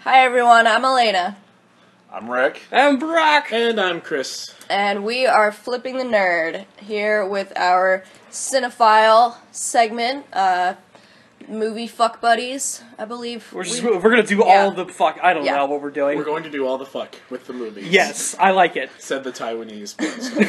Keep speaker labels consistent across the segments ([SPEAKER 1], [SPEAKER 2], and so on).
[SPEAKER 1] Hi everyone, I'm Elena,
[SPEAKER 2] I'm Rick.
[SPEAKER 3] I'm Brock.
[SPEAKER 4] And I'm Chris.
[SPEAKER 1] and we are flipping the nerd here with our cinephile segment, uh, movie fuck buddies. I believe
[SPEAKER 3] We're just,
[SPEAKER 1] we-
[SPEAKER 3] we're gonna do all the fuck. I don't
[SPEAKER 1] Yeah.
[SPEAKER 3] know what we're doing.
[SPEAKER 4] We're going to do all the fuck with the movies.
[SPEAKER 3] yes, I like it.
[SPEAKER 4] Said the Taiwanese person.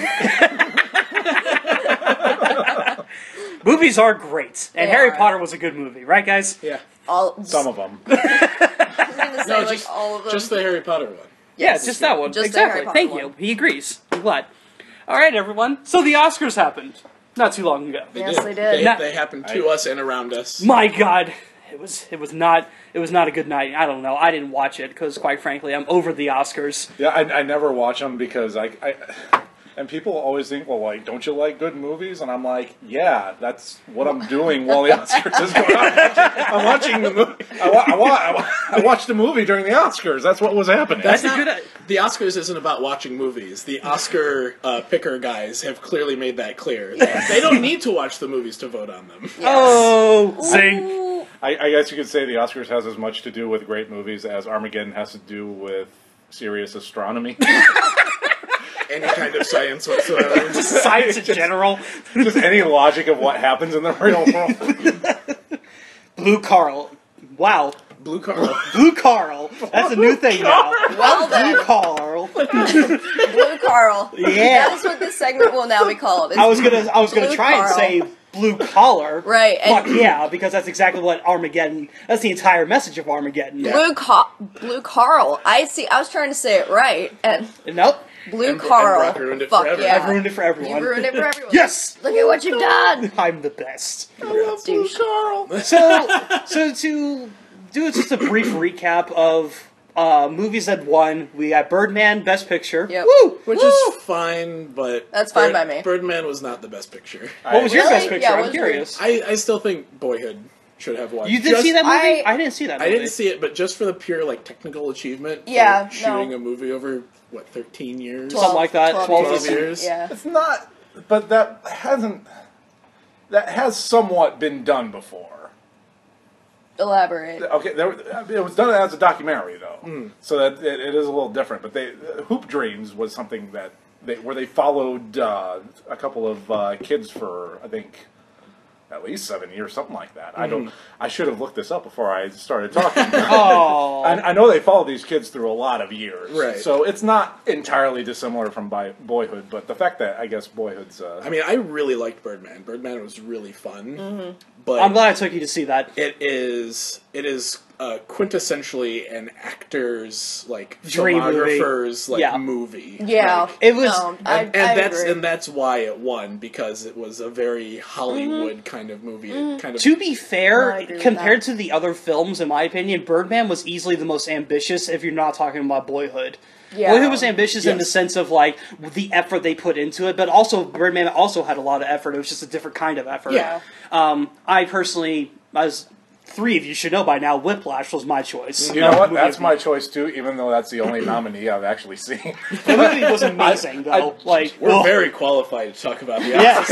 [SPEAKER 3] Movies are great, and
[SPEAKER 1] They
[SPEAKER 3] Harry
[SPEAKER 1] are.
[SPEAKER 3] Potter was a good movie, right, guys?
[SPEAKER 4] yeah.
[SPEAKER 1] all
[SPEAKER 2] Some of them.
[SPEAKER 1] I was gonna say,
[SPEAKER 4] No,
[SPEAKER 1] like,
[SPEAKER 4] just,
[SPEAKER 1] all of them.
[SPEAKER 4] just the Harry Potter one.
[SPEAKER 3] Yeah, it's just that one.
[SPEAKER 1] Just the
[SPEAKER 3] exactly.
[SPEAKER 1] Harry Potter
[SPEAKER 3] Thank
[SPEAKER 1] one.
[SPEAKER 3] you. He agrees. I'm glad. All right, everyone. So the Oscars happened not too long ago.
[SPEAKER 4] They
[SPEAKER 1] Yes,
[SPEAKER 4] did.
[SPEAKER 1] they did.
[SPEAKER 4] They,
[SPEAKER 3] Not-
[SPEAKER 4] they happened to
[SPEAKER 2] I-
[SPEAKER 4] us and around us.
[SPEAKER 3] My God, it was it was not it was not a good night. I don't know. I didn't watch it because, quite frankly, I'm over the Oscars.
[SPEAKER 2] Yeah, I, I never watch them because I, I, and people always think, well, like, don't you like good movies? And I'm like, yeah, that's what I'm doing while the Oscars is going on. I'm watching the movie. I, wa- I, wa- I, wa- I watched the movie during the Oscars. That's what was happening.
[SPEAKER 3] That's a
[SPEAKER 4] not-
[SPEAKER 3] good.
[SPEAKER 4] The Oscars isn't about watching movies. The Oscar uh, picker guys have clearly made that clear. They don't need to watch the movies to vote on them.
[SPEAKER 3] Oh, zing.
[SPEAKER 1] Ooh,
[SPEAKER 2] I, I guess you could say the Oscars has as much to do with great movies as Armageddon has to do with serious astronomy.
[SPEAKER 4] Any kind of science whatsoever.
[SPEAKER 3] Science in general.
[SPEAKER 2] Just any logic of what happens in the real world.
[SPEAKER 3] Blue Carl. Wow.
[SPEAKER 4] Blue Carl.
[SPEAKER 3] Blue Carl. That's a new thing now.
[SPEAKER 1] well then,
[SPEAKER 3] Blue Carl.
[SPEAKER 1] Blue Carl.
[SPEAKER 3] Yeah.
[SPEAKER 1] That is what this segment will now be called. It's
[SPEAKER 3] I was gonna I was gonna
[SPEAKER 1] Blue
[SPEAKER 3] try
[SPEAKER 1] Carl.
[SPEAKER 3] and say blue collar.
[SPEAKER 1] Right, and-
[SPEAKER 3] Fuck yeah, because that's exactly what Armageddon that's the entire message of Armageddon.
[SPEAKER 1] Blue, Ca- Blue Carl. I see. I was trying to say it right, and
[SPEAKER 3] Nope.
[SPEAKER 1] Blue
[SPEAKER 4] And- and
[SPEAKER 1] Carl.
[SPEAKER 4] Brock ruined it
[SPEAKER 1] Fuck
[SPEAKER 4] forever.
[SPEAKER 1] yeah!
[SPEAKER 3] I've ruined it for everyone.
[SPEAKER 1] You ruined it for everyone.
[SPEAKER 3] Yes!
[SPEAKER 1] Look at what you've done.
[SPEAKER 3] I'm the best.
[SPEAKER 1] Douche.
[SPEAKER 3] So so to do just a brief recap of uh, movies that won, we got Birdman, Best Picture.
[SPEAKER 1] Yep.
[SPEAKER 3] Woo!
[SPEAKER 4] Which
[SPEAKER 1] Woo!
[SPEAKER 4] is fine, but
[SPEAKER 1] That's fine by me.
[SPEAKER 4] Birdman was not the best picture.
[SPEAKER 3] What was your
[SPEAKER 1] Really?
[SPEAKER 3] best picture?
[SPEAKER 1] Yeah, what
[SPEAKER 3] I'm
[SPEAKER 1] was your-
[SPEAKER 3] curious.
[SPEAKER 4] I, I still think Boyhood should have won.
[SPEAKER 3] you did
[SPEAKER 4] Just-
[SPEAKER 3] see that movie?
[SPEAKER 1] I-
[SPEAKER 3] I, didn't see that
[SPEAKER 4] I
[SPEAKER 3] movie.
[SPEAKER 4] didn't see it, but just for the pure like technical achievement, for
[SPEAKER 1] Yeah,
[SPEAKER 4] shooting
[SPEAKER 1] no.
[SPEAKER 4] a movie over what thirteen years,
[SPEAKER 3] Something like that, 12
[SPEAKER 4] 12 years.
[SPEAKER 1] Yeah.
[SPEAKER 2] It's not, but that hasn't. That has somewhat been done before.
[SPEAKER 1] Elaborate.
[SPEAKER 2] Okay, there, it was done as a documentary though,
[SPEAKER 4] Hmm.
[SPEAKER 2] so that it, it is a little different. But they, uh, Hoop Dreams was something that they where they followed uh, a couple of uh, kids for I think at least seven years, something like that. I
[SPEAKER 4] Hmm.
[SPEAKER 2] don't. I should have looked this up before I started talking.
[SPEAKER 3] Oh,
[SPEAKER 2] I, I know they follow these kids through a lot of years,
[SPEAKER 4] Right.
[SPEAKER 2] So it's not entirely dissimilar from bi- Boyhood, but the fact that I guess Boyhood's uh,
[SPEAKER 4] I mean, I really liked Birdman. Birdman was really fun,
[SPEAKER 1] Mm-hmm.
[SPEAKER 4] but
[SPEAKER 3] I'm glad I took you to see that.
[SPEAKER 4] it is it is uh, quintessentially an actor's like
[SPEAKER 3] Dream movie.
[SPEAKER 4] filmographer's like
[SPEAKER 3] Yeah.
[SPEAKER 4] movie.
[SPEAKER 1] Yeah.
[SPEAKER 4] Like,
[SPEAKER 3] It was-
[SPEAKER 1] No,
[SPEAKER 4] and,
[SPEAKER 1] I,
[SPEAKER 4] and
[SPEAKER 1] I
[SPEAKER 4] that's
[SPEAKER 1] agree.
[SPEAKER 4] and that's why it won because it was a very
[SPEAKER 1] Mm-hmm.
[SPEAKER 4] Hollywood kind of movie, kind of
[SPEAKER 3] To be
[SPEAKER 1] No, I
[SPEAKER 3] fair,
[SPEAKER 1] agree with
[SPEAKER 3] compared
[SPEAKER 1] that.
[SPEAKER 3] to the other films, in my opinion, Birdman was easily the most ambitious. If you're not talking about Boyhood,
[SPEAKER 1] Yeah.
[SPEAKER 3] Boyhood was ambitious in the
[SPEAKER 4] Yes.
[SPEAKER 3] sense of like the effort they put into it, but also Birdman also had a lot of effort. It was just a different kind of effort.
[SPEAKER 4] Yeah.
[SPEAKER 3] Um, I personally, as three of you should know by now, Whiplash was my choice.
[SPEAKER 2] You know
[SPEAKER 3] Uh,
[SPEAKER 2] what?
[SPEAKER 3] movie
[SPEAKER 2] That's
[SPEAKER 3] of-
[SPEAKER 2] my choice too. Even though that's the only nominee I've actually seen.
[SPEAKER 3] The movie was amazing
[SPEAKER 2] I-
[SPEAKER 3] though. like
[SPEAKER 4] We're
[SPEAKER 3] ugh.
[SPEAKER 4] very qualified to talk about the
[SPEAKER 3] yes.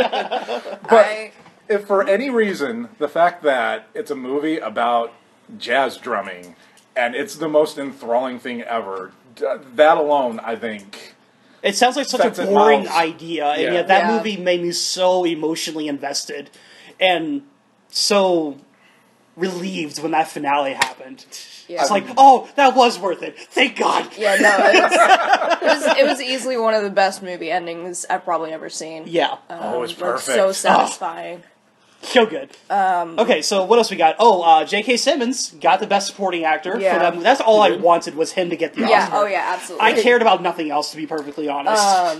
[SPEAKER 1] I,
[SPEAKER 2] if for any reason the fact that it's a movie about jazz drumming and it's the most enthralling thing ever, d- that alone, I think.
[SPEAKER 3] It sounds like such
[SPEAKER 2] Sets
[SPEAKER 3] a
[SPEAKER 2] it
[SPEAKER 3] boring
[SPEAKER 2] miles.
[SPEAKER 3] idea, and
[SPEAKER 4] Yeah.
[SPEAKER 3] yet that
[SPEAKER 1] Yeah.
[SPEAKER 3] movie made me so emotionally invested and so relieved when that finale happened.
[SPEAKER 1] Yeah.
[SPEAKER 3] It's like, oh, that was worth it. Thank God.
[SPEAKER 1] yeah, no, it's, it, was, it was easily one of the best movie endings I've probably ever seen.
[SPEAKER 3] Yeah.
[SPEAKER 2] Oh, it's
[SPEAKER 1] Like,
[SPEAKER 2] perfect.
[SPEAKER 1] so satisfying.
[SPEAKER 3] So good. Um, okay, so what else we got? Oh, uh, J.K. Simmons got the best supporting actor
[SPEAKER 1] Yeah.
[SPEAKER 3] for that movie. That's all I wanted was him to get the
[SPEAKER 1] yeah.
[SPEAKER 3] Oscar.
[SPEAKER 1] Oh, yeah. Absolutely.
[SPEAKER 3] I cared about nothing else, to be perfectly honest.
[SPEAKER 1] Uh,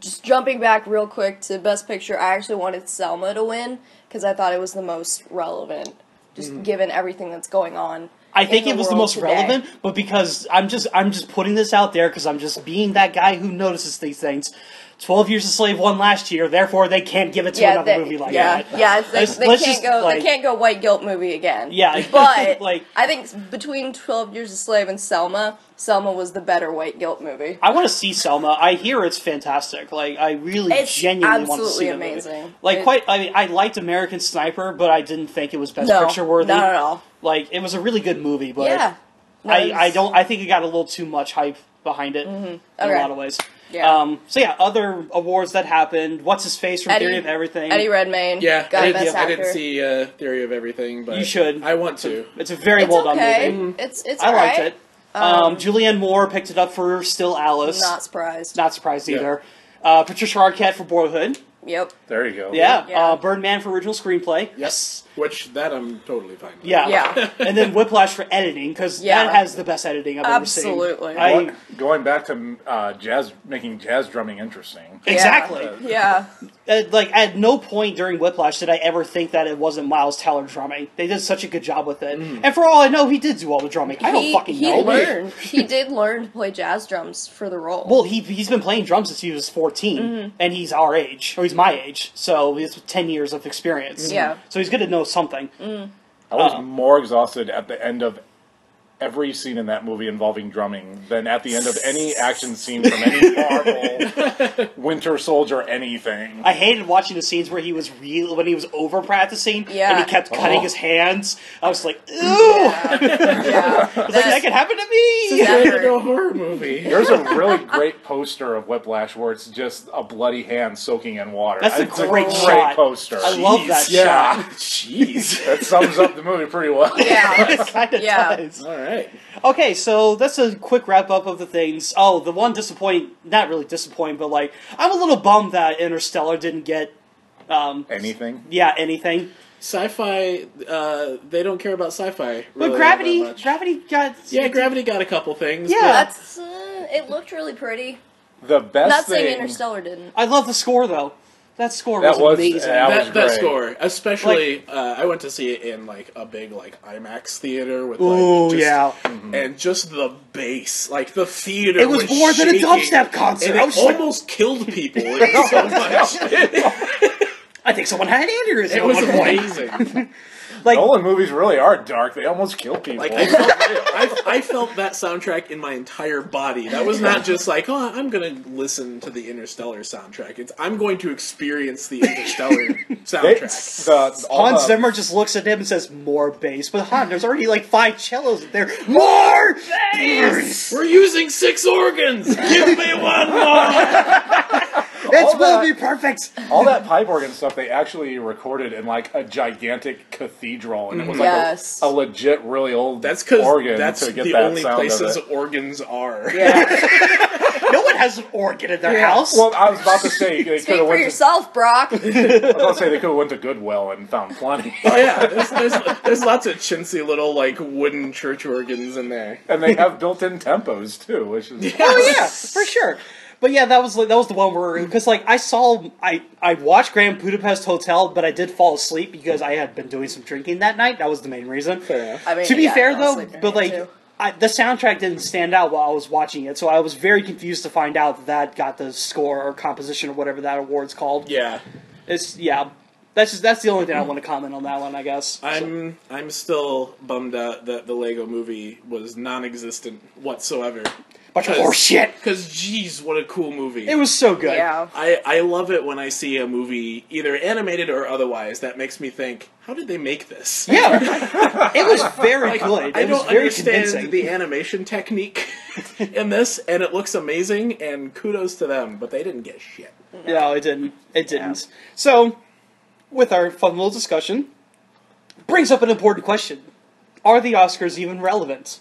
[SPEAKER 1] Just jumping back real quick to Best Picture, I actually wanted Selma to win because I thought it was the most relevant, just given everything that's going on.
[SPEAKER 3] Mm-hmm. I think
[SPEAKER 1] in
[SPEAKER 3] it was the
[SPEAKER 1] world
[SPEAKER 3] most
[SPEAKER 1] today.
[SPEAKER 3] relevant, but because I'm just I'm just putting this out there because I'm just being that guy who notices these things. Twelve Years a Slave won last year, therefore they can't give it to another
[SPEAKER 1] they-
[SPEAKER 3] movie like
[SPEAKER 1] yeah,
[SPEAKER 3] that.
[SPEAKER 1] Yeah, it's like
[SPEAKER 3] Let's-
[SPEAKER 1] they
[SPEAKER 3] let's
[SPEAKER 1] can't
[SPEAKER 3] just,
[SPEAKER 1] go.
[SPEAKER 3] like-
[SPEAKER 1] they can't go white guilt movie again.
[SPEAKER 3] Yeah,
[SPEAKER 1] but
[SPEAKER 3] like-
[SPEAKER 1] I think between Twelve Years a Slave and Selma, Selma was the better white guilt movie.
[SPEAKER 3] I want to see Selma. I hear it's fantastic. Like I really
[SPEAKER 1] It's
[SPEAKER 3] genuinely want to
[SPEAKER 1] absolutely
[SPEAKER 3] see that movie.
[SPEAKER 1] amazing.
[SPEAKER 3] Like
[SPEAKER 1] It-
[SPEAKER 3] quite, I, I liked American Sniper, but I didn't think it was best
[SPEAKER 1] No,
[SPEAKER 3] picture worthy.
[SPEAKER 1] not at all.
[SPEAKER 3] Like it was a really good movie, but
[SPEAKER 1] yeah.
[SPEAKER 3] I,
[SPEAKER 1] Nice.
[SPEAKER 3] I don't I think it got a little too much hype behind it in
[SPEAKER 1] Mm-hmm. Okay.
[SPEAKER 3] a lot of ways.
[SPEAKER 1] Yeah.
[SPEAKER 3] Um, so yeah, other awards that happened. What's his face from Theory of Everything?
[SPEAKER 1] Eddie Redmayne.
[SPEAKER 4] Yeah,
[SPEAKER 1] got
[SPEAKER 4] I didn't,
[SPEAKER 1] best
[SPEAKER 4] I
[SPEAKER 1] actor.
[SPEAKER 4] didn't see uh, Theory of Everything, but
[SPEAKER 3] You should.
[SPEAKER 4] I want to.
[SPEAKER 3] It's a very
[SPEAKER 1] It's
[SPEAKER 3] well
[SPEAKER 1] okay.
[SPEAKER 3] done movie.
[SPEAKER 1] It's it's.
[SPEAKER 3] I liked
[SPEAKER 1] alright.
[SPEAKER 3] it. Um, Julianne Moore picked it up for Still Alice.
[SPEAKER 1] Not surprised.
[SPEAKER 3] Not surprised
[SPEAKER 4] Yeah.
[SPEAKER 3] either. Uh, Patricia Arquette for Boyhood.
[SPEAKER 1] Yep.
[SPEAKER 2] There you go.
[SPEAKER 3] Yeah.
[SPEAKER 1] Yeah.
[SPEAKER 3] Uh, Birdman for original screenplay.
[SPEAKER 4] Yes, which that I'm totally fine. With.
[SPEAKER 3] Yeah.
[SPEAKER 1] Yeah.
[SPEAKER 3] and then Whiplash for editing because
[SPEAKER 1] Yeah.
[SPEAKER 3] that has the best editing I've
[SPEAKER 1] Absolutely.
[SPEAKER 3] ever seen.
[SPEAKER 2] But going back to uh, jazz, making jazz drumming interesting.
[SPEAKER 3] I, exactly.
[SPEAKER 1] Yeah.
[SPEAKER 3] At, like at no point during Whiplash did I ever think that it wasn't Miles Teller drumming. They did such a good job with it. And for all I know, he did do all the drumming. I don't
[SPEAKER 1] he,
[SPEAKER 3] fucking
[SPEAKER 1] he
[SPEAKER 3] know.
[SPEAKER 1] learned. he did learn to play jazz drums for the role.
[SPEAKER 3] Well, he he's been playing drums since he was 14
[SPEAKER 1] Mm-hmm.
[SPEAKER 3] and he's our age, or he's my age, so it's ten years of experience.
[SPEAKER 1] Yeah. Mm.
[SPEAKER 3] so he's gonna know something.
[SPEAKER 2] I was
[SPEAKER 3] Uh-huh.
[SPEAKER 2] more exhausted at the end of every scene in that movie involving drumming than at the end of any action scene from any Marvel, Winter Soldier, anything.
[SPEAKER 3] I hated watching the scenes where he was real when he was over practicing and
[SPEAKER 1] Yeah.
[SPEAKER 3] he kept cutting
[SPEAKER 2] Oh.
[SPEAKER 3] his hands. I was like, ooh,
[SPEAKER 1] yeah. yeah.
[SPEAKER 3] I was like, that could happen to me.
[SPEAKER 1] Yeah.
[SPEAKER 4] Like a horror movie.
[SPEAKER 2] There's a really great poster of Whiplash where it's just a bloody hand soaking in water.
[SPEAKER 3] That's a
[SPEAKER 2] It's
[SPEAKER 3] great shot.
[SPEAKER 2] poster.
[SPEAKER 3] I love that
[SPEAKER 2] Yeah.
[SPEAKER 3] shot.
[SPEAKER 4] Jeez.
[SPEAKER 2] that sums up the movie pretty well.
[SPEAKER 1] yeah.
[SPEAKER 3] It kinda
[SPEAKER 1] Yeah.
[SPEAKER 3] does.
[SPEAKER 4] All right.
[SPEAKER 3] Okay, so that's a quick wrap up of the things. Oh, the one disappoint not really disappointing, but like I'm a little bummed that Interstellar didn't get um
[SPEAKER 2] Anything?
[SPEAKER 3] yeah, anything.
[SPEAKER 4] Sci-fi. Uh, they don't care about sci-fi. Really
[SPEAKER 3] But
[SPEAKER 4] all
[SPEAKER 3] Gravity
[SPEAKER 4] that much.
[SPEAKER 3] Gravity got
[SPEAKER 4] Yeah, Gravity got a couple things.
[SPEAKER 3] Yeah.
[SPEAKER 4] but
[SPEAKER 1] That's. Uh, it looked really pretty.
[SPEAKER 2] The best
[SPEAKER 1] Not
[SPEAKER 2] thing.
[SPEAKER 1] saying Interstellar didn't.
[SPEAKER 3] I love the score though. That score
[SPEAKER 2] That
[SPEAKER 3] was,
[SPEAKER 2] was-
[SPEAKER 3] amazing.
[SPEAKER 2] that was-
[SPEAKER 4] that, that
[SPEAKER 2] great.
[SPEAKER 4] score, especially, uh, I went to see it in like a big like IMAX theater with. Like,
[SPEAKER 3] Ooh,
[SPEAKER 4] just-
[SPEAKER 3] yeah.
[SPEAKER 4] and just the bass, like the theater.
[SPEAKER 3] Mm-hmm. It was more than a
[SPEAKER 4] shaking,
[SPEAKER 3] dubstep concert.
[SPEAKER 4] And
[SPEAKER 3] I
[SPEAKER 4] it
[SPEAKER 3] was just like-
[SPEAKER 4] almost killed people. It was so much.
[SPEAKER 3] I think someone had an aneurysm.
[SPEAKER 4] It
[SPEAKER 3] at
[SPEAKER 4] was
[SPEAKER 3] one point.
[SPEAKER 4] amazing.
[SPEAKER 3] Like
[SPEAKER 2] Nolan movies really are dark. They almost kill people.
[SPEAKER 4] Like I felt, I, I felt that soundtrack in my entire body. That was not just like, oh, I'm gonna listen to the Interstellar soundtrack. It's I'm going to experience the Interstellar
[SPEAKER 2] They-
[SPEAKER 4] soundtrack.
[SPEAKER 2] the, all
[SPEAKER 3] Hans
[SPEAKER 4] Uh,
[SPEAKER 2] the-
[SPEAKER 3] Zimmer just looks at him and says, "More bass." But Han, there's already like five cellos in there. More bass.
[SPEAKER 4] We're using six organs. Give me one more.
[SPEAKER 3] It's
[SPEAKER 2] All
[SPEAKER 3] will
[SPEAKER 2] that-
[SPEAKER 3] be perfect.
[SPEAKER 2] all that pipe organ stuff they actually recorded in like a gigantic cathedral, and it was like a-
[SPEAKER 1] Yes.
[SPEAKER 2] a, legit, really old
[SPEAKER 4] That's
[SPEAKER 2] organ
[SPEAKER 4] because that's
[SPEAKER 2] to get
[SPEAKER 4] the
[SPEAKER 2] that
[SPEAKER 4] only
[SPEAKER 2] sound
[SPEAKER 4] places
[SPEAKER 2] of it.
[SPEAKER 4] organs are.
[SPEAKER 1] Yeah.
[SPEAKER 3] No one has an organ in their house.
[SPEAKER 2] Well, I was about to say they could
[SPEAKER 1] Speak
[SPEAKER 2] have
[SPEAKER 1] for
[SPEAKER 2] went. To,
[SPEAKER 1] yourself, Brock.
[SPEAKER 2] I was about to say they could have went to Goodwill and found plenty,
[SPEAKER 4] Oh yeah, there's, there's, there's lots of chintzy little like wooden church organs in there.
[SPEAKER 2] and they have built-in tempos too, which is
[SPEAKER 3] oh yeah, for sure. But yeah, that was like, that was the one where because like I saw I I watched Grand Budapest Hotel, but I did fall asleep because I had been doing some drinking that night. That was the main reason.
[SPEAKER 4] Fair enough.
[SPEAKER 1] I mean,
[SPEAKER 3] to be
[SPEAKER 1] yeah,
[SPEAKER 3] fair
[SPEAKER 1] I'll
[SPEAKER 3] though,
[SPEAKER 1] sleep in
[SPEAKER 3] but
[SPEAKER 1] here,
[SPEAKER 3] like
[SPEAKER 1] too.
[SPEAKER 3] I, the soundtrack didn't stand out while I was watching it, so I was very confused to find out that that got the score or composition or whatever that award's called.
[SPEAKER 4] Yeah,
[SPEAKER 3] It's yeah. That's just that's the only thing I want to comment on that one, I guess.
[SPEAKER 4] I'm I'm still bummed out that the Lego Movie was non-existent whatsoever.
[SPEAKER 3] bunch of horseshit.
[SPEAKER 4] Because geez, what a cool movie!
[SPEAKER 3] Oh, It was so good.
[SPEAKER 1] yeah.
[SPEAKER 4] I, I love it when I see a movie, either animated or otherwise, that makes me think, how did they make this?
[SPEAKER 3] Yeah, it was very good. It
[SPEAKER 4] I
[SPEAKER 3] was
[SPEAKER 4] don't
[SPEAKER 3] very
[SPEAKER 4] understand
[SPEAKER 3] convincing.
[SPEAKER 4] the animation technique in this, and it looks amazing, and kudos to them, but they didn't get shit.
[SPEAKER 3] No, it didn't. It didn't. So, with our fun little discussion, brings up an important question: Are the Oscars even relevant?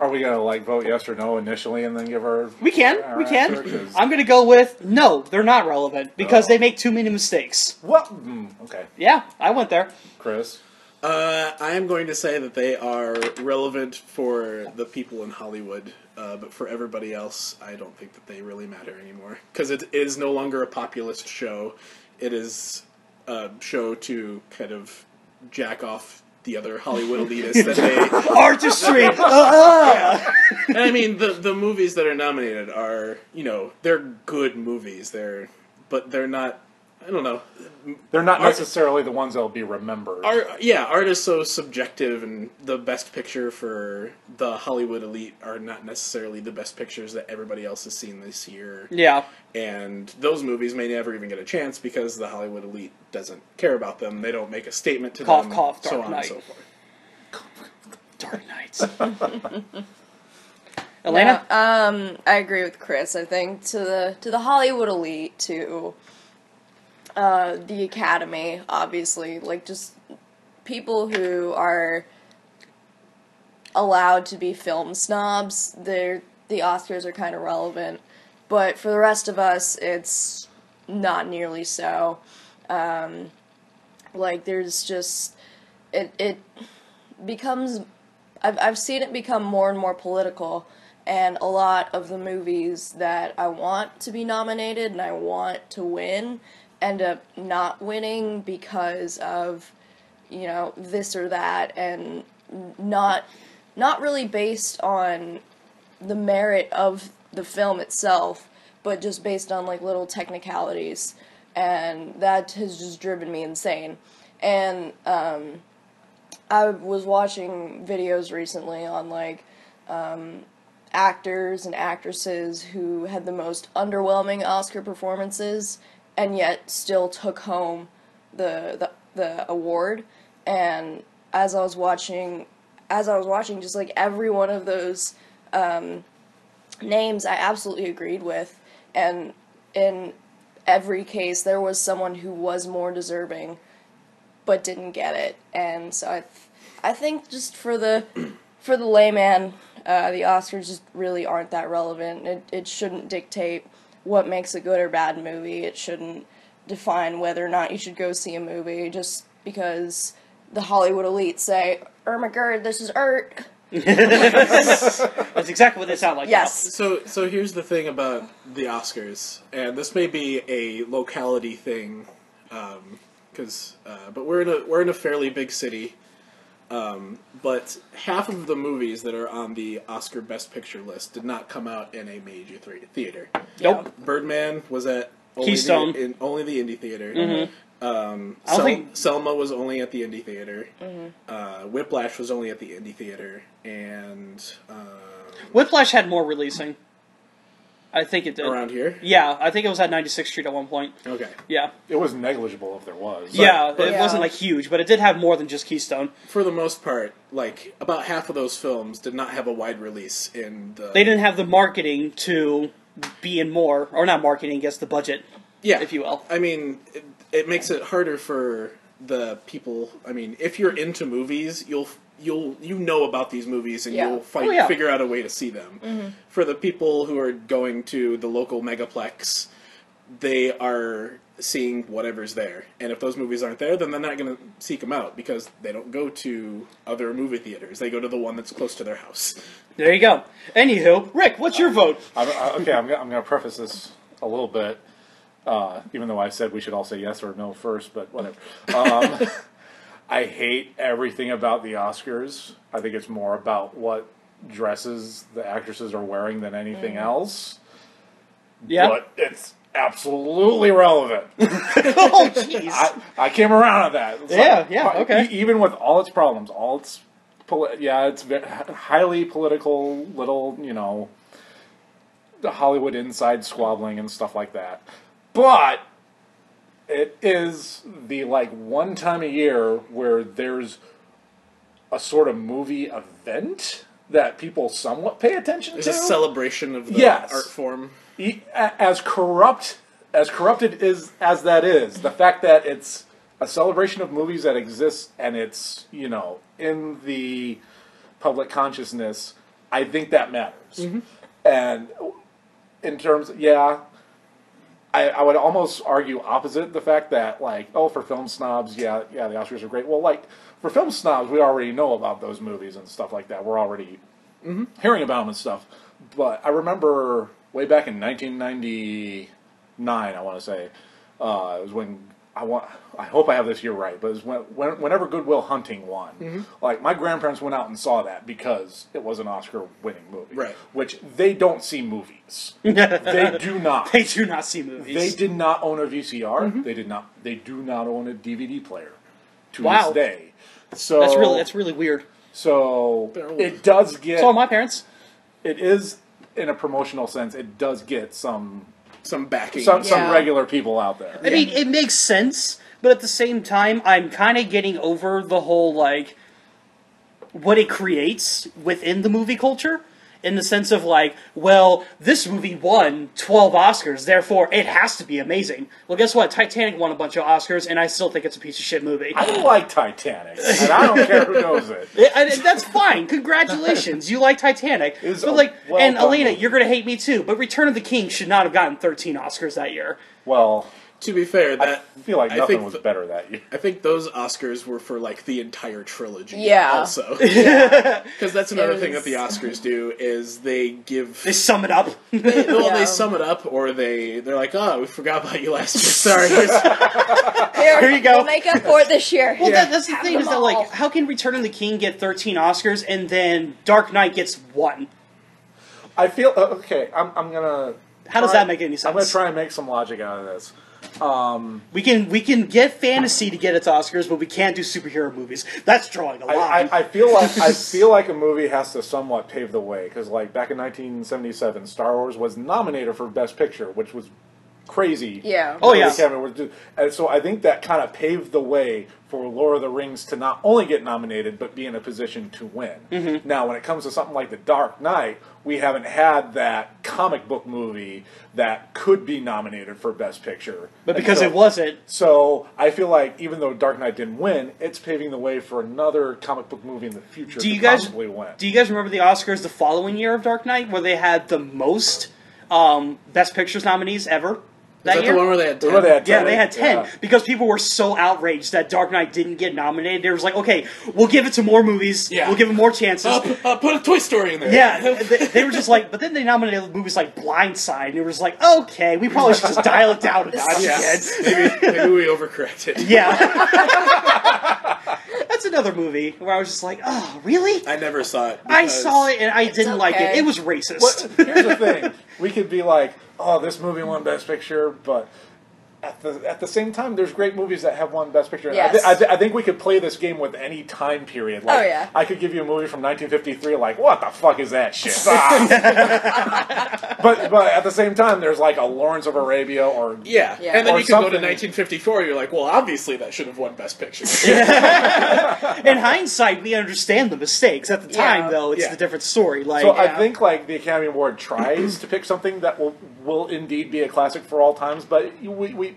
[SPEAKER 2] Are we gonna like vote yes or no initially, and then give our?
[SPEAKER 3] We can.
[SPEAKER 2] our
[SPEAKER 3] We can.
[SPEAKER 2] answer? 'Cause-
[SPEAKER 3] I'm going to go with no. They're not relevant because
[SPEAKER 2] Oh.
[SPEAKER 3] they make too many mistakes.
[SPEAKER 2] Well, mm, okay,
[SPEAKER 3] Yeah, I went there.
[SPEAKER 2] Chris.
[SPEAKER 4] Uh, I am going to say that they are relevant for the people in Hollywood, uh, but for everybody else, I don't think that they really matter anymore. Because it is no longer a populist show. It is a show to kind of jack off the other Hollywood elitists that they.
[SPEAKER 3] Artistry. Uh,
[SPEAKER 4] And I mean, the, the movies that are nominated are, you know, they're good movies. They're, but they're not. I don't know.
[SPEAKER 2] They're not
[SPEAKER 4] Are-
[SPEAKER 2] necessarily the ones that'll be remembered.
[SPEAKER 4] art yeah art is so subjective and the best picture for the hollywood elite are not necessarily the best pictures that everybody else has seen this year
[SPEAKER 3] yeah.
[SPEAKER 4] and those movies may never even get a chance because the hollywood elite doesn't care about them they don't make a statement to
[SPEAKER 3] Cough,
[SPEAKER 4] them
[SPEAKER 3] cough,
[SPEAKER 4] so
[SPEAKER 3] Dark
[SPEAKER 4] on
[SPEAKER 3] Knight.
[SPEAKER 4] and so forth
[SPEAKER 3] Dark Knights. Elena,
[SPEAKER 1] Um, I agree with Chris. I think to the to the Hollywood elite, to uh, the Academy, obviously, like just people who are allowed to be film snobs. They're the Oscars are kind of relevant, but for the rest of us, it's not nearly so. Um, like there's just it it becomes I've, I've seen it become more and more political, and a lot of the movies that I want to be nominated and I want to win end up not winning because of, you know, this or that, and not not really based on the merit of the film itself, but just based on like little technicalities, and that has just driven me insane. And um, I was watching videos recently on like um, actors and actresses who had the most underwhelming Oscar performances and yet still took home the the, the award. And as I was watching, as I was watching, just like every one of those um, names, I absolutely agreed with, and in every case, there was someone who was more deserving but didn't get it. And so I, th- I think just for the for the layman, uh, the Oscars just really aren't that relevant. It it shouldn't dictate what makes a good or bad movie. It shouldn't define whether or not you should go see a movie just because the Hollywood elite say, "Oh my god, this is art."
[SPEAKER 3] that's exactly what they sound like.
[SPEAKER 1] Yes.
[SPEAKER 4] So, so here's the thing about the Oscars, and this may be a locality thing, because uh, but we're in a we're in a fairly big city. Um, but half of the movies that are on the Oscar Best Picture list did not come out in a major three- theater.
[SPEAKER 3] now. Nope.
[SPEAKER 4] Birdman was at only
[SPEAKER 3] Keystone. Mm-hmm.
[SPEAKER 4] the, in only the indie theater. Um,
[SPEAKER 3] I don't
[SPEAKER 4] Sel-
[SPEAKER 3] think-
[SPEAKER 4] Selma was only at the indie theater. Uh, Whiplash was only at the indie theater, and um,
[SPEAKER 3] Whiplash had more releasing. I think it did.
[SPEAKER 4] around here.
[SPEAKER 3] Yeah, I think it was at 96th Street at one point.
[SPEAKER 4] Okay.
[SPEAKER 3] Yeah.
[SPEAKER 2] It was negligible if there was.
[SPEAKER 3] yeah,
[SPEAKER 4] but-
[SPEAKER 3] it wasn't
[SPEAKER 1] Yeah.
[SPEAKER 3] like huge, but it did have more than just Keystone.
[SPEAKER 4] for the most part, like about half of those films did not have a wide release in the.
[SPEAKER 3] They didn't have the marketing to be in more, or not marketing, I guess the budget.
[SPEAKER 4] yeah,
[SPEAKER 3] if you will.
[SPEAKER 4] I mean, it, it makes it harder for the people. I mean, if you're into movies, you'll you'll you know about these movies and
[SPEAKER 1] Yeah.
[SPEAKER 4] you'll find
[SPEAKER 3] Oh, yeah. Mm-hmm.
[SPEAKER 4] figure out a way to see them. For the people who are going to the local megaplex, they are seeing whatever's there, and if those movies aren't there, then they're not going to seek them out because they don't go to other movie theaters. They go to the one that's close to their house.
[SPEAKER 3] There you go. Anywho, Rick, what's your vote?
[SPEAKER 2] I'm, I, okay, I'm, gonna- I'm going to preface this a little bit, uh, even though I said we should all say yes or no first, but whatever. Um, I hate everything about the Oscars. I think it's more about what dresses the actresses are wearing than anything else.
[SPEAKER 3] Yeah.
[SPEAKER 2] But it's absolutely relevant.
[SPEAKER 3] oh, jeez.
[SPEAKER 2] I, I came around on that. It's
[SPEAKER 3] Yeah, yeah,
[SPEAKER 2] hi-
[SPEAKER 3] okay.
[SPEAKER 2] e- even with all its problems, all its, poli- yeah, it's ve- highly political, little, you know, the Hollywood inside squabbling and stuff like that. But it is the like one time a year where there's a sort of movie event that people somewhat pay attention
[SPEAKER 4] It's
[SPEAKER 2] to.
[SPEAKER 4] a celebration of the
[SPEAKER 2] Yes.
[SPEAKER 4] art form.
[SPEAKER 2] E- a- as corrupt as corrupted is as that is the fact that it's a celebration of movies that exists and it's you know in the public consciousness i think that matters and in terms yeah I, I would almost argue opposite the fact that like oh for film snobs yeah yeah the oscars are great well like for film snobs we already know about those movies and stuff like that we're already mm-hmm, hearing about them and stuff. But I remember way back in 1999, I want to say, uh, it was when I want. I hope I have this year right, but it was when, when whenever Goodwill Hunting won. Like my grandparents went out and saw that because it was an Oscar-winning movie,
[SPEAKER 4] Right.
[SPEAKER 2] Which they don't see movies. they do not.
[SPEAKER 3] they Mm-hmm. do not see movies.
[SPEAKER 2] They did not own a VCR. They did not. They do not own a DVD player to
[SPEAKER 3] Wow.
[SPEAKER 2] this day. So
[SPEAKER 3] That's really that's really weird.
[SPEAKER 2] so
[SPEAKER 4] They're old.
[SPEAKER 2] it does get
[SPEAKER 3] So are my parents.
[SPEAKER 2] it is in a promotional sense it does get some
[SPEAKER 4] some backing.
[SPEAKER 2] some, some
[SPEAKER 1] Yeah.
[SPEAKER 2] regular people out there
[SPEAKER 3] I mean, it makes sense, but at the same time, I'm kind of getting over the whole like what it creates within the movie culture in the sense of like, well, this movie won 12 Oscars, therefore it has to be amazing. Well, guess what? Titanic won a bunch of Oscars, and I still think it's a piece of shit movie.
[SPEAKER 2] I like Titanic, and I don't care who knows it.
[SPEAKER 3] And that's fine. Congratulations, you like Titanic,
[SPEAKER 2] was
[SPEAKER 3] but
[SPEAKER 2] a
[SPEAKER 3] like,
[SPEAKER 2] well
[SPEAKER 3] and
[SPEAKER 2] done
[SPEAKER 3] Elena,
[SPEAKER 2] movie.
[SPEAKER 3] you're gonna hate me too. But Return of the King should not have gotten 13 Oscars that year.
[SPEAKER 2] Well,
[SPEAKER 4] To be fair,
[SPEAKER 2] I
[SPEAKER 4] that
[SPEAKER 2] feel like
[SPEAKER 4] I
[SPEAKER 2] nothing
[SPEAKER 4] think
[SPEAKER 2] was
[SPEAKER 4] th-
[SPEAKER 2] better that year.
[SPEAKER 4] I think those Oscars were for like the entire trilogy.
[SPEAKER 1] Yeah.
[SPEAKER 4] Also, because that's another
[SPEAKER 1] It
[SPEAKER 4] thing that the
[SPEAKER 1] was-
[SPEAKER 4] Oscars do is they give.
[SPEAKER 3] They sum it up.
[SPEAKER 4] well,
[SPEAKER 1] Yeah.
[SPEAKER 4] they sum it up, or they they're like, "Oh, we forgot about you last year. Sorry." Here's-
[SPEAKER 1] Here,
[SPEAKER 3] you go.
[SPEAKER 1] We'll make up for it this year.
[SPEAKER 3] Well, that, that's the
[SPEAKER 1] Have
[SPEAKER 3] thing
[SPEAKER 1] them
[SPEAKER 3] is that
[SPEAKER 1] all.
[SPEAKER 3] like, how can Return of the King get 13 Oscars and then Dark Knight gets one?
[SPEAKER 2] I feel uh, okay. I'm, I'm gonna.
[SPEAKER 3] How does
[SPEAKER 2] try-
[SPEAKER 3] that make any
[SPEAKER 2] I'm gonna
[SPEAKER 3] sense?
[SPEAKER 2] try and make some logic out of this.
[SPEAKER 3] We can we can get fantasy to get its Oscars, but we can't do superhero movies. That's drawing a
[SPEAKER 2] I,
[SPEAKER 3] line.
[SPEAKER 2] I, I feel like I feel like a movie has to somewhat pave the way because, like, back in 1977, Star Wars was nominated for Best Picture, which was crazy.
[SPEAKER 1] Yeah.
[SPEAKER 3] Oh,
[SPEAKER 2] The
[SPEAKER 3] yeah.
[SPEAKER 2] Academy was do- and so I think that kind of paved the way for Lord of the Rings to not only get nominated but be in a position to win.
[SPEAKER 3] Mm-hmm.
[SPEAKER 2] Now, when it comes to something like The Dark Knight, we haven't had that comic book movie that could be nominated for Best Picture,
[SPEAKER 3] but because
[SPEAKER 2] And
[SPEAKER 3] it
[SPEAKER 2] so-
[SPEAKER 3] wasn't,
[SPEAKER 2] so I feel like even though Dark Knight didn't win, it's paving the way for another comic book movie in the future.
[SPEAKER 3] do
[SPEAKER 2] to
[SPEAKER 3] you guys
[SPEAKER 2] probably win?
[SPEAKER 3] do you guys remember the Oscars the following year of Dark Knight where they had the most um, best pictures nominees ever that,
[SPEAKER 4] Is that
[SPEAKER 3] year?
[SPEAKER 4] the one where they had? 10?
[SPEAKER 2] Remember that
[SPEAKER 3] yeah,
[SPEAKER 2] Tony?
[SPEAKER 3] they had ten
[SPEAKER 2] Yeah.
[SPEAKER 3] because people were so outraged that Dark Knight didn't get nominated. They was like, okay, we'll give it to more movies.
[SPEAKER 4] Yeah.
[SPEAKER 3] We'll give it more chances.
[SPEAKER 4] Uh, p- uh, put a Toy Story in there.
[SPEAKER 3] Yeah, they, they were just like, but then they nominated movies like Blindside, and it was like, okay, we probably should just dial it down a notch
[SPEAKER 4] Yeah.
[SPEAKER 3] again.
[SPEAKER 4] maybe, maybe we overcorrected.
[SPEAKER 3] Yeah. That's another movie where I was just like, oh, really? I,
[SPEAKER 4] I never saw it. because-
[SPEAKER 3] saw it and I didn't like it.
[SPEAKER 1] okay.
[SPEAKER 3] It was racist.
[SPEAKER 2] But here's the thing: we could be like, "Oh, this movie won Best Picture," but at the at the same time, there's great movies that have won Best Picture. And I,
[SPEAKER 1] Yes.
[SPEAKER 2] thi- I, thi- I think we could play this game with any time period. Like,
[SPEAKER 1] Oh, yeah.
[SPEAKER 2] I could give you a movie from 1953, like, "What the fuck is that shit?" Ah. but but at the same time, there's like a Lawrence of Arabia or
[SPEAKER 4] Yeah.
[SPEAKER 1] Yeah.
[SPEAKER 4] And then
[SPEAKER 2] Or
[SPEAKER 4] you can go to
[SPEAKER 2] something.
[SPEAKER 4] 1954. You're like, well, obviously that should have won Best Picture.
[SPEAKER 3] In hindsight, we understand the mistakes. At the time,
[SPEAKER 1] Yeah.
[SPEAKER 3] though, it's
[SPEAKER 4] Yeah.
[SPEAKER 3] a different story. Like,
[SPEAKER 2] So uh,
[SPEAKER 1] Yeah.
[SPEAKER 2] I think like the Academy Award tries to pick something that will will indeed be a classic for all times, but you- we. we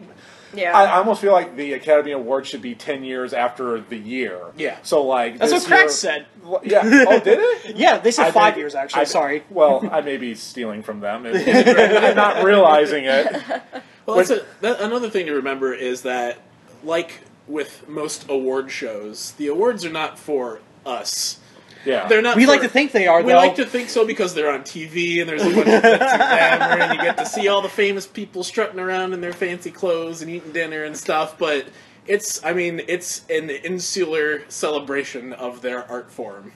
[SPEAKER 1] Yeah.
[SPEAKER 2] I, I almost feel like the Academy Award should be ten years after the year.
[SPEAKER 4] Yeah.
[SPEAKER 2] So like
[SPEAKER 3] That's
[SPEAKER 2] this
[SPEAKER 3] what Crack
[SPEAKER 2] year-
[SPEAKER 3] said.
[SPEAKER 2] Well, Yeah. Oh, did it?
[SPEAKER 3] yeah, they said
[SPEAKER 2] I
[SPEAKER 3] five
[SPEAKER 2] may-
[SPEAKER 3] years, actually.
[SPEAKER 2] I-
[SPEAKER 3] Sorry.
[SPEAKER 2] Well, I may be stealing from them and, and not realizing it.
[SPEAKER 4] well, that's a, that, another thing to remember is that, like with most award shows, the awards are not for us.
[SPEAKER 2] Yeah.
[SPEAKER 4] They're not.
[SPEAKER 3] We
[SPEAKER 4] for-
[SPEAKER 3] like to think they are,
[SPEAKER 4] We
[SPEAKER 3] though.
[SPEAKER 4] like to think so because they're on TV and there's a bunch of fancy glamour and you get to see all the famous people strutting around in their fancy clothes and eating dinner and stuff. But it's, I mean, it's an insular celebration of their art form.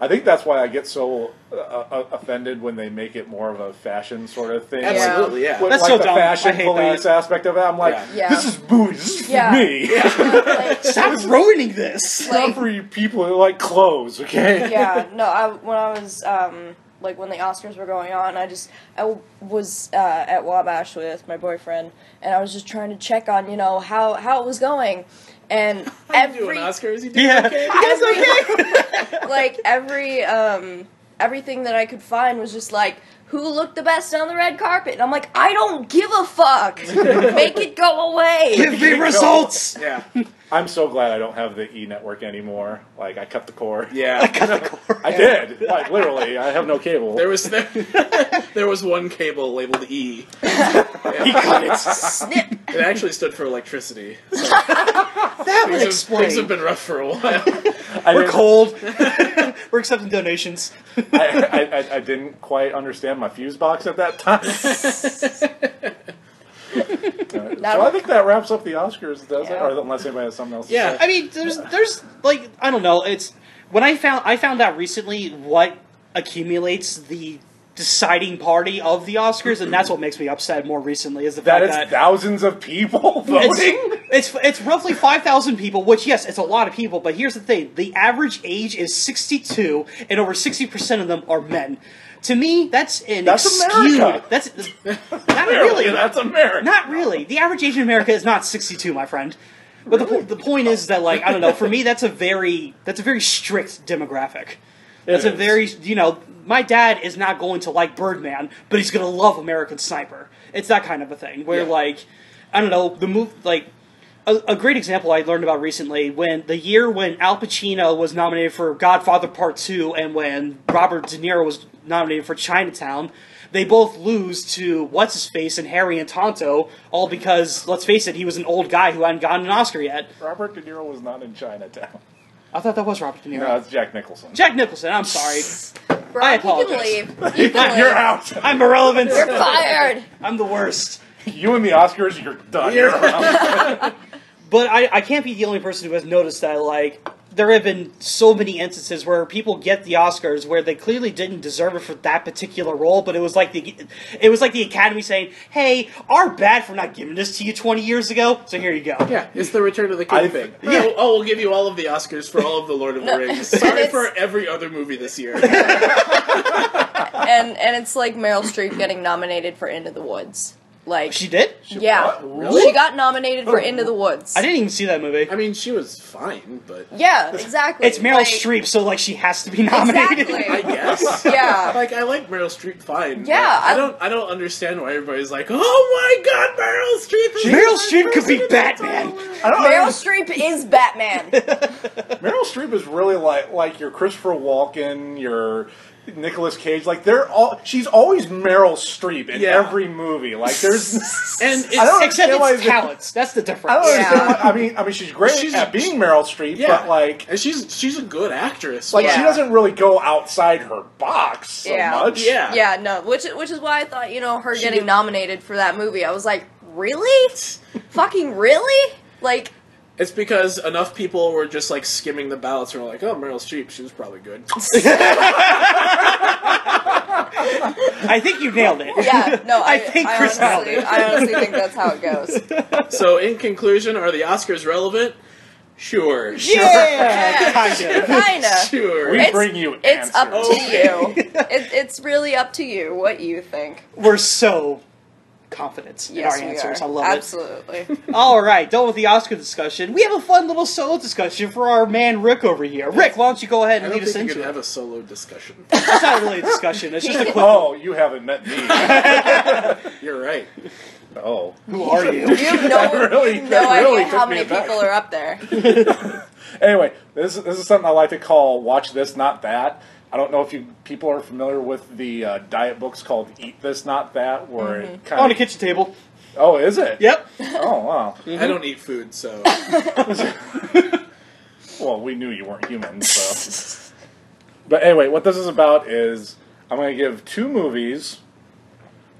[SPEAKER 2] I think that's why I get so uh, uh, offended when they make it more of a fashion sort of thing.
[SPEAKER 4] Absolutely, yeah.
[SPEAKER 2] With,
[SPEAKER 3] That's
[SPEAKER 2] like
[SPEAKER 3] so
[SPEAKER 2] the
[SPEAKER 3] dumb. I
[SPEAKER 2] fashion
[SPEAKER 3] hate
[SPEAKER 2] police
[SPEAKER 3] that.
[SPEAKER 2] aspect of it. I'm like,
[SPEAKER 1] Yeah.
[SPEAKER 2] this is movies. This is for
[SPEAKER 1] Yeah.
[SPEAKER 2] me.
[SPEAKER 1] Like-
[SPEAKER 3] Stop ruining this.
[SPEAKER 2] It's not
[SPEAKER 1] Like-
[SPEAKER 2] for you people that like clothes, okay?
[SPEAKER 1] yeah, no, I, when I was, um, like, when the Oscars were going on, I just, I w- was, uh, at Wabash with my boyfriend, and I was just trying to check on, you know, how, how it was going, and
[SPEAKER 4] How you
[SPEAKER 1] every,
[SPEAKER 4] doing, Oscars? You doing
[SPEAKER 3] Yeah.
[SPEAKER 4] okay?
[SPEAKER 3] That's okay.
[SPEAKER 1] like, every, um, everything that I could find was just like, who looked the best on the red carpet? And I'm like, I don't give a fuck! Make it go away!
[SPEAKER 3] Give me results.
[SPEAKER 4] Yeah.
[SPEAKER 2] I'm so glad I don't have the E network anymore. Like I cut the cord.
[SPEAKER 4] Yeah.
[SPEAKER 2] I did. Like literally, I have no cable.
[SPEAKER 4] There was there, there was one cable labeled E.
[SPEAKER 3] He cut it. Snip.
[SPEAKER 4] It actually stood for electricity. So
[SPEAKER 3] That would
[SPEAKER 4] things, have, things
[SPEAKER 3] explain.
[SPEAKER 4] have been rough for a while.
[SPEAKER 2] I
[SPEAKER 3] We're
[SPEAKER 2] didn't-
[SPEAKER 3] cold. We're accepting donations.
[SPEAKER 2] I, I, I, I didn't quite understand my fuse box at that time. Uh, so I think that wraps up the Oscars, does
[SPEAKER 1] Yeah.
[SPEAKER 2] it? Or unless anybody has something else.
[SPEAKER 4] Yeah.
[SPEAKER 2] To say.
[SPEAKER 3] I mean, there's there's like I don't know. It's when I found I found out recently what accumulates the deciding party of the Oscars, and that's what makes me upset more recently is the
[SPEAKER 2] That
[SPEAKER 3] fact
[SPEAKER 2] is
[SPEAKER 3] that.
[SPEAKER 2] thousands of people
[SPEAKER 3] it's,
[SPEAKER 2] voting.
[SPEAKER 3] it's it's roughly five thousand people, which yes, it's a lot of people. But here's the thing: the average age is sixty two, and over sixty percent of them are men. To me, that's an
[SPEAKER 2] That's
[SPEAKER 3] skewed.
[SPEAKER 2] America.
[SPEAKER 3] That's not really.
[SPEAKER 2] That's America.
[SPEAKER 3] Not really. The average age in America is not 62, my friend. But the, po- the point is that like I don't know. For me, that's a very that's a very strict demographic. That's a
[SPEAKER 2] is.
[SPEAKER 3] very you know my dad is not going to like Birdman, but he's going to love American Sniper. It's that kind of a thing where
[SPEAKER 2] Yeah.
[SPEAKER 3] like I don't know the move like. A, a great example I learned about recently when the year when Al Pacino was nominated for Godfather Part Two and when Robert De Niro was nominated for Chinatown, they both lose to what's his face and Harry and Tonto, all because let's face it, he was an old guy who hadn't gotten an Oscar yet.
[SPEAKER 2] Robert De Niro was not in Chinatown.
[SPEAKER 3] I thought that was Robert De Niro.
[SPEAKER 2] No, it's Jack Nicholson.
[SPEAKER 3] Jack Nicholson. I'm sorry.
[SPEAKER 1] Brock,
[SPEAKER 3] I apologize.
[SPEAKER 1] you can leave. You can
[SPEAKER 2] You're
[SPEAKER 1] leave.
[SPEAKER 2] out.
[SPEAKER 3] I'm irrelevant.
[SPEAKER 1] You're fired.
[SPEAKER 3] I'm the worst.
[SPEAKER 2] You and the Oscars, you're done. You're out.
[SPEAKER 3] But I, I can't be the only person who has noticed that, like, there have been so many instances where people get the Oscars where they clearly didn't deserve it for that particular role, but it was like the it was like the Academy saying, "Hey, our bad for not giving this to you 20 years ago, so here you go."
[SPEAKER 4] Yeah, it's the Return of the King
[SPEAKER 2] I-
[SPEAKER 4] thing.
[SPEAKER 3] Yeah.
[SPEAKER 4] Oh, oh, we'll give you all of the Oscars for all of the Lord of the Rings.
[SPEAKER 1] And
[SPEAKER 4] Sorry
[SPEAKER 1] it's-
[SPEAKER 4] for every other movie this year.
[SPEAKER 1] And and it's like Meryl Streep getting nominated for Into the Woods. Like
[SPEAKER 3] She did.
[SPEAKER 1] yeah,
[SPEAKER 2] What? Really?
[SPEAKER 1] she got nominated for Into the Woods.
[SPEAKER 3] I didn't even see that movie.
[SPEAKER 4] I mean, she was fine, but
[SPEAKER 1] Yeah, exactly.
[SPEAKER 3] It's Meryl
[SPEAKER 1] Like,
[SPEAKER 3] Streep, so like she has to be nominated.
[SPEAKER 4] I
[SPEAKER 1] Exactly.
[SPEAKER 4] guess.
[SPEAKER 1] Yeah.
[SPEAKER 4] Like I like Meryl Streep fine.
[SPEAKER 1] Yeah,
[SPEAKER 4] but I
[SPEAKER 1] I-
[SPEAKER 4] don't. I don't understand why everybody's like, "Oh my God, Meryl Streep!" Is the
[SPEAKER 3] Meryl
[SPEAKER 4] best
[SPEAKER 3] Streep could
[SPEAKER 4] person
[SPEAKER 3] be
[SPEAKER 4] in the entire
[SPEAKER 3] Batman.
[SPEAKER 4] world."
[SPEAKER 2] I don't
[SPEAKER 1] Meryl
[SPEAKER 2] know.
[SPEAKER 1] Streep is Batman.
[SPEAKER 2] Meryl Streep is really like like your Christopher Walken, your Nicolas Cage. Like they're all. She's always Meryl Streep in
[SPEAKER 4] Yeah.
[SPEAKER 2] every movie. Like there's.
[SPEAKER 4] And it's,
[SPEAKER 2] I don't
[SPEAKER 3] Except
[SPEAKER 2] understand why
[SPEAKER 3] it's
[SPEAKER 2] they-
[SPEAKER 3] talents. That's the difference.
[SPEAKER 2] I don't understand.
[SPEAKER 1] Yeah.
[SPEAKER 2] Why, I mean, I mean, she's great
[SPEAKER 4] She's-
[SPEAKER 2] at being Meryl Streep,
[SPEAKER 4] yeah,
[SPEAKER 2] but like,
[SPEAKER 4] and she's she's a good actress.
[SPEAKER 2] like
[SPEAKER 4] but-
[SPEAKER 2] she
[SPEAKER 1] Yeah.
[SPEAKER 2] doesn't really go outside her box so
[SPEAKER 1] Yeah.
[SPEAKER 2] much.
[SPEAKER 4] yeah,
[SPEAKER 1] yeah, no, which which is why I thought you know her
[SPEAKER 4] She
[SPEAKER 1] getting
[SPEAKER 4] did-
[SPEAKER 1] nominated for that movie. I was like, really, fucking really, like
[SPEAKER 4] It's because enough people were just like skimming the ballots and were like, "Oh, Meryl Streep, she was probably good."
[SPEAKER 3] I think you nailed it.
[SPEAKER 1] yeah, no. I,
[SPEAKER 3] I think
[SPEAKER 1] I
[SPEAKER 3] Chris
[SPEAKER 1] honestly,
[SPEAKER 3] nailed it.
[SPEAKER 1] I honestly think that's how it goes.
[SPEAKER 4] so, in conclusion, are the Oscars relevant? Sure,
[SPEAKER 3] Yeah, kind of.
[SPEAKER 1] Kinda.
[SPEAKER 4] sure.
[SPEAKER 2] We
[SPEAKER 1] It's-
[SPEAKER 2] bring you
[SPEAKER 1] It's up to
[SPEAKER 2] answers.
[SPEAKER 1] you. It, it's really up to you what you think.
[SPEAKER 3] We're so confident in
[SPEAKER 1] Yes,
[SPEAKER 3] our
[SPEAKER 1] we
[SPEAKER 3] answers.
[SPEAKER 1] are.
[SPEAKER 3] I love
[SPEAKER 1] Absolutely.
[SPEAKER 3] it. All right, done with the Oscar discussion. We have a fun little solo discussion for our man Rick over here. Rick, why don't you go ahead
[SPEAKER 4] I
[SPEAKER 3] and
[SPEAKER 4] don't
[SPEAKER 3] lead us
[SPEAKER 4] think you can
[SPEAKER 3] into it?
[SPEAKER 4] have a solo discussion.
[SPEAKER 3] It's not really a discussion. It's just a quick.
[SPEAKER 2] Oh, you haven't met me.
[SPEAKER 4] You're right.
[SPEAKER 2] oh.
[SPEAKER 3] Who are you?
[SPEAKER 1] You have no,
[SPEAKER 2] really-
[SPEAKER 1] no
[SPEAKER 2] that
[SPEAKER 1] idea
[SPEAKER 2] really
[SPEAKER 1] how
[SPEAKER 2] took me
[SPEAKER 1] many
[SPEAKER 2] aback.
[SPEAKER 1] people are up there.
[SPEAKER 2] Anyway, this is, this is something I like to call "Watch This, Not That." I don't know if you people are familiar with the uh, diet books called "Eat This, Not That," where it kind
[SPEAKER 3] On a
[SPEAKER 2] of
[SPEAKER 3] kitchen table.
[SPEAKER 2] oh, is it?
[SPEAKER 3] Yep.
[SPEAKER 2] Oh wow.
[SPEAKER 1] Mm-hmm.
[SPEAKER 4] I don't eat food, so
[SPEAKER 2] Well, we knew you weren't human, so. but anyway, what this is about is I'm going to give two movies.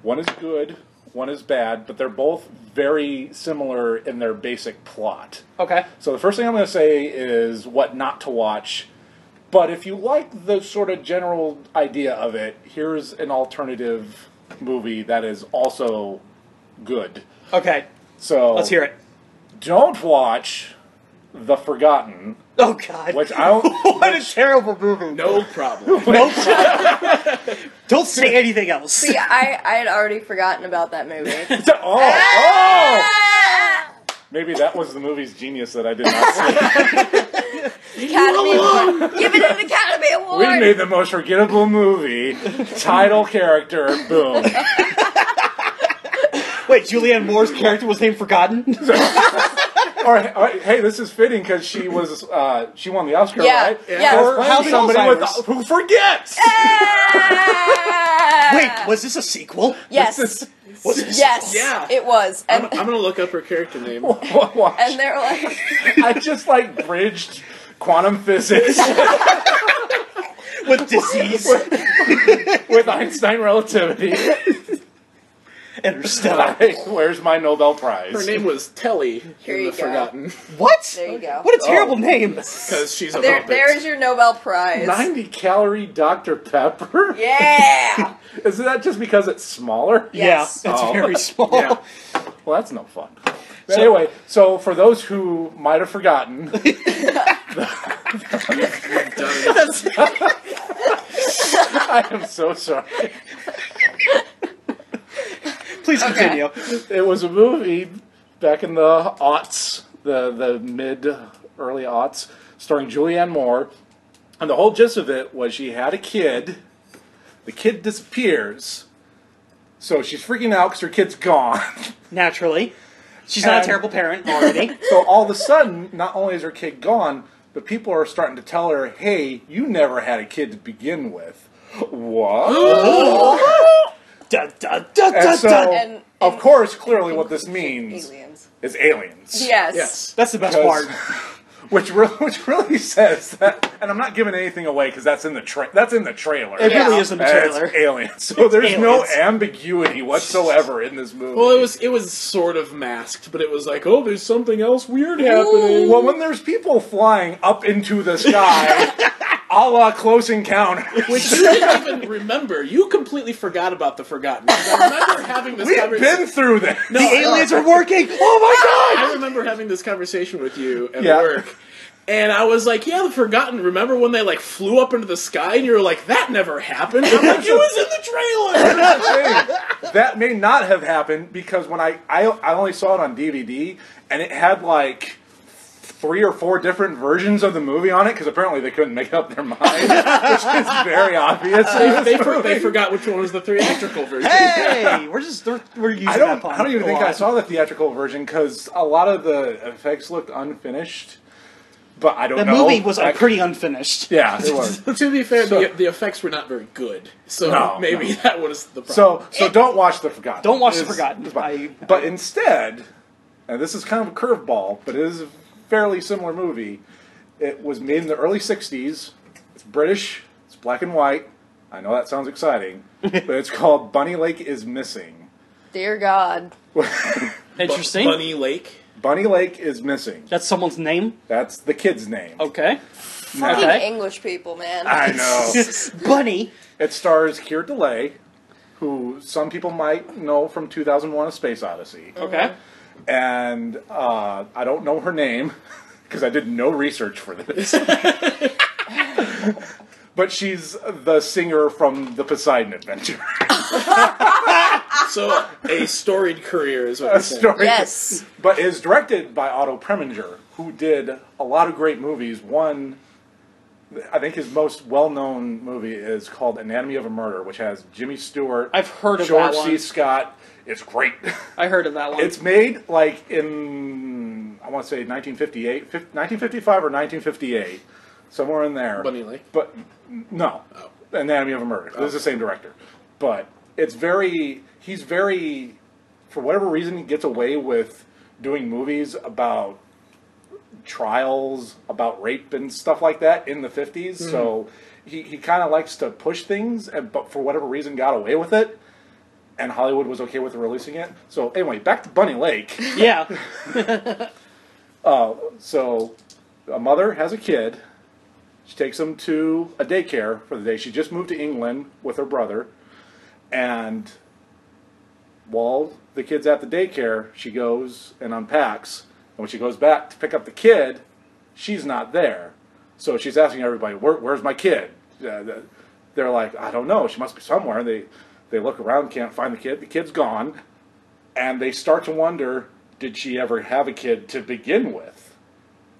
[SPEAKER 2] One is good, one is bad, but they're both very similar in their basic plot.
[SPEAKER 3] Okay.
[SPEAKER 2] So the first thing I'm going to say is what not to watch. But if you like the sort of general idea of it, here's an alternative movie that is also good.
[SPEAKER 3] Okay.
[SPEAKER 2] So
[SPEAKER 3] Let's hear it.
[SPEAKER 2] Don't watch The Forgotten,
[SPEAKER 3] Oh God.
[SPEAKER 2] which I don't.
[SPEAKER 3] What a terrible movie.
[SPEAKER 4] no problem.
[SPEAKER 3] No problem. Don't say anything else.
[SPEAKER 1] See, I, I had already forgotten about that movie.
[SPEAKER 2] oh, oh! Maybe that was the movie's genius that I did not see.
[SPEAKER 1] Academy Award. Give it an Academy Award.
[SPEAKER 2] we made the most forgettable movie. Title character, boom.
[SPEAKER 3] Wait, Julianne Moore's character was named Forgotten.
[SPEAKER 2] All right, all right, hey, this is fitting because she was uh, she won the Oscar,
[SPEAKER 1] Yeah,
[SPEAKER 2] right?
[SPEAKER 1] yeah.
[SPEAKER 2] For
[SPEAKER 3] For
[SPEAKER 2] playing
[SPEAKER 3] House of
[SPEAKER 2] somebody with,
[SPEAKER 3] Alzheimer's.
[SPEAKER 2] who forgets.
[SPEAKER 1] Ah!
[SPEAKER 3] Wait, was this a sequel?
[SPEAKER 1] yes,
[SPEAKER 2] This is-
[SPEAKER 3] Was this-
[SPEAKER 1] yes,
[SPEAKER 4] Yeah.
[SPEAKER 1] it was,
[SPEAKER 4] I'm,
[SPEAKER 1] and
[SPEAKER 4] I'm gonna look up her character name.
[SPEAKER 2] Watch.
[SPEAKER 1] and they're like,
[SPEAKER 2] I just like bridged quantum physics
[SPEAKER 3] With disease
[SPEAKER 2] with Einstein relativity.
[SPEAKER 3] Interstellar.
[SPEAKER 2] Like, where's my Nobel Prize?
[SPEAKER 4] Her name was Telly
[SPEAKER 1] Here
[SPEAKER 4] in
[SPEAKER 1] you
[SPEAKER 4] the
[SPEAKER 1] go.
[SPEAKER 4] Forgotten
[SPEAKER 3] What?
[SPEAKER 1] There you go.
[SPEAKER 3] What
[SPEAKER 2] Oh.
[SPEAKER 3] a terrible name.
[SPEAKER 4] because she's a
[SPEAKER 1] there,
[SPEAKER 4] puppet.
[SPEAKER 1] there's your Nobel Prize.
[SPEAKER 2] Ninety calorie Dr Pepper.
[SPEAKER 1] Yeah.
[SPEAKER 2] Is that just because it's smaller?
[SPEAKER 3] Yeah,
[SPEAKER 1] Yes.
[SPEAKER 3] it's
[SPEAKER 2] Oh.
[SPEAKER 3] very small.
[SPEAKER 4] Yeah.
[SPEAKER 2] Well, that's no fun. But anyway, so for those who might have forgotten,
[SPEAKER 4] Done.
[SPEAKER 3] That's-
[SPEAKER 2] I am so sorry.
[SPEAKER 3] Please continue.
[SPEAKER 2] It was a movie back in the aughts. the the mid early aughts, starring Julianne Moore, and the whole gist of it was she had a kid. The kid disappears, so she's freaking out because her kid's gone.
[SPEAKER 3] Naturally, she's not a
[SPEAKER 2] And-
[SPEAKER 3] terrible parent already.
[SPEAKER 2] so all of a sudden, not only is her kid gone, but people are starting to tell her, "Hey, you never had a kid to begin with." What?
[SPEAKER 3] da, da, da, da,
[SPEAKER 2] and so,
[SPEAKER 3] da.
[SPEAKER 1] And-
[SPEAKER 2] of
[SPEAKER 1] and-
[SPEAKER 2] course, clearly, what this means
[SPEAKER 1] Aliens.
[SPEAKER 2] is aliens.
[SPEAKER 1] Yes.
[SPEAKER 4] Yes.
[SPEAKER 3] That's the best
[SPEAKER 2] Because-
[SPEAKER 3] part.
[SPEAKER 2] Which, re- which really says that, and I'm not giving anything away because that's in the tra- that's in the trailer.
[SPEAKER 3] It
[SPEAKER 1] Yeah.
[SPEAKER 3] really is in the
[SPEAKER 2] Uh, it's
[SPEAKER 3] trailer.
[SPEAKER 2] aliens. So there's no
[SPEAKER 3] aliens.
[SPEAKER 2] ambiguity whatsoever in this movie.
[SPEAKER 4] Well, it was it was sort of masked, but it was like, oh, there's something else weird happening.
[SPEAKER 2] Well, when there's people flying up into the sky, a la Close Encounter,
[SPEAKER 4] Which you didn't even remember. You completely forgot about the Forgotten. 'Cause I remember having this
[SPEAKER 2] we've
[SPEAKER 4] conversation.
[SPEAKER 2] been through this.
[SPEAKER 3] the aliens are working. Oh my god!
[SPEAKER 4] I remember having this conversation with you at
[SPEAKER 2] Yeah.
[SPEAKER 4] work. And I was like, yeah, the Forgotten. Remember when they like flew up into the sky and you were like, that never happened? I'm like, it was in the trailer!
[SPEAKER 2] thing. That may not have happened because when I, I I only saw it on DVD and it had like three or four different versions of the movie on it because apparently they couldn't make up their mind, which is very obvious.
[SPEAKER 4] they, for, they forgot which one was the theatrical version.
[SPEAKER 3] Hey, we're just we're, we're using
[SPEAKER 2] I
[SPEAKER 3] that
[SPEAKER 2] don't
[SPEAKER 3] pun
[SPEAKER 2] I don't even
[SPEAKER 3] a
[SPEAKER 2] think I
[SPEAKER 3] lot.
[SPEAKER 2] saw the theatrical version because a lot of the effects looked unfinished. But I don't
[SPEAKER 3] The
[SPEAKER 2] know.
[SPEAKER 3] movie was uh,
[SPEAKER 2] I-
[SPEAKER 3] pretty unfinished.
[SPEAKER 2] Yeah, it was.
[SPEAKER 4] to be fair,
[SPEAKER 2] So-
[SPEAKER 4] the, the effects were not very good. So
[SPEAKER 2] No,
[SPEAKER 4] maybe that was the problem.
[SPEAKER 2] So so don't watch the Forgotten.
[SPEAKER 3] Don't watch The
[SPEAKER 2] It's-
[SPEAKER 3] Forgotten.
[SPEAKER 2] it's fine.
[SPEAKER 3] I-
[SPEAKER 2] but instead, and this is kind of a curveball, but it is a fairly similar movie. It was made in the early '60s. It's British. It's black and white. I know that sounds exciting, but it's called Bunny Lake is Missing.
[SPEAKER 1] Dear God.
[SPEAKER 3] Interesting.
[SPEAKER 4] Bunny Lake.
[SPEAKER 2] Bunny Lake is missing.
[SPEAKER 3] That's someone's name.
[SPEAKER 2] That's the kid's name.
[SPEAKER 3] Okay.
[SPEAKER 2] Now-
[SPEAKER 1] Fucking
[SPEAKER 3] Okay.
[SPEAKER 1] English people, man.
[SPEAKER 2] I know.
[SPEAKER 3] Bunny.
[SPEAKER 2] It stars Keir DeLay, who some people might know from 2001: A Space Odyssey.
[SPEAKER 3] Okay.
[SPEAKER 2] and uh, I don't know her name because I did no research for this. but she's the singer from the Poseidon Adventure.
[SPEAKER 4] So a storied career is what I'm saying.
[SPEAKER 2] Story.
[SPEAKER 1] yes.
[SPEAKER 2] But is directed by Otto Preminger, who did a lot of great movies. One, I think his most well-known movie is called Anatomy of a Murder, which has Jimmy Stewart.
[SPEAKER 3] I've heard of
[SPEAKER 2] George
[SPEAKER 3] that one.
[SPEAKER 2] C. Scott. It's great.
[SPEAKER 3] I heard of that one.
[SPEAKER 2] It's made like in I want to say 1958, fif- 1955 or 1958, somewhere in there.
[SPEAKER 4] Bunny Lake? Oh.
[SPEAKER 2] But no, Anatomy of a Murder. It was the same director, but it's very he's very for whatever reason he gets away with doing movies about trials about rape and stuff like that in the 50s
[SPEAKER 4] Hmm.
[SPEAKER 2] so he, he kind of likes to push things and but for whatever reason got away with it and hollywood was okay with releasing it so anyway back to bunny lake
[SPEAKER 3] yeah.
[SPEAKER 2] so a mother has a kid she takes him to a daycare for the day she just moved to england with her brother and while the kid's at the daycare she goes and unpacks and when she goes back to pick up the kid she's not there so she's asking everybody Where, where's my kid Uh, the- they're like i don't know she must be somewhere they they look around can't find the kid the kid's gone and they start to wonder did she ever have a kid to begin with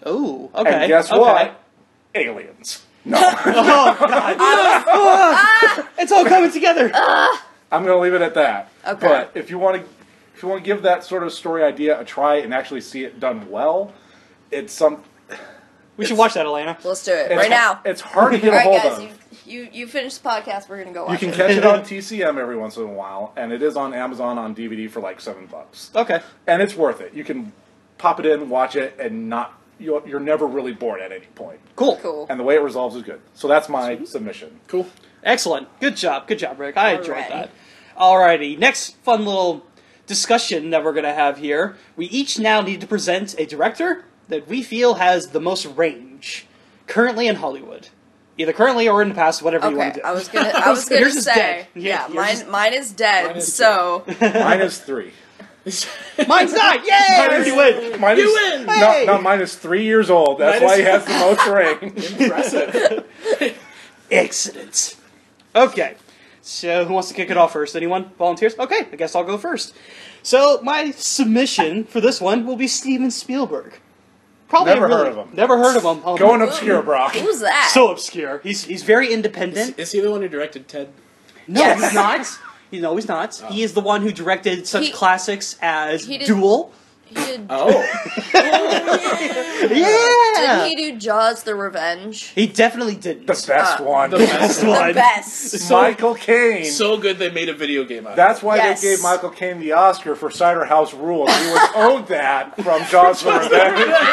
[SPEAKER 3] Oh. Okay.
[SPEAKER 2] and guess
[SPEAKER 3] okay. Oh,
[SPEAKER 2] what? Aliens. No.
[SPEAKER 3] It's all coming together.
[SPEAKER 2] I'm going to leave it at that.
[SPEAKER 1] Okay.
[SPEAKER 2] But if you want to if you want to give that sort of story idea a try and actually see it done well, it's some
[SPEAKER 3] we should watch that, Elena.
[SPEAKER 1] Let's do it
[SPEAKER 2] it's,
[SPEAKER 1] right now.
[SPEAKER 2] It's hard to get
[SPEAKER 1] All
[SPEAKER 2] a
[SPEAKER 1] right,
[SPEAKER 2] hold
[SPEAKER 1] guys.
[SPEAKER 2] of.
[SPEAKER 1] You, you you finish the podcast. We're gonna go watch
[SPEAKER 2] You can
[SPEAKER 1] it.
[SPEAKER 2] catch it on TCM every once in a while, and it is on Amazon on DVD for like seven bucks,
[SPEAKER 3] Okay.
[SPEAKER 2] and it's worth it. You can pop it in, watch it, and not you're, you're never really bored at any point.
[SPEAKER 3] Cool.
[SPEAKER 1] Cool.
[SPEAKER 2] And the way it resolves is good. So that's my submission.
[SPEAKER 4] Cool.
[SPEAKER 3] Excellent. Good job. Good job, Rick. I enjoyed
[SPEAKER 1] Alrighty.
[SPEAKER 3] that. Alrighty. Next fun little discussion that we're going to have here. We each now need to present a director that we feel has the most range currently in Hollywood. Either currently or in the past, whatever you want
[SPEAKER 1] Okay,
[SPEAKER 3] to do.
[SPEAKER 1] I was gonna. I was gonna
[SPEAKER 3] Yours is dead.
[SPEAKER 1] say,
[SPEAKER 3] Yeah,
[SPEAKER 1] yeah,
[SPEAKER 3] yours
[SPEAKER 1] mine,
[SPEAKER 3] is-
[SPEAKER 1] mine is dead.
[SPEAKER 4] is
[SPEAKER 1] so
[SPEAKER 2] Mine is three.
[SPEAKER 3] Mine's not!
[SPEAKER 2] Mine
[SPEAKER 3] Yay!
[SPEAKER 2] is-
[SPEAKER 3] You win!
[SPEAKER 2] Mine
[SPEAKER 4] You
[SPEAKER 2] is-
[SPEAKER 4] win!
[SPEAKER 2] No,
[SPEAKER 3] Hey!
[SPEAKER 2] no, mine is three years old. That's
[SPEAKER 4] Mine
[SPEAKER 2] why
[SPEAKER 4] is-
[SPEAKER 2] he has the most range.
[SPEAKER 4] Impressive.
[SPEAKER 3] Excellent. Okay. So, who wants to kick it off first? Anyone? Volunteers? Okay, I guess I'll go first. So, my submission for this one will be Steven Spielberg. Probably
[SPEAKER 2] Never
[SPEAKER 3] really-
[SPEAKER 2] heard of him.
[SPEAKER 3] Never heard of him. Um,
[SPEAKER 2] Going obscure, Brock.
[SPEAKER 1] Who's that?
[SPEAKER 3] so obscure. He's he's very independent.
[SPEAKER 4] Is he the one who directed Ted?
[SPEAKER 3] No,
[SPEAKER 1] Yes.
[SPEAKER 3] he's not. You know, he's not.
[SPEAKER 2] Oh.
[SPEAKER 3] He is the one who directed such
[SPEAKER 1] He-
[SPEAKER 3] classics as
[SPEAKER 1] he did-
[SPEAKER 3] Duel.
[SPEAKER 1] he did,
[SPEAKER 4] Oh,
[SPEAKER 3] Yeah.
[SPEAKER 1] Didn't he do Jaws: The Revenge?
[SPEAKER 3] He definitely didn't.
[SPEAKER 2] The best
[SPEAKER 1] Uh,
[SPEAKER 2] one.
[SPEAKER 4] the best.
[SPEAKER 3] one.
[SPEAKER 1] The best.
[SPEAKER 4] So-
[SPEAKER 2] Michael Caine.
[SPEAKER 4] so good they made a video game out. of it.
[SPEAKER 2] That's why
[SPEAKER 1] Yes.
[SPEAKER 2] they gave Michael Caine the Oscar for Cider House Rules. He was owed that from Jaws the Revenge.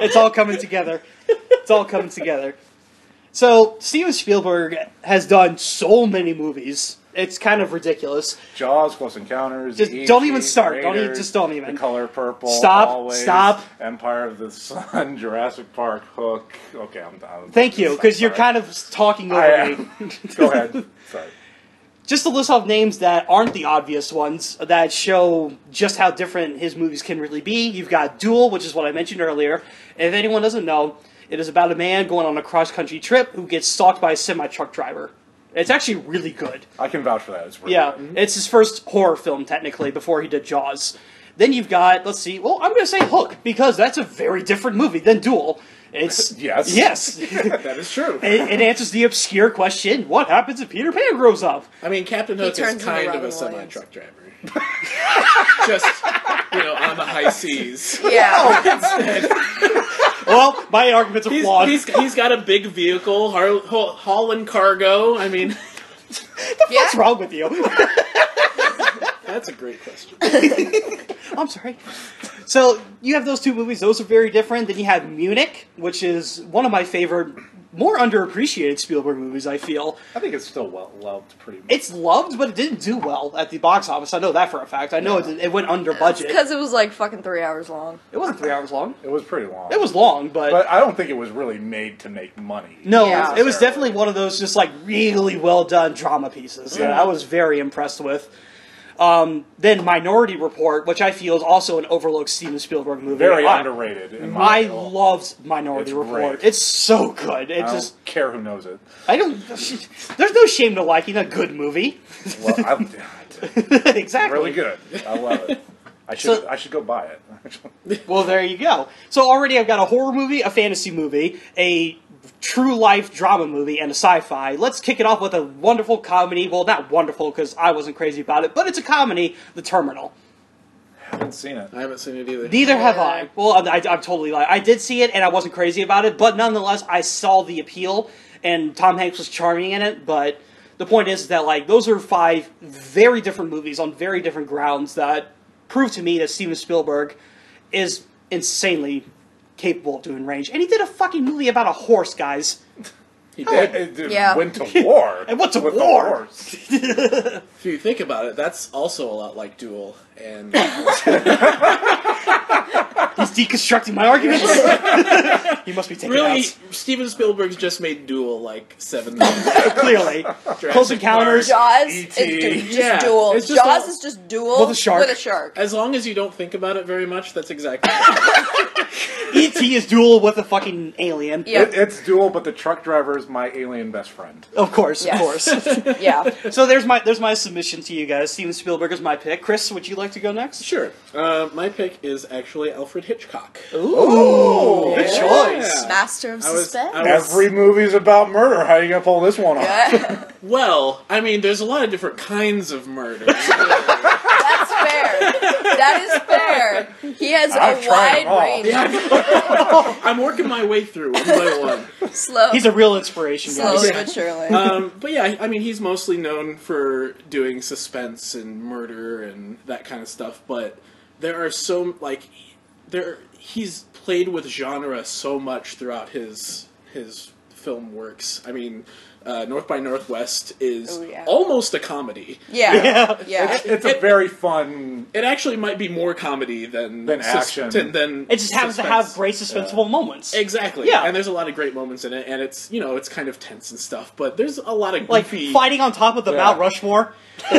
[SPEAKER 3] It's all coming together. It's all coming together. So Steven Spielberg has done so many movies. It's kind of ridiculous.
[SPEAKER 2] Jaws, Close Encounters.
[SPEAKER 3] Just
[SPEAKER 2] E.T.,
[SPEAKER 3] don't even start. Don't even-
[SPEAKER 2] Raiders,
[SPEAKER 3] just don't even.
[SPEAKER 2] The Color Purple.
[SPEAKER 3] Stop,
[SPEAKER 2] Always,
[SPEAKER 3] stop.
[SPEAKER 2] Empire of the Sun. Jurassic Park. Hook. Okay, I'm done.
[SPEAKER 3] Thank you, because you're
[SPEAKER 2] Sorry.
[SPEAKER 3] kind of talking over
[SPEAKER 2] I
[SPEAKER 3] me.
[SPEAKER 2] am. Go ahead. Sorry.
[SPEAKER 3] Just to list off names that aren't the obvious ones that show just how different his movies can really be. You've got Duel, which is what I mentioned earlier. If anyone doesn't know, it is about a man going on a cross country trip who gets stalked by a semi truck driver. It's actually really good.
[SPEAKER 2] I can vouch for that. It's really
[SPEAKER 3] Yeah,
[SPEAKER 2] good.
[SPEAKER 4] Mm-hmm.
[SPEAKER 3] it's his first horror film technically before he did Jaws. Then you've got let's see. Well, I'm going to say Hook because that's a very different movie than Duel. It's
[SPEAKER 2] Yes.
[SPEAKER 3] yes. it,
[SPEAKER 4] that is true.
[SPEAKER 3] it answers the obscure question: What happens if Peter Pan grows up?
[SPEAKER 4] I mean, Captain Hook
[SPEAKER 1] turns
[SPEAKER 4] is
[SPEAKER 1] into
[SPEAKER 4] kind of
[SPEAKER 1] Robin
[SPEAKER 4] a semi
[SPEAKER 1] Williams.
[SPEAKER 4] truck driver. Just you know, on the high seas.
[SPEAKER 1] Yeah.
[SPEAKER 3] Well, my arguments are
[SPEAKER 4] He's,
[SPEAKER 3] flawed.
[SPEAKER 4] he's, he's got a big vehicle, har- haul- hauling cargo. I mean,
[SPEAKER 1] yeah.
[SPEAKER 3] What's wrong with you?
[SPEAKER 4] that's a great question.
[SPEAKER 3] I'm sorry. So you have those two movies; those are very different. Then you have Munich, which is one of my favorite, more underappreciated Spielberg movies. I feel
[SPEAKER 2] I think it's still well loved pretty much.
[SPEAKER 3] it's loved, but it didn't do well at the box office. I know that for a fact. I know it, it went under budget.
[SPEAKER 1] Because it was like fucking three hours long.
[SPEAKER 3] It wasn't three hours long.
[SPEAKER 2] It was pretty long.
[SPEAKER 3] It was long, but,
[SPEAKER 2] But I don't think it was really made to make money.
[SPEAKER 3] no,
[SPEAKER 1] Yeah.
[SPEAKER 3] it was definitely one of those just like really well done drama pieces that
[SPEAKER 2] Yeah.
[SPEAKER 3] I was very impressed with. Um, then Minority Report, which I feel is also an overlooked Steven Spielberg movie.
[SPEAKER 2] Very
[SPEAKER 3] I,
[SPEAKER 2] underrated. In my
[SPEAKER 3] I
[SPEAKER 2] opinion.
[SPEAKER 3] loved Minority
[SPEAKER 2] It's
[SPEAKER 3] Report.
[SPEAKER 2] great.
[SPEAKER 3] It's so good. It
[SPEAKER 2] I don't
[SPEAKER 3] just
[SPEAKER 2] care who knows it.
[SPEAKER 3] I don't. There's no shame to liking a good movie.
[SPEAKER 2] Well, I'm
[SPEAKER 3] exactly.
[SPEAKER 2] really good. I love it. I should I should go buy it. actually.
[SPEAKER 3] Well, there you go. So already I've got a horror movie, a fantasy movie, a true life drama movie, and a sci-fi. Let's kick it off with a wonderful comedy. Well, not wonderful because I wasn't crazy about it, but it's a comedy, The Terminal.
[SPEAKER 2] haven't seen it.
[SPEAKER 4] I haven't seen it either.
[SPEAKER 3] Neither have I.
[SPEAKER 1] Yeah.
[SPEAKER 3] Well, I, I, I'm totally lying. I did see it, and I wasn't crazy about it, but nonetheless, I saw the appeal, and Tom Hanks was charming in it. But the point is that like those are five very different movies on very different grounds that prove to me that Steven Spielberg is insanely capable of doing range, and he did a fucking movie about a horse, guys.
[SPEAKER 4] He
[SPEAKER 2] It,
[SPEAKER 4] did.
[SPEAKER 2] it- it
[SPEAKER 1] Yeah.
[SPEAKER 2] went to war.
[SPEAKER 3] Oh, It went to
[SPEAKER 2] with the
[SPEAKER 3] war.
[SPEAKER 2] horse.
[SPEAKER 4] If you think about it, that's also a lot like Duel. And
[SPEAKER 3] He's deconstructing my arguments. he must be taken
[SPEAKER 4] really,
[SPEAKER 3] out.
[SPEAKER 4] Steven Spielberg's just made Duel like seven. times.
[SPEAKER 3] Oh, Clearly, close
[SPEAKER 4] Jurassic
[SPEAKER 3] encounters.
[SPEAKER 4] Park.
[SPEAKER 1] Jaws
[SPEAKER 2] E.T..
[SPEAKER 1] is du- just
[SPEAKER 4] Yeah,
[SPEAKER 1] duel.
[SPEAKER 4] it's just
[SPEAKER 1] Jaws
[SPEAKER 4] all-
[SPEAKER 1] is just duel
[SPEAKER 3] With a shark.
[SPEAKER 1] With a shark.
[SPEAKER 4] As long as you don't think about it very much, that's exactly.
[SPEAKER 3] ET E is duel with a fucking alien.
[SPEAKER 1] Yeah.
[SPEAKER 2] It- it's dual, but the truck driver is my alien best friend.
[SPEAKER 3] Of course,
[SPEAKER 1] Yes.
[SPEAKER 3] of course.
[SPEAKER 1] Yeah.
[SPEAKER 3] So there's my there's my submission to you guys. Steven Spielberg is my pick. Chris, would you like to go next?
[SPEAKER 4] Sure. Uh, my pick is actually Alfred Hitchcock.
[SPEAKER 3] Ooh, good
[SPEAKER 4] Yeah.
[SPEAKER 3] choice.
[SPEAKER 1] Master of
[SPEAKER 4] I was-
[SPEAKER 1] suspense.
[SPEAKER 4] I was-
[SPEAKER 2] Every movie's about murder. How you gonna pull this one off?
[SPEAKER 1] Yeah.
[SPEAKER 4] Well, I mean, there's a lot of different kinds of murder.
[SPEAKER 1] That's fair. That is fair. He has
[SPEAKER 2] I've
[SPEAKER 1] a
[SPEAKER 2] tried 'em all.
[SPEAKER 1] wide range.
[SPEAKER 4] I'm working my way through one by one.
[SPEAKER 1] Slow,
[SPEAKER 3] He's a real inspiration, guys.
[SPEAKER 1] slowly
[SPEAKER 4] Yeah.
[SPEAKER 1] but surely.
[SPEAKER 4] um, but yeah, I- I mean, he's mostly known for doing suspense and murder and that kind of stuff. But there are so like there he's played with genre so much throughout his his film works. I mean, uh, North by Northwest is
[SPEAKER 1] Oh, yeah.
[SPEAKER 4] almost a comedy.
[SPEAKER 1] yeah.
[SPEAKER 3] Yeah.
[SPEAKER 1] Yeah.
[SPEAKER 2] It's, it's a very fun.
[SPEAKER 4] It actually might be more comedy than
[SPEAKER 2] Than
[SPEAKER 4] sus-
[SPEAKER 2] action.
[SPEAKER 4] than- than
[SPEAKER 3] It just happens to have
[SPEAKER 4] suspense.
[SPEAKER 3] great suspenseful moments.
[SPEAKER 4] Exactly.
[SPEAKER 3] Yeah.
[SPEAKER 4] And there's a lot of great moments in it, and it's you know it's kind of tense and stuff, but there's a lot of
[SPEAKER 3] Like
[SPEAKER 4] goofy.
[SPEAKER 3] fighting on top of the
[SPEAKER 2] Yeah.
[SPEAKER 3] Mount Rushmore.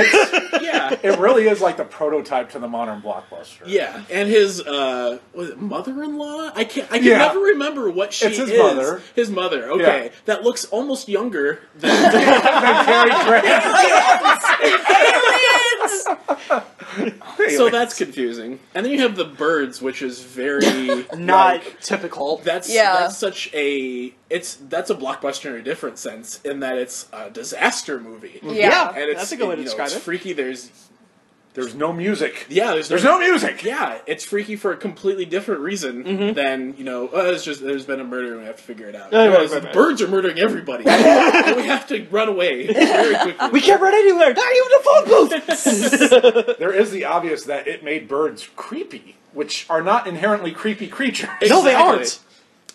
[SPEAKER 4] yeah.
[SPEAKER 2] It really is like the prototype to the modern blockbuster.
[SPEAKER 4] Yeah, and his uh, was it mother-in-law? I can't. I can
[SPEAKER 2] Yeah.
[SPEAKER 4] never remember what she
[SPEAKER 2] It's his
[SPEAKER 4] is.
[SPEAKER 2] mother.
[SPEAKER 4] His mother. Okay,
[SPEAKER 2] Yeah.
[SPEAKER 4] that looks almost younger than
[SPEAKER 2] Very grand.
[SPEAKER 1] Aliens!
[SPEAKER 4] so so that's confusing. And then you have the birds, which is very
[SPEAKER 3] Not
[SPEAKER 4] like,
[SPEAKER 3] typical.
[SPEAKER 4] that's
[SPEAKER 1] Yeah.
[SPEAKER 4] that's such a it's that's a blockbuster in a different sense in that it's a disaster movie.
[SPEAKER 1] Yeah.
[SPEAKER 4] and it's
[SPEAKER 3] that's a good way to
[SPEAKER 4] you know,
[SPEAKER 3] describe
[SPEAKER 4] it's
[SPEAKER 3] it.
[SPEAKER 4] freaky. There's
[SPEAKER 2] There's no music.
[SPEAKER 4] yeah, there's
[SPEAKER 2] There's no music.
[SPEAKER 4] yeah, it's freaky for a completely different reason than you know. Oh, it's just there's been a murder and we have to figure it out.
[SPEAKER 3] Yeah, Mm-hmm. Oh, right,
[SPEAKER 4] Whereas
[SPEAKER 3] right, right.
[SPEAKER 4] Birds are murdering everybody. we have to run away very quickly.
[SPEAKER 3] We can't run anywhere, not even the phone booth.
[SPEAKER 2] There is the obvious that it made birds creepy, which are not inherently creepy creatures.
[SPEAKER 3] No, they
[SPEAKER 4] Exactly.
[SPEAKER 3] aren't.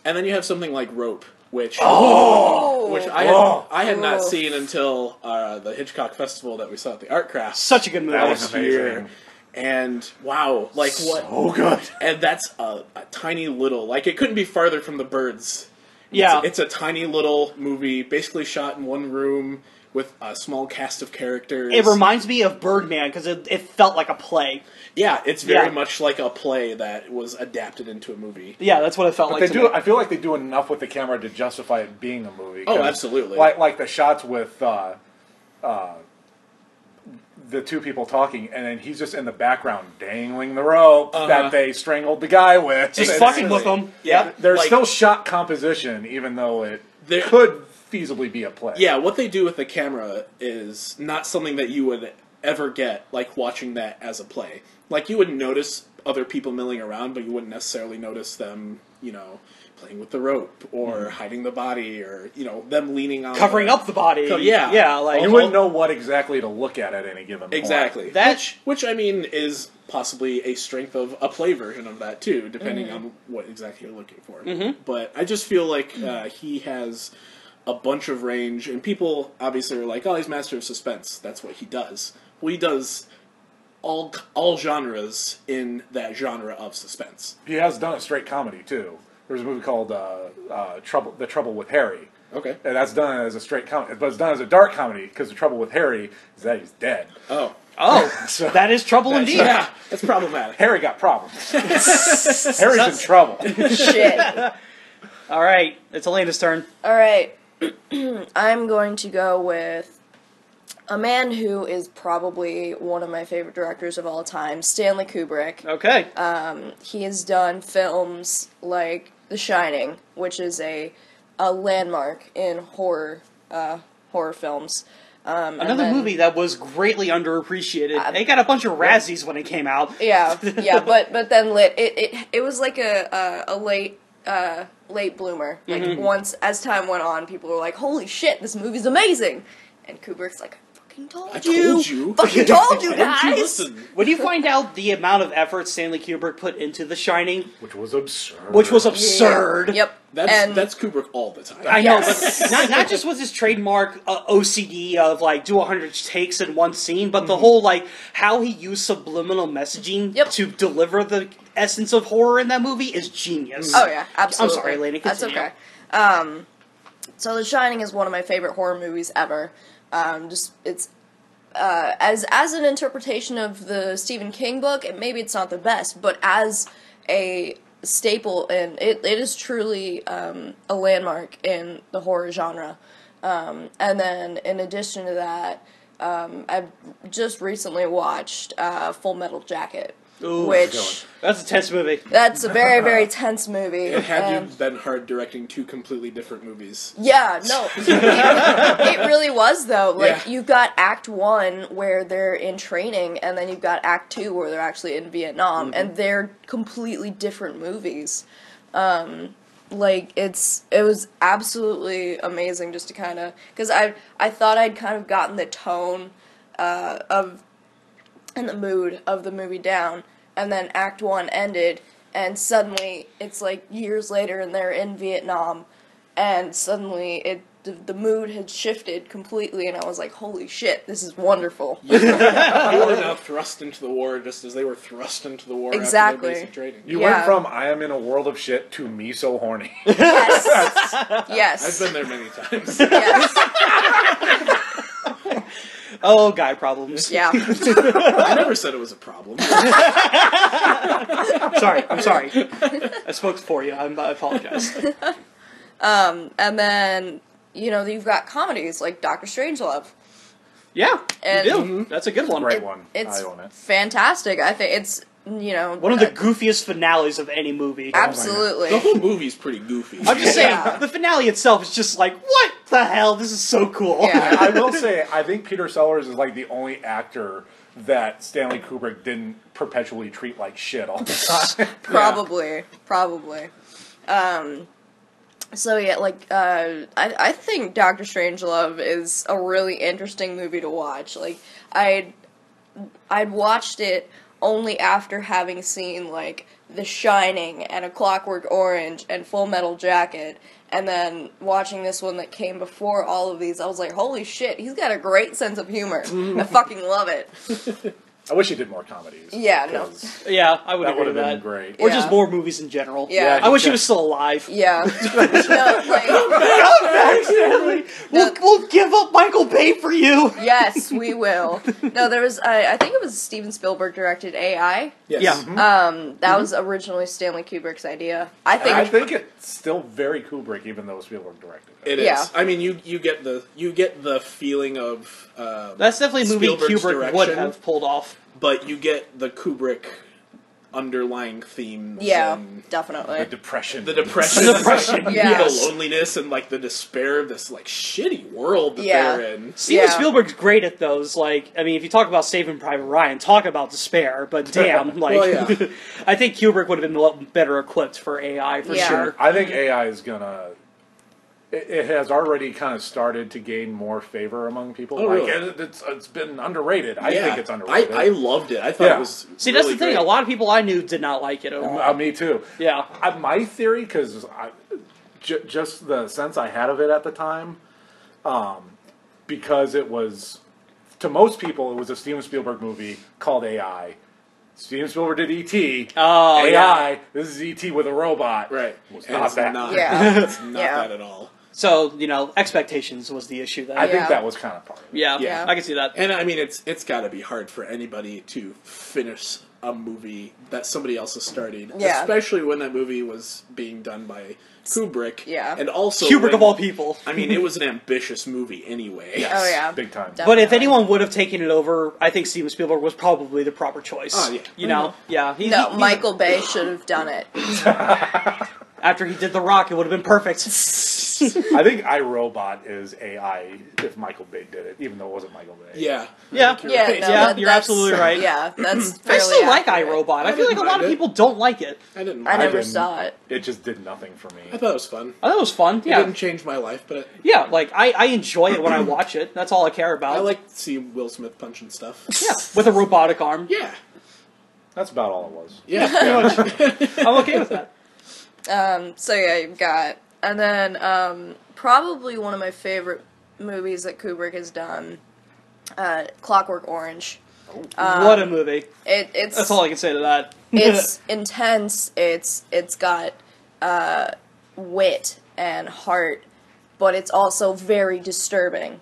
[SPEAKER 4] And then you have something like Rope, which
[SPEAKER 1] Oh,
[SPEAKER 4] which I had,
[SPEAKER 2] Oh.
[SPEAKER 4] I had not
[SPEAKER 1] Oh.
[SPEAKER 4] seen until uh, the Hitchcock Festival that we saw at the Art Craft
[SPEAKER 3] Such a good movie.
[SPEAKER 2] That was
[SPEAKER 4] last
[SPEAKER 2] amazing.
[SPEAKER 4] year. And wow, like what?
[SPEAKER 2] Oh, good.
[SPEAKER 4] And that's a, a tiny little like it couldn't be farther from the birds.
[SPEAKER 3] yeah,
[SPEAKER 4] It's a tiny little movie, basically shot in one room with a small cast of characters.
[SPEAKER 3] it reminds me of Birdman because it, it felt like a play.
[SPEAKER 4] yeah, it's very
[SPEAKER 3] Yeah.
[SPEAKER 4] much like a play that was adapted into a movie.
[SPEAKER 3] Yeah, that's what it felt
[SPEAKER 2] But
[SPEAKER 3] like.
[SPEAKER 2] they
[SPEAKER 3] to
[SPEAKER 2] do.
[SPEAKER 3] me.
[SPEAKER 2] I feel like they do enough with the camera to justify it being a movie.
[SPEAKER 4] Oh,
[SPEAKER 2] 'cause
[SPEAKER 4] absolutely.
[SPEAKER 2] Like like the shots with uh, uh, the two people talking, and then he's just in the background dangling the rope
[SPEAKER 4] Uh-huh.
[SPEAKER 2] that they strangled the guy with.
[SPEAKER 3] Just
[SPEAKER 2] It's-
[SPEAKER 3] fucking with them.
[SPEAKER 4] Yeah,
[SPEAKER 2] There's
[SPEAKER 4] like-
[SPEAKER 2] still shot composition, even though it
[SPEAKER 4] There-
[SPEAKER 2] could feasibly be a play.
[SPEAKER 4] Yeah, what they do with the camera is not something that you would ever get like watching that as a play. Like you would notice other people milling around, but you wouldn't necessarily notice them, you know, playing with the rope or hiding the body or you know them leaning on
[SPEAKER 3] Covering up the body.
[SPEAKER 4] Co- yeah.
[SPEAKER 3] yeah, like
[SPEAKER 2] You wouldn't know what exactly to look at at any given point.
[SPEAKER 4] exactly
[SPEAKER 3] That-
[SPEAKER 4] which, which I mean is possibly a strength of a play version of that too, depending
[SPEAKER 1] Mm-hmm.
[SPEAKER 4] on what exactly you're looking for. But I just feel like uh, he has a bunch of range, and people obviously are like, "Oh, he's master of suspense. That's what he does." Well, he does all all genres in that genre of suspense.
[SPEAKER 2] He has done a straight comedy too. There's a movie called uh, uh, Trouble, The Trouble with Harry.
[SPEAKER 4] Okay.
[SPEAKER 2] And that's done as a straight comedy, but it's done as a dark comedy because the trouble with Harry is that he's dead.
[SPEAKER 4] Oh,
[SPEAKER 3] Oh, that is trouble indeed.
[SPEAKER 4] yeah, that's problematic.
[SPEAKER 2] Harry got problems. Harry's in trouble.
[SPEAKER 1] shit.
[SPEAKER 3] All right, it's Elena's turn.
[SPEAKER 1] All right. I'm going to go with a man who is probably one of my favorite directors of all time, Stanley Kubrick.
[SPEAKER 3] Okay.
[SPEAKER 1] He has done films like The Shining, which is a a landmark in horror uh, horror films.
[SPEAKER 3] Another
[SPEAKER 1] then- Uh,
[SPEAKER 3] movie that was greatly underappreciated. it got a bunch of Razzies when it came out.
[SPEAKER 1] Yeah, yeah, but but then lit it it, it was like a a, a late uh, late bloomer. Like
[SPEAKER 4] Mm-hmm.
[SPEAKER 1] once as time went on, people were like, "Holy shit, this movie's amazing," and Kubrick's like, "I fucking told
[SPEAKER 4] I
[SPEAKER 1] you,
[SPEAKER 4] told you.
[SPEAKER 1] fucking told you
[SPEAKER 4] Why don't you
[SPEAKER 1] guys."
[SPEAKER 4] listen?
[SPEAKER 3] When you find out the amount of effort Stanley Kubrick put into The Shining,
[SPEAKER 2] Which was absurd.
[SPEAKER 3] which was
[SPEAKER 1] Yeah.
[SPEAKER 3] absurd.
[SPEAKER 1] Yep,
[SPEAKER 4] That's
[SPEAKER 1] and
[SPEAKER 4] that's Kubrick all the time.
[SPEAKER 3] I know,
[SPEAKER 1] Yes.
[SPEAKER 3] but not, not just with his trademark uh, OCD of like do 100 takes in one scene, but the whole like how he used subliminal messaging
[SPEAKER 1] Mm-hmm. Yep.
[SPEAKER 3] to deliver the essence of horror in that movie is genius.
[SPEAKER 1] Oh yeah, absolutely.
[SPEAKER 3] I'm sorry, Lena.
[SPEAKER 1] That's
[SPEAKER 3] continue.
[SPEAKER 1] okay. Um, so The Shining is one of my favorite horror movies ever. Um, just it's uh, as as an interpretation of the Stephen King book, it, maybe it's not the best, but as a staple and it, it is truly um, a landmark in the horror genre. Um, and then in addition to that, um, I've just recently watched uh, Full Metal Jacket, which
[SPEAKER 3] That's a tense movie.
[SPEAKER 1] that's a very very tense movie.
[SPEAKER 4] It had
[SPEAKER 1] and-
[SPEAKER 4] you been hard directing two completely different movies.
[SPEAKER 1] Yeah, no, it really was though. Like
[SPEAKER 4] Yeah.
[SPEAKER 1] you've got Act One where they're in training, and then you've got Act Two where they're actually in Vietnam, and they're completely different movies. Um, like it's it was absolutely amazing just to kind of because I I thought I'd kind of gotten the tone uh, of and the mood of the movie down, and then Act One ended, and suddenly it's like years later, and they're in Vietnam, and suddenly it the, the mood had shifted completely, and I was like, "Holy shit, this is wonderful!"
[SPEAKER 4] You were now thrust into the war just as they were thrust into the war after
[SPEAKER 1] Exactly.
[SPEAKER 4] their basic training.
[SPEAKER 2] You
[SPEAKER 1] Yeah.
[SPEAKER 2] went from I am in a world of shit to me so horny.
[SPEAKER 1] Yes,
[SPEAKER 4] I've
[SPEAKER 1] yes,
[SPEAKER 4] been there many times.
[SPEAKER 1] yes,
[SPEAKER 3] Oh, guy problems.
[SPEAKER 1] yeah.
[SPEAKER 4] I never said it was a problem.
[SPEAKER 3] sorry, I'm sorry. I spoke for you. I'm, I apologize.
[SPEAKER 1] And then you know you've got comedies like Doctor Strangelove,
[SPEAKER 3] Yeah,
[SPEAKER 1] And-
[SPEAKER 3] you do. That's a good one.
[SPEAKER 2] Great one.
[SPEAKER 1] It's
[SPEAKER 2] I own it.
[SPEAKER 1] fantastic. I think it's you know
[SPEAKER 3] One of the
[SPEAKER 1] uh,
[SPEAKER 3] goofiest finales of any movie.
[SPEAKER 1] absolutely.
[SPEAKER 4] The whole movie's pretty goofy.
[SPEAKER 3] I'm just saying,
[SPEAKER 1] Yeah.
[SPEAKER 3] the finale itself is just like, what the hell? This is so cool.
[SPEAKER 1] Yeah.
[SPEAKER 2] I will say, I think Peter Sellers is like the only actor that Stanley Kubrick didn't perpetually treat like shit all the time.
[SPEAKER 1] probably probably um so yeah like uh i i think doctor strangelove is a really interesting movie to watch like i i'd watched it only after having seen like the shining and a clockwork orange and full metal jacket and then watching this one that came before all of these i was like holy shit he's got a great sense of humor i fucking love it
[SPEAKER 2] I wish he did more comedies.
[SPEAKER 1] Yeah, no.
[SPEAKER 2] 'cause
[SPEAKER 3] Yeah, I would
[SPEAKER 2] That
[SPEAKER 3] agree
[SPEAKER 2] would have
[SPEAKER 3] with
[SPEAKER 2] been
[SPEAKER 3] that.
[SPEAKER 2] great.
[SPEAKER 3] Or
[SPEAKER 1] Yeah.
[SPEAKER 3] just more movies in general.
[SPEAKER 1] Yeah.
[SPEAKER 3] I wish he was still alive.
[SPEAKER 1] yeah No, like-
[SPEAKER 3] Come back, Stanley. We'll,
[SPEAKER 1] No.
[SPEAKER 3] we'll give up Michael Bay for you.
[SPEAKER 1] yes, we will. No, there was. I, I think it was Steven Spielberg directed AI.
[SPEAKER 4] Yes.
[SPEAKER 3] Yeah.
[SPEAKER 1] Um, that was originally Stanley Kubrick's idea. I
[SPEAKER 2] And
[SPEAKER 1] think.
[SPEAKER 2] Mm-hmm. I think it's still very Kubrick, even though Spielberg directed it.
[SPEAKER 4] It is.
[SPEAKER 1] Yeah.
[SPEAKER 4] I mean, you you get the you get the feeling of, um,
[SPEAKER 3] That's definitely a movie
[SPEAKER 4] Spielberg's
[SPEAKER 3] Kubrick would
[SPEAKER 4] direction.
[SPEAKER 3] have pulled off.
[SPEAKER 4] but you get the Kubrick underlying themes.
[SPEAKER 1] yeah,
[SPEAKER 4] and
[SPEAKER 2] The
[SPEAKER 1] definitely.
[SPEAKER 2] depression.
[SPEAKER 4] the depression,
[SPEAKER 3] The depression,
[SPEAKER 1] Yeah.
[SPEAKER 4] the loneliness, and like the despair of this like shitty world that
[SPEAKER 1] Yeah.
[SPEAKER 4] they're in.
[SPEAKER 3] Steven
[SPEAKER 1] Yeah.
[SPEAKER 3] Spielberg's great at those. Like, I mean, if you talk about Saving Private Ryan, talk about despair. But damn, like,
[SPEAKER 4] Well, yeah.
[SPEAKER 3] I think Kubrick would have been a lot better equipped for AI for
[SPEAKER 1] Yeah.
[SPEAKER 3] sure.
[SPEAKER 2] I think AI is gonna. It, it has already kind of started to gain more favor among people.
[SPEAKER 4] Oh,
[SPEAKER 2] like,
[SPEAKER 4] really?
[SPEAKER 2] it, it's it's been underrated. I
[SPEAKER 4] Yeah.
[SPEAKER 2] think it's underrated.
[SPEAKER 4] I, I loved it. I thought
[SPEAKER 2] Yeah.
[SPEAKER 4] it was.
[SPEAKER 3] See, that's
[SPEAKER 4] really
[SPEAKER 3] the thing.
[SPEAKER 4] great.
[SPEAKER 3] A lot of people I knew did not like it at all.
[SPEAKER 2] Uh, me too.
[SPEAKER 3] yeah,
[SPEAKER 2] I, my theory, because j- just the sense I had of it at the time, um, because it was to most people it was a Steven Spielberg movie called AI. Steven Spielberg did E E.T.
[SPEAKER 3] Oh,
[SPEAKER 2] AI. This is E.T. with a robot.
[SPEAKER 4] Right.
[SPEAKER 2] Was
[SPEAKER 4] And
[SPEAKER 2] not
[SPEAKER 4] it's
[SPEAKER 2] that.
[SPEAKER 4] Not,
[SPEAKER 1] Yeah.
[SPEAKER 4] It's not
[SPEAKER 1] Yeah.
[SPEAKER 4] that at all.
[SPEAKER 3] So you know, expectations was the issue. Then.
[SPEAKER 2] I think
[SPEAKER 1] Yeah.
[SPEAKER 2] that was kind of part of it.
[SPEAKER 3] yeah,
[SPEAKER 4] Yeah.
[SPEAKER 3] I can see that.
[SPEAKER 4] And I mean, it's it's got to be hard for anybody to finish a movie that somebody else has started,
[SPEAKER 1] Yeah.
[SPEAKER 4] especially when that movie was being done by Kubrick.
[SPEAKER 1] Yeah.
[SPEAKER 4] and also
[SPEAKER 3] Kubrick
[SPEAKER 4] when-
[SPEAKER 3] of all people.
[SPEAKER 4] I mean, it was an ambitious movie anyway.
[SPEAKER 1] Oh, yeah.
[SPEAKER 2] Big time.
[SPEAKER 1] Definitely.
[SPEAKER 3] But if anyone would have taken it over, I think Steven Spielberg was probably the proper choice.
[SPEAKER 4] Oh, yeah.
[SPEAKER 3] You know, yeah. He, he-
[SPEAKER 1] no,
[SPEAKER 3] he-
[SPEAKER 1] Michael Bay should have done it.
[SPEAKER 3] After he did The Rock, it would have been perfect.
[SPEAKER 2] I think iRobot is AI if Michael Bay did it, even though it wasn't Michael Bay.
[SPEAKER 4] yeah.
[SPEAKER 3] Yeah,
[SPEAKER 1] Yeah, no,
[SPEAKER 3] yeah.
[SPEAKER 1] that-
[SPEAKER 3] you're
[SPEAKER 1] that's-
[SPEAKER 3] absolutely right.
[SPEAKER 1] Yeah, that's.
[SPEAKER 3] I
[SPEAKER 1] fairly
[SPEAKER 3] still like
[SPEAKER 1] accurate.
[SPEAKER 3] iRobot. I, feel like a
[SPEAKER 4] didn't
[SPEAKER 3] lot of
[SPEAKER 4] mind it.
[SPEAKER 3] people don't like it.
[SPEAKER 4] I didn't.
[SPEAKER 1] I
[SPEAKER 4] mind
[SPEAKER 1] never
[SPEAKER 4] it.
[SPEAKER 2] didn't.
[SPEAKER 1] saw it.
[SPEAKER 2] It just did nothing for me.
[SPEAKER 4] I thought it was fun.
[SPEAKER 3] I thought it was fun.
[SPEAKER 4] It
[SPEAKER 3] Yeah,
[SPEAKER 4] didn't change my life, but
[SPEAKER 3] yeah. Like I, I enjoy it when I watch it. That's all I care about.
[SPEAKER 4] I like to see Will Smith punch and stuff.
[SPEAKER 3] yeah, with a robotic arm.
[SPEAKER 4] yeah,
[SPEAKER 2] That's about all it was.
[SPEAKER 4] yeah. pretty much.
[SPEAKER 3] I'm okay with that.
[SPEAKER 1] So yeah, you've got, and then um, probably one of my favorite movies that Kubrick has done, uh, Clockwork Orange. Uh,
[SPEAKER 3] what a movie.
[SPEAKER 1] It, it's
[SPEAKER 3] That's all I can say to that.
[SPEAKER 1] it's intense. It's it's got uh, wit and heart, but it's also very disturbing.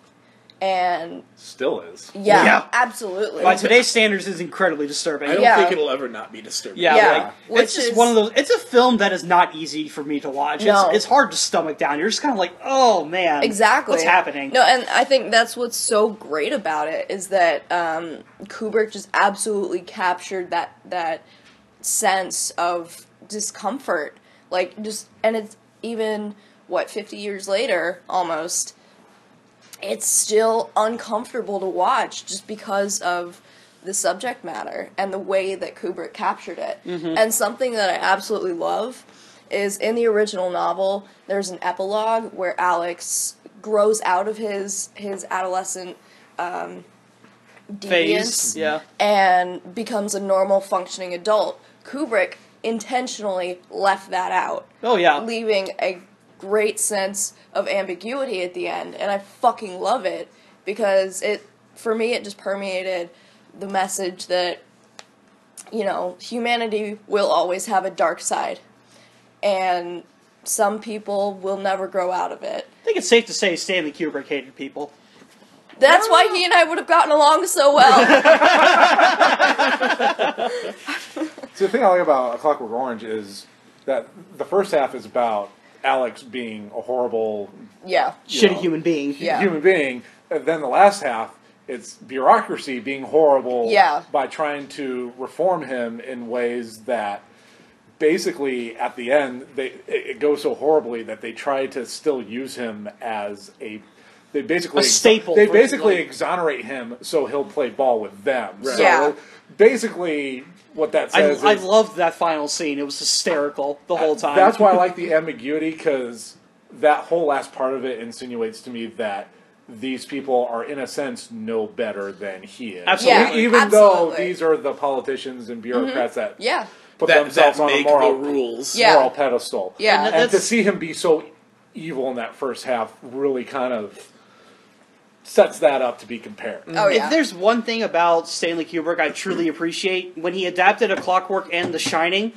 [SPEAKER 1] And
[SPEAKER 2] Still is.
[SPEAKER 1] yeah,
[SPEAKER 3] Yeah.
[SPEAKER 1] absolutely.
[SPEAKER 3] by today's standards is incredibly disturbing.
[SPEAKER 4] I don't
[SPEAKER 1] Yeah.
[SPEAKER 4] think it'll ever not be disturbing.
[SPEAKER 3] Yeah,
[SPEAKER 1] Yeah.
[SPEAKER 3] like
[SPEAKER 1] Which
[SPEAKER 3] it's just
[SPEAKER 1] is-
[SPEAKER 3] one of those. It's a film that is not easy for me to watch.
[SPEAKER 1] No.
[SPEAKER 3] It's, it's hard to stomach down. You're just kind of like, oh man,
[SPEAKER 1] exactly
[SPEAKER 3] what's happening?
[SPEAKER 1] No, and I think that's what's so great about it is that um, Kubrick just absolutely captured that that sense of discomfort, like just, and it's even what fifty years later almost. It's still uncomfortable to watch just because of the subject matter and the way that Kubrick captured it.
[SPEAKER 3] Mm-hmm.
[SPEAKER 1] And something that I absolutely love is in the original novel, there's an epilogue where Alex grows out of his his adolescent um, deviance
[SPEAKER 3] Phase, yeah.
[SPEAKER 1] and becomes a normal functioning adult. Kubrick intentionally left that out,
[SPEAKER 3] Oh yeah,
[SPEAKER 1] leaving a great sense of ambiguity at the end, and I fucking love it because it for me it just permeated the message that you know, humanity will always have a dark side. And some people will never grow out of it.
[SPEAKER 3] I think it's safe to say Stanley Kubrick hated people.
[SPEAKER 1] That's why he and I would have gotten along so well.
[SPEAKER 2] See, the thing I like about A Clockwork Orange is that the first half is about Alex being a horrible
[SPEAKER 1] yeah.
[SPEAKER 3] Shitty
[SPEAKER 2] Yeah.
[SPEAKER 3] human being.
[SPEAKER 1] Yeah.
[SPEAKER 2] human being, and then the last half it's bureaucracy being horrible
[SPEAKER 1] Yeah.
[SPEAKER 2] by trying to reform him in ways that basically at the end they it, it goes so horribly that they try to still use him as a they basically
[SPEAKER 3] A staple
[SPEAKER 2] they
[SPEAKER 3] for-
[SPEAKER 2] basically
[SPEAKER 3] like-
[SPEAKER 2] exonerate him so he'll play ball with them so
[SPEAKER 1] Yeah.
[SPEAKER 2] basically what that
[SPEAKER 3] I,
[SPEAKER 2] says
[SPEAKER 3] I
[SPEAKER 2] is
[SPEAKER 3] loved that final scene. It was hysterical the whole time.
[SPEAKER 2] that's why I like the ambiguity because that whole last part of it insinuates to me that these people are, in a sense, no better than he is.
[SPEAKER 3] Absolutely.
[SPEAKER 2] E-
[SPEAKER 1] Yeah,
[SPEAKER 2] even though
[SPEAKER 1] absolutely. Mm-hmm.
[SPEAKER 2] these are the politicians and bureaucrats that
[SPEAKER 1] Yeah.
[SPEAKER 2] put
[SPEAKER 4] that,
[SPEAKER 2] themselves
[SPEAKER 4] that
[SPEAKER 2] on a
[SPEAKER 4] make
[SPEAKER 2] moral,
[SPEAKER 4] the rules.
[SPEAKER 1] Yeah.
[SPEAKER 2] moral pedestal.
[SPEAKER 1] Yeah.
[SPEAKER 3] And
[SPEAKER 2] and,
[SPEAKER 3] that-
[SPEAKER 2] to
[SPEAKER 3] that's-
[SPEAKER 2] see him be so evil in that first half really kind of sets that up to be compared.
[SPEAKER 1] Oh yeah.
[SPEAKER 3] If there's one thing about Stanley Kubrick I truly appreciate, when he adapted A Clockwork and The Shining,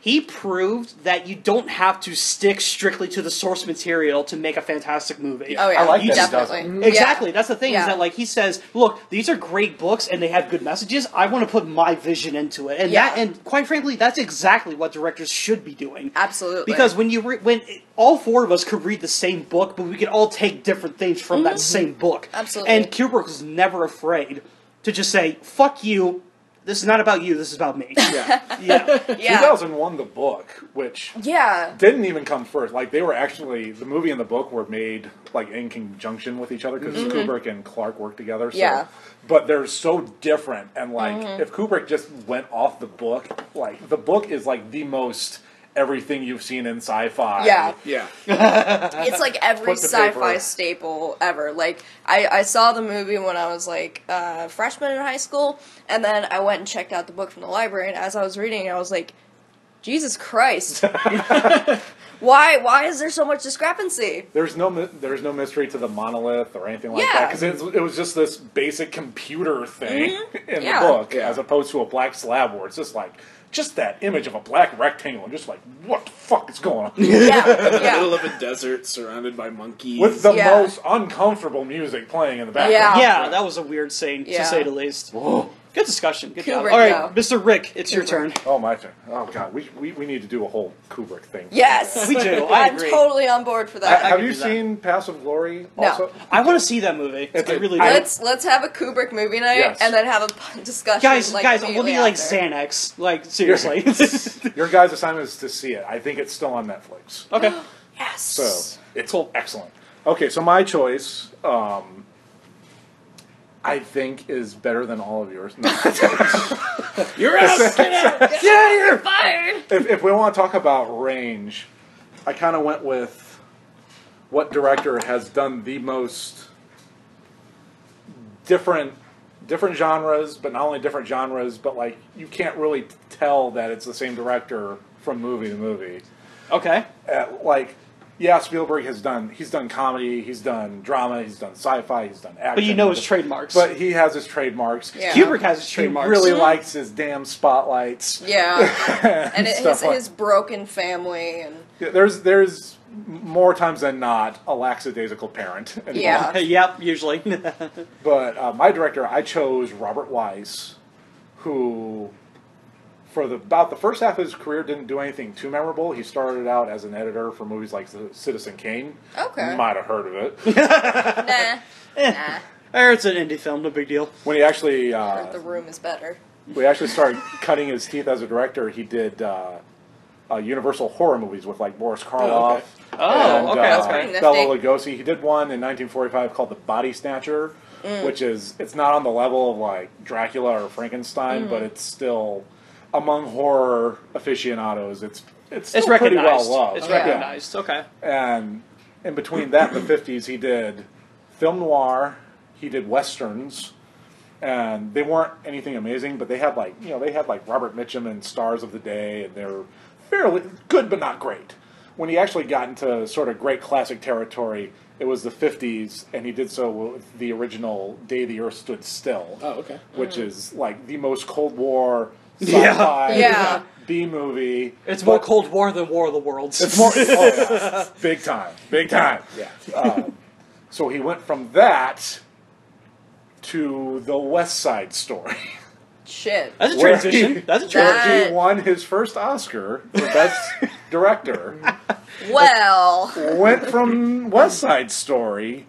[SPEAKER 3] he proved that you don't have to stick strictly to the source material to make a fantastic movie.
[SPEAKER 1] oh yeah.
[SPEAKER 2] I like
[SPEAKER 1] he
[SPEAKER 2] that he does
[SPEAKER 1] definitely.
[SPEAKER 2] it.
[SPEAKER 1] Yeah.
[SPEAKER 3] Exactly. That's the thing is
[SPEAKER 1] Yeah.
[SPEAKER 3] that like he says, look, these are great books and they have good messages. I want to put my vision into it, and
[SPEAKER 1] Yeah.
[SPEAKER 3] that and quite frankly, that's exactly what directors should be doing.
[SPEAKER 1] Absolutely.
[SPEAKER 3] Because when you re- when all four of us could read the same book, but we could all take different things from that same book.
[SPEAKER 1] Mm-hmm. Absolutely.
[SPEAKER 3] And Kubrick was never afraid to just say, "Fuck you. This is not about you. This is about me."
[SPEAKER 2] Yeah.
[SPEAKER 3] yeah.
[SPEAKER 1] yeah.
[SPEAKER 2] 2001, the book, which
[SPEAKER 1] Yeah.
[SPEAKER 2] didn't even come first. Like they were actually the movie and the book were made like in conjunction with each other because Kubrick and Clark worked together. So.
[SPEAKER 1] Mm-hmm. Yeah. Mm-hmm.
[SPEAKER 2] But they're so different, and like if Kubrick just went off the book, like the book is like the most everything you've seen in sci-fi.
[SPEAKER 1] Yeah.
[SPEAKER 4] Yeah.
[SPEAKER 1] it's like every
[SPEAKER 2] Put the paper
[SPEAKER 1] sci-fi
[SPEAKER 2] in.
[SPEAKER 1] staple ever. Like I, I saw the movie when I was like uh, freshman in high school, and then I went and checked out the book from the library. And as I was reading, it, I was like, Jesus Christ, why why is there so much discrepancy?
[SPEAKER 2] There's no mi- there's no mystery to the monolith or anything like
[SPEAKER 1] Yeah.
[SPEAKER 2] that because it, was just this basic computer thing in
[SPEAKER 1] Mm-hmm. Yeah.
[SPEAKER 2] the book
[SPEAKER 4] Yeah.
[SPEAKER 2] as opposed to a black slab where it's just like just that image of a black rectangle and just like what the fuck is going on.
[SPEAKER 1] Yeah,
[SPEAKER 4] Middle
[SPEAKER 1] yeah,
[SPEAKER 4] of a desert surrounded by monkeys.
[SPEAKER 2] with the
[SPEAKER 1] Yeah.
[SPEAKER 2] most uncomfortable music playing in the background.
[SPEAKER 3] Yeah, that was a weird scene
[SPEAKER 1] Yeah.
[SPEAKER 3] to say the least. Good discussion. Good job.
[SPEAKER 1] Kubrick,
[SPEAKER 3] All right,
[SPEAKER 1] though.
[SPEAKER 3] Mr. Rick, it's your
[SPEAKER 1] Kubrick.
[SPEAKER 3] turn.
[SPEAKER 2] Oh my turn. Oh god, we, we, we need to do a whole Kubrick thing.
[SPEAKER 1] yes.
[SPEAKER 3] We do. I
[SPEAKER 1] I'm
[SPEAKER 3] agree.
[SPEAKER 1] totally on board for
[SPEAKER 2] Ha-
[SPEAKER 1] that.
[SPEAKER 2] have
[SPEAKER 3] can
[SPEAKER 2] you
[SPEAKER 3] do that.
[SPEAKER 2] seen Passive Glory?
[SPEAKER 1] No.
[SPEAKER 2] Also,
[SPEAKER 3] I want to see that movie.
[SPEAKER 2] It's
[SPEAKER 3] I
[SPEAKER 2] a-
[SPEAKER 3] really do.
[SPEAKER 1] Let's let's have a Kubrick movie night
[SPEAKER 2] Yes.
[SPEAKER 1] and then have a p- discussion.
[SPEAKER 3] guys,
[SPEAKER 1] like,
[SPEAKER 3] guys, we'll be
[SPEAKER 1] immediately
[SPEAKER 3] like
[SPEAKER 1] after.
[SPEAKER 3] Xanax. Like seriously.
[SPEAKER 2] your guys' assignment is to see it. I think it's still on Netflix.
[SPEAKER 3] okay.
[SPEAKER 1] Yes.
[SPEAKER 2] So it's
[SPEAKER 3] Cool.
[SPEAKER 2] excellent. Okay, so my choice, um, I think, is better than all of yours. No.
[SPEAKER 4] You're out.
[SPEAKER 2] yeah,
[SPEAKER 1] Fired.
[SPEAKER 2] if, if we want to talk about range, I kind of went with what director has done the most different different genres, but not only different genres, but like you can't really tell that it's the same director from movie to movie.
[SPEAKER 3] Okay.
[SPEAKER 2] Uh, like, yeah, Spielberg has done he's done comedy, he's done drama, he's done sci-fi, he's done action.
[SPEAKER 3] But you know his trademarks.
[SPEAKER 2] But he has his trademarks.
[SPEAKER 1] Yeah. Mm-hmm.
[SPEAKER 3] Kubrick has his
[SPEAKER 2] He
[SPEAKER 3] trademarks.
[SPEAKER 2] really likes his damn spotlights.
[SPEAKER 1] Yeah. and it,
[SPEAKER 2] Stuff
[SPEAKER 1] his,
[SPEAKER 2] like-
[SPEAKER 1] his broken family and
[SPEAKER 2] Yeah, there's there's more times than not a lackadaisical parent. involved.
[SPEAKER 1] Yeah.
[SPEAKER 3] yep, usually.
[SPEAKER 2] But uh, my director, I chose Robert Wise, who for the about the first half of his career didn't do anything too memorable. He started out as an editor for movies like Citizen Kane.
[SPEAKER 1] Okay.
[SPEAKER 2] You might have heard of it.
[SPEAKER 1] nah, nah.
[SPEAKER 3] Or it's an indie film, no big deal.
[SPEAKER 2] when he actually
[SPEAKER 1] But the
[SPEAKER 2] uh,
[SPEAKER 1] room is better.
[SPEAKER 2] we actually started cutting his teeth as a director, he did uh, uh, Universal horror movies with like Boris Karloff.
[SPEAKER 4] Oh, okay.
[SPEAKER 3] Oh, okay, okay.
[SPEAKER 1] Nifty.
[SPEAKER 2] Bela uh, Lugosi. He did one in 1945 called The Body Snatcher, which is it's not on the level of like Dracula or Frankenstein, but it's still among horror aficionados. It's it's still
[SPEAKER 3] It's
[SPEAKER 2] pretty
[SPEAKER 3] recognized.
[SPEAKER 2] well loved.
[SPEAKER 3] it's
[SPEAKER 1] Yeah.
[SPEAKER 3] recognized. Okay.
[SPEAKER 2] And in between that, and the 50s, he did film noir. He did westerns. And they weren't anything amazing, but they had like you know they had like Robert Mitchum and Stars of the Day, and they were fairly good but not great. When he actually got into sort of great classic territory, it was the '50s, and he did so with the original Day the Earth Stood Still,
[SPEAKER 4] Oh, okay.
[SPEAKER 2] which is like the most Cold War
[SPEAKER 3] Yeah.
[SPEAKER 2] sci-fi
[SPEAKER 1] Yeah.
[SPEAKER 2] B movie.
[SPEAKER 3] It's
[SPEAKER 2] but-
[SPEAKER 3] more Cold War than War of the Worlds.
[SPEAKER 2] it's more. oh, yeah. Big time. Big time. Um,
[SPEAKER 4] Yeah.
[SPEAKER 2] So he went from that to the West Side Story.
[SPEAKER 1] Shit.
[SPEAKER 3] That's a
[SPEAKER 2] Where
[SPEAKER 3] transition.
[SPEAKER 2] he-
[SPEAKER 3] That's a
[SPEAKER 1] That-
[SPEAKER 3] transition.
[SPEAKER 2] He won his first Oscar for Best Director.
[SPEAKER 1] Well,
[SPEAKER 2] Went from West Side Story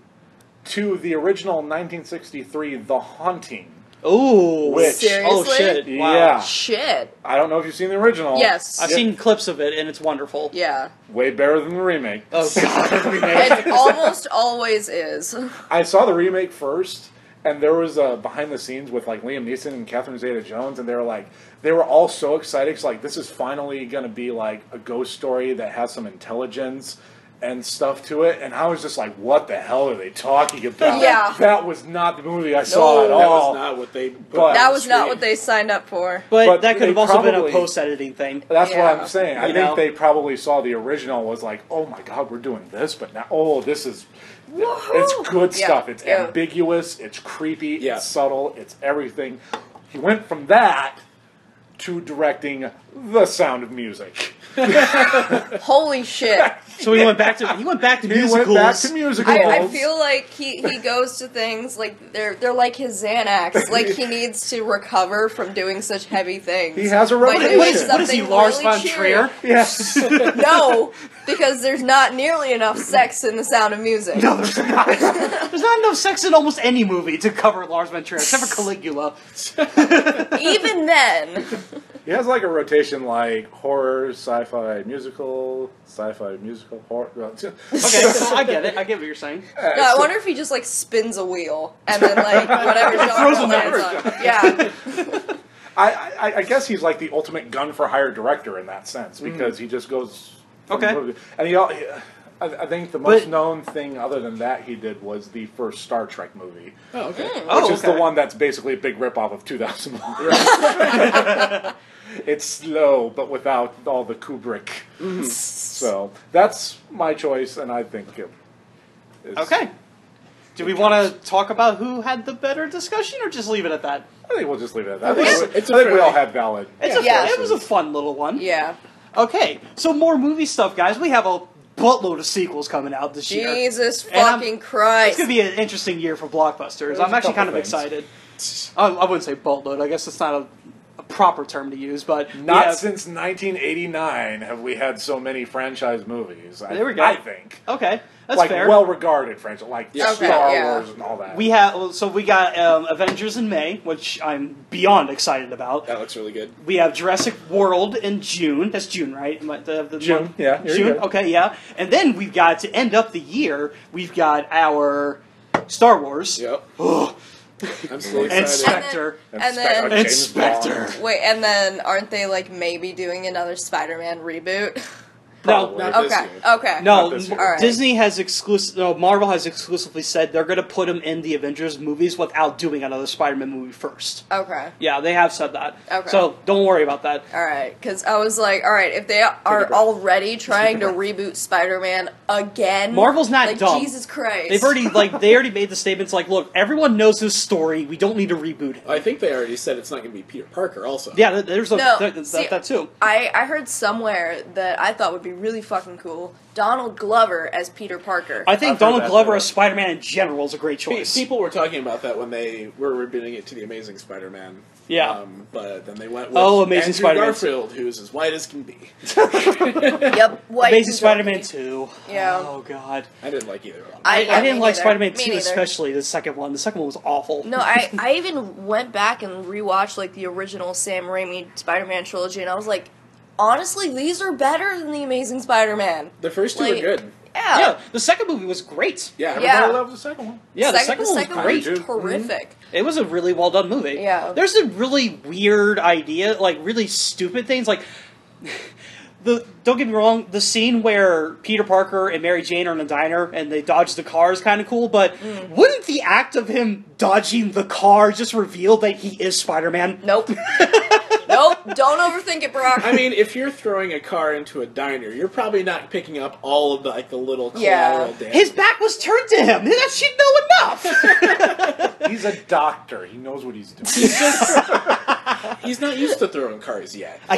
[SPEAKER 2] to the original 1963 The Haunting.
[SPEAKER 3] Ooh.
[SPEAKER 2] Which-
[SPEAKER 3] Oh
[SPEAKER 1] Seriously?
[SPEAKER 3] shit. Wow.
[SPEAKER 2] Yeah.
[SPEAKER 1] Shit.
[SPEAKER 2] I don't know if you've seen the original.
[SPEAKER 1] Yes.
[SPEAKER 3] I've
[SPEAKER 2] Yeah.
[SPEAKER 3] seen clips of it and it's wonderful.
[SPEAKER 1] Yeah.
[SPEAKER 2] Way better than the remake.
[SPEAKER 3] Oh god.
[SPEAKER 1] It almost always is.
[SPEAKER 2] I saw the remake first, and there was a behind the scenes with like Liam Neeson and Catherine Zeta Jones, and they were like, they were all so excited. 'cause, like, this is finally going to be like a ghost story that has some intelligence and stuff to it. And I was just like, what the hell are they talking about?
[SPEAKER 1] Yeah.
[SPEAKER 2] That was not the movie I saw at
[SPEAKER 4] that
[SPEAKER 2] all.
[SPEAKER 4] was not what they. Put
[SPEAKER 2] But-
[SPEAKER 4] on
[SPEAKER 1] That
[SPEAKER 4] the
[SPEAKER 1] was not
[SPEAKER 4] screen.
[SPEAKER 1] what they signed up for.
[SPEAKER 3] but,
[SPEAKER 2] But
[SPEAKER 3] that could
[SPEAKER 2] they
[SPEAKER 3] have also been a
[SPEAKER 2] probably-
[SPEAKER 3] post editing thing.
[SPEAKER 2] That's
[SPEAKER 1] Yeah.
[SPEAKER 2] what I'm saying. I
[SPEAKER 3] You
[SPEAKER 2] think
[SPEAKER 3] know?
[SPEAKER 2] they probably saw the original was like, oh my god, we're doing this, but now oh this is it's good
[SPEAKER 1] Yeah.
[SPEAKER 2] stuff. It's
[SPEAKER 1] Yeah.
[SPEAKER 2] ambiguous, it's creepy,
[SPEAKER 4] Yeah.
[SPEAKER 2] it's subtle, it's everything. He went from that to directing The Sound of Music.
[SPEAKER 1] Holy shit.
[SPEAKER 3] So he went back to he went back to
[SPEAKER 2] He
[SPEAKER 3] musicals.
[SPEAKER 2] went back to musicals.
[SPEAKER 1] I, I feel like he, he goes to things like they're they're like his Xanax. Like he needs to recover from doing such heavy things.
[SPEAKER 2] He has a
[SPEAKER 1] By doing
[SPEAKER 2] revelation.
[SPEAKER 3] what, is, what is he,
[SPEAKER 1] something
[SPEAKER 3] Lars
[SPEAKER 1] really
[SPEAKER 3] von Trier?
[SPEAKER 2] yes.
[SPEAKER 1] No, because there's not nearly enough sex in the sound of music.
[SPEAKER 3] No, there's not. there's not enough sex in almost any movie to cover Lars von Trier, except for Caligula.
[SPEAKER 1] Even then.
[SPEAKER 2] He has like a rotation like horror, sci-fi, musical, sci-fi, musical, horror.
[SPEAKER 3] Okay, so I get it. I get what you're saying.
[SPEAKER 1] No, I wonder if he just like spins a wheel and then like whatever
[SPEAKER 3] Throws
[SPEAKER 1] genre
[SPEAKER 3] a
[SPEAKER 1] it lands
[SPEAKER 3] number.
[SPEAKER 1] on. Yeah.
[SPEAKER 2] I, I, I guess he's like the ultimate gun for hire director in that sense because he just goes. from
[SPEAKER 3] Mm-hmm. Okay.
[SPEAKER 2] movie- And he, al- I, I think the most
[SPEAKER 3] But-
[SPEAKER 2] known thing other than that he did was the first Star Trek movie,
[SPEAKER 4] Oh, okay.
[SPEAKER 3] Oh,
[SPEAKER 2] which is the
[SPEAKER 3] okay.
[SPEAKER 2] one that's basically a big ripoff of 2001. it's slow, but without all the Kubrick.
[SPEAKER 3] Mm-hmm.
[SPEAKER 2] So that's my choice, and I think it is.
[SPEAKER 3] Okay. Do we want to talk about who had the better discussion, or just leave it at that?
[SPEAKER 2] I think we'll just leave it at that. I
[SPEAKER 4] It's-
[SPEAKER 2] think, we-
[SPEAKER 4] it's a
[SPEAKER 2] I think we
[SPEAKER 4] fairly-
[SPEAKER 2] all had valid.
[SPEAKER 3] It's a,
[SPEAKER 1] Yeah.
[SPEAKER 3] It was a fun little one.
[SPEAKER 1] Yeah.
[SPEAKER 3] Okay, so more movie stuff, guys. We have a buttload of sequels coming out this year.
[SPEAKER 1] Jesus
[SPEAKER 3] And I'm-
[SPEAKER 1] fucking
[SPEAKER 3] It's
[SPEAKER 1] Christ.
[SPEAKER 3] gonna be an interesting year for blockbusters.
[SPEAKER 2] There's
[SPEAKER 3] I'm
[SPEAKER 2] a
[SPEAKER 3] actually kind
[SPEAKER 2] couple
[SPEAKER 3] of
[SPEAKER 2] things.
[SPEAKER 3] excited. I, I wouldn't say buttload. I guess it's not a, a proper term to use, but we
[SPEAKER 2] Not
[SPEAKER 3] have-
[SPEAKER 2] since 1989 have we had so many franchise movies. I,
[SPEAKER 3] There we go.
[SPEAKER 2] I think
[SPEAKER 3] Okay, that's
[SPEAKER 2] like
[SPEAKER 3] fair.
[SPEAKER 2] well-regarded franchise, like
[SPEAKER 4] Yeah.
[SPEAKER 1] Okay,
[SPEAKER 2] Star
[SPEAKER 1] yeah.
[SPEAKER 2] Wars and all that.
[SPEAKER 3] we have well, so we got um, Avengers in May, which I'm beyond excited about.
[SPEAKER 4] That looks really good.
[SPEAKER 3] We have Jurassic World in June. That's June, right? Am I- the- the
[SPEAKER 2] June,
[SPEAKER 3] month?
[SPEAKER 2] yeah, you're
[SPEAKER 3] June.
[SPEAKER 2] good.
[SPEAKER 3] Okay, yeah. And then we've got to end up the year. We've got our Star Wars.
[SPEAKER 4] Yep.
[SPEAKER 3] Ugh.
[SPEAKER 4] I'm so
[SPEAKER 2] And
[SPEAKER 4] excited.
[SPEAKER 2] uh,
[SPEAKER 1] And
[SPEAKER 3] Spectre.
[SPEAKER 1] then, and then
[SPEAKER 2] James
[SPEAKER 3] Spectre.
[SPEAKER 2] Bond.
[SPEAKER 1] Wait, and then aren't they like maybe doing another Spider-Man reboot?
[SPEAKER 2] Probably.
[SPEAKER 4] No, no. This
[SPEAKER 1] okay,
[SPEAKER 4] year.
[SPEAKER 1] okay.
[SPEAKER 3] No,
[SPEAKER 2] Not this
[SPEAKER 3] m-
[SPEAKER 2] year.
[SPEAKER 1] Alright.
[SPEAKER 3] Disney has exclusive. No, Marvel has exclusively said they're going to put them in the Avengers movies without doing another Spider-Man movie first.
[SPEAKER 1] Okay.
[SPEAKER 3] Yeah, they have said that.
[SPEAKER 1] Okay.
[SPEAKER 3] So don't worry about that.
[SPEAKER 1] All right, because I was like, all right, if they are
[SPEAKER 2] breath.
[SPEAKER 1] already trying to reboot Spider-Man again,
[SPEAKER 3] Marvel's not
[SPEAKER 1] like,
[SPEAKER 3] dumb.
[SPEAKER 1] Jesus Christ,
[SPEAKER 3] They've already like they already made the statements like, look, everyone knows this story. We don't need to reboot it.
[SPEAKER 4] I think they already said it's not going to be Peter Parker. Also,
[SPEAKER 3] Yeah, th- there's a,
[SPEAKER 1] No,
[SPEAKER 3] th- th-
[SPEAKER 1] see-
[SPEAKER 3] that too.
[SPEAKER 1] I I heard somewhere that I thought would be really fucking cool. Donald Glover as Peter Parker.
[SPEAKER 3] I think
[SPEAKER 2] I've heard
[SPEAKER 3] Donald
[SPEAKER 2] that
[SPEAKER 3] Glover
[SPEAKER 2] too.
[SPEAKER 3] as Spider-Man in general is a great
[SPEAKER 4] Pe-
[SPEAKER 3] choice.
[SPEAKER 4] people were talking about that when they were rebooting it to the Amazing Spider-Man.
[SPEAKER 3] Yeah.
[SPEAKER 4] um, but then they went with
[SPEAKER 3] Oh, Amazing
[SPEAKER 4] Andrew
[SPEAKER 3] Spider-Man.
[SPEAKER 4] Garfield, who's as white as can be.
[SPEAKER 1] yep, white
[SPEAKER 3] Amazing
[SPEAKER 1] and
[SPEAKER 3] Spider-Man
[SPEAKER 1] dorky.
[SPEAKER 3] two.
[SPEAKER 1] Yeah.
[SPEAKER 3] Oh god.
[SPEAKER 4] I didn't like either one.
[SPEAKER 3] I,
[SPEAKER 1] yeah,
[SPEAKER 3] I didn't
[SPEAKER 1] me
[SPEAKER 3] like
[SPEAKER 1] neither.
[SPEAKER 3] Spider-Man
[SPEAKER 1] Me
[SPEAKER 3] two,
[SPEAKER 1] neither.
[SPEAKER 3] especially the second one. The second one was awful.
[SPEAKER 1] No, I, I even went back and rewatched like the original Sam Raimi Spider-Man trilogy, and I was like, honestly, these are better than the Amazing Spider-Man.
[SPEAKER 4] The first two
[SPEAKER 1] Like-
[SPEAKER 4] were good.
[SPEAKER 1] Yeah,
[SPEAKER 3] Yeah, the second movie was great.
[SPEAKER 4] Yeah,
[SPEAKER 1] Yeah.
[SPEAKER 2] Everybody loves the second one.
[SPEAKER 3] Yeah, the
[SPEAKER 1] second,
[SPEAKER 3] second, one was great.
[SPEAKER 2] great.
[SPEAKER 1] was horrific.
[SPEAKER 3] It was a really well done movie.
[SPEAKER 1] Yeah.
[SPEAKER 3] There's a really weird idea, like really stupid things, like the don't get me wrong, the scene where Peter Parker and Mary Jane are in a diner and they dodge the car is kind of cool, but
[SPEAKER 1] Mm.
[SPEAKER 3] wouldn't the act of him dodging the car just reveal that he is Spider-Man?
[SPEAKER 1] Nope. nope. Don't overthink it, Brock.
[SPEAKER 4] I mean, if you're throwing a car into a diner, you're probably not picking up all of the like the little
[SPEAKER 1] Yeah.
[SPEAKER 4] collateral damage.
[SPEAKER 3] His back was turned to him. That should know enough.
[SPEAKER 2] He's a doctor. He knows what he's doing.
[SPEAKER 4] He's not used to throwing cars yet.
[SPEAKER 3] I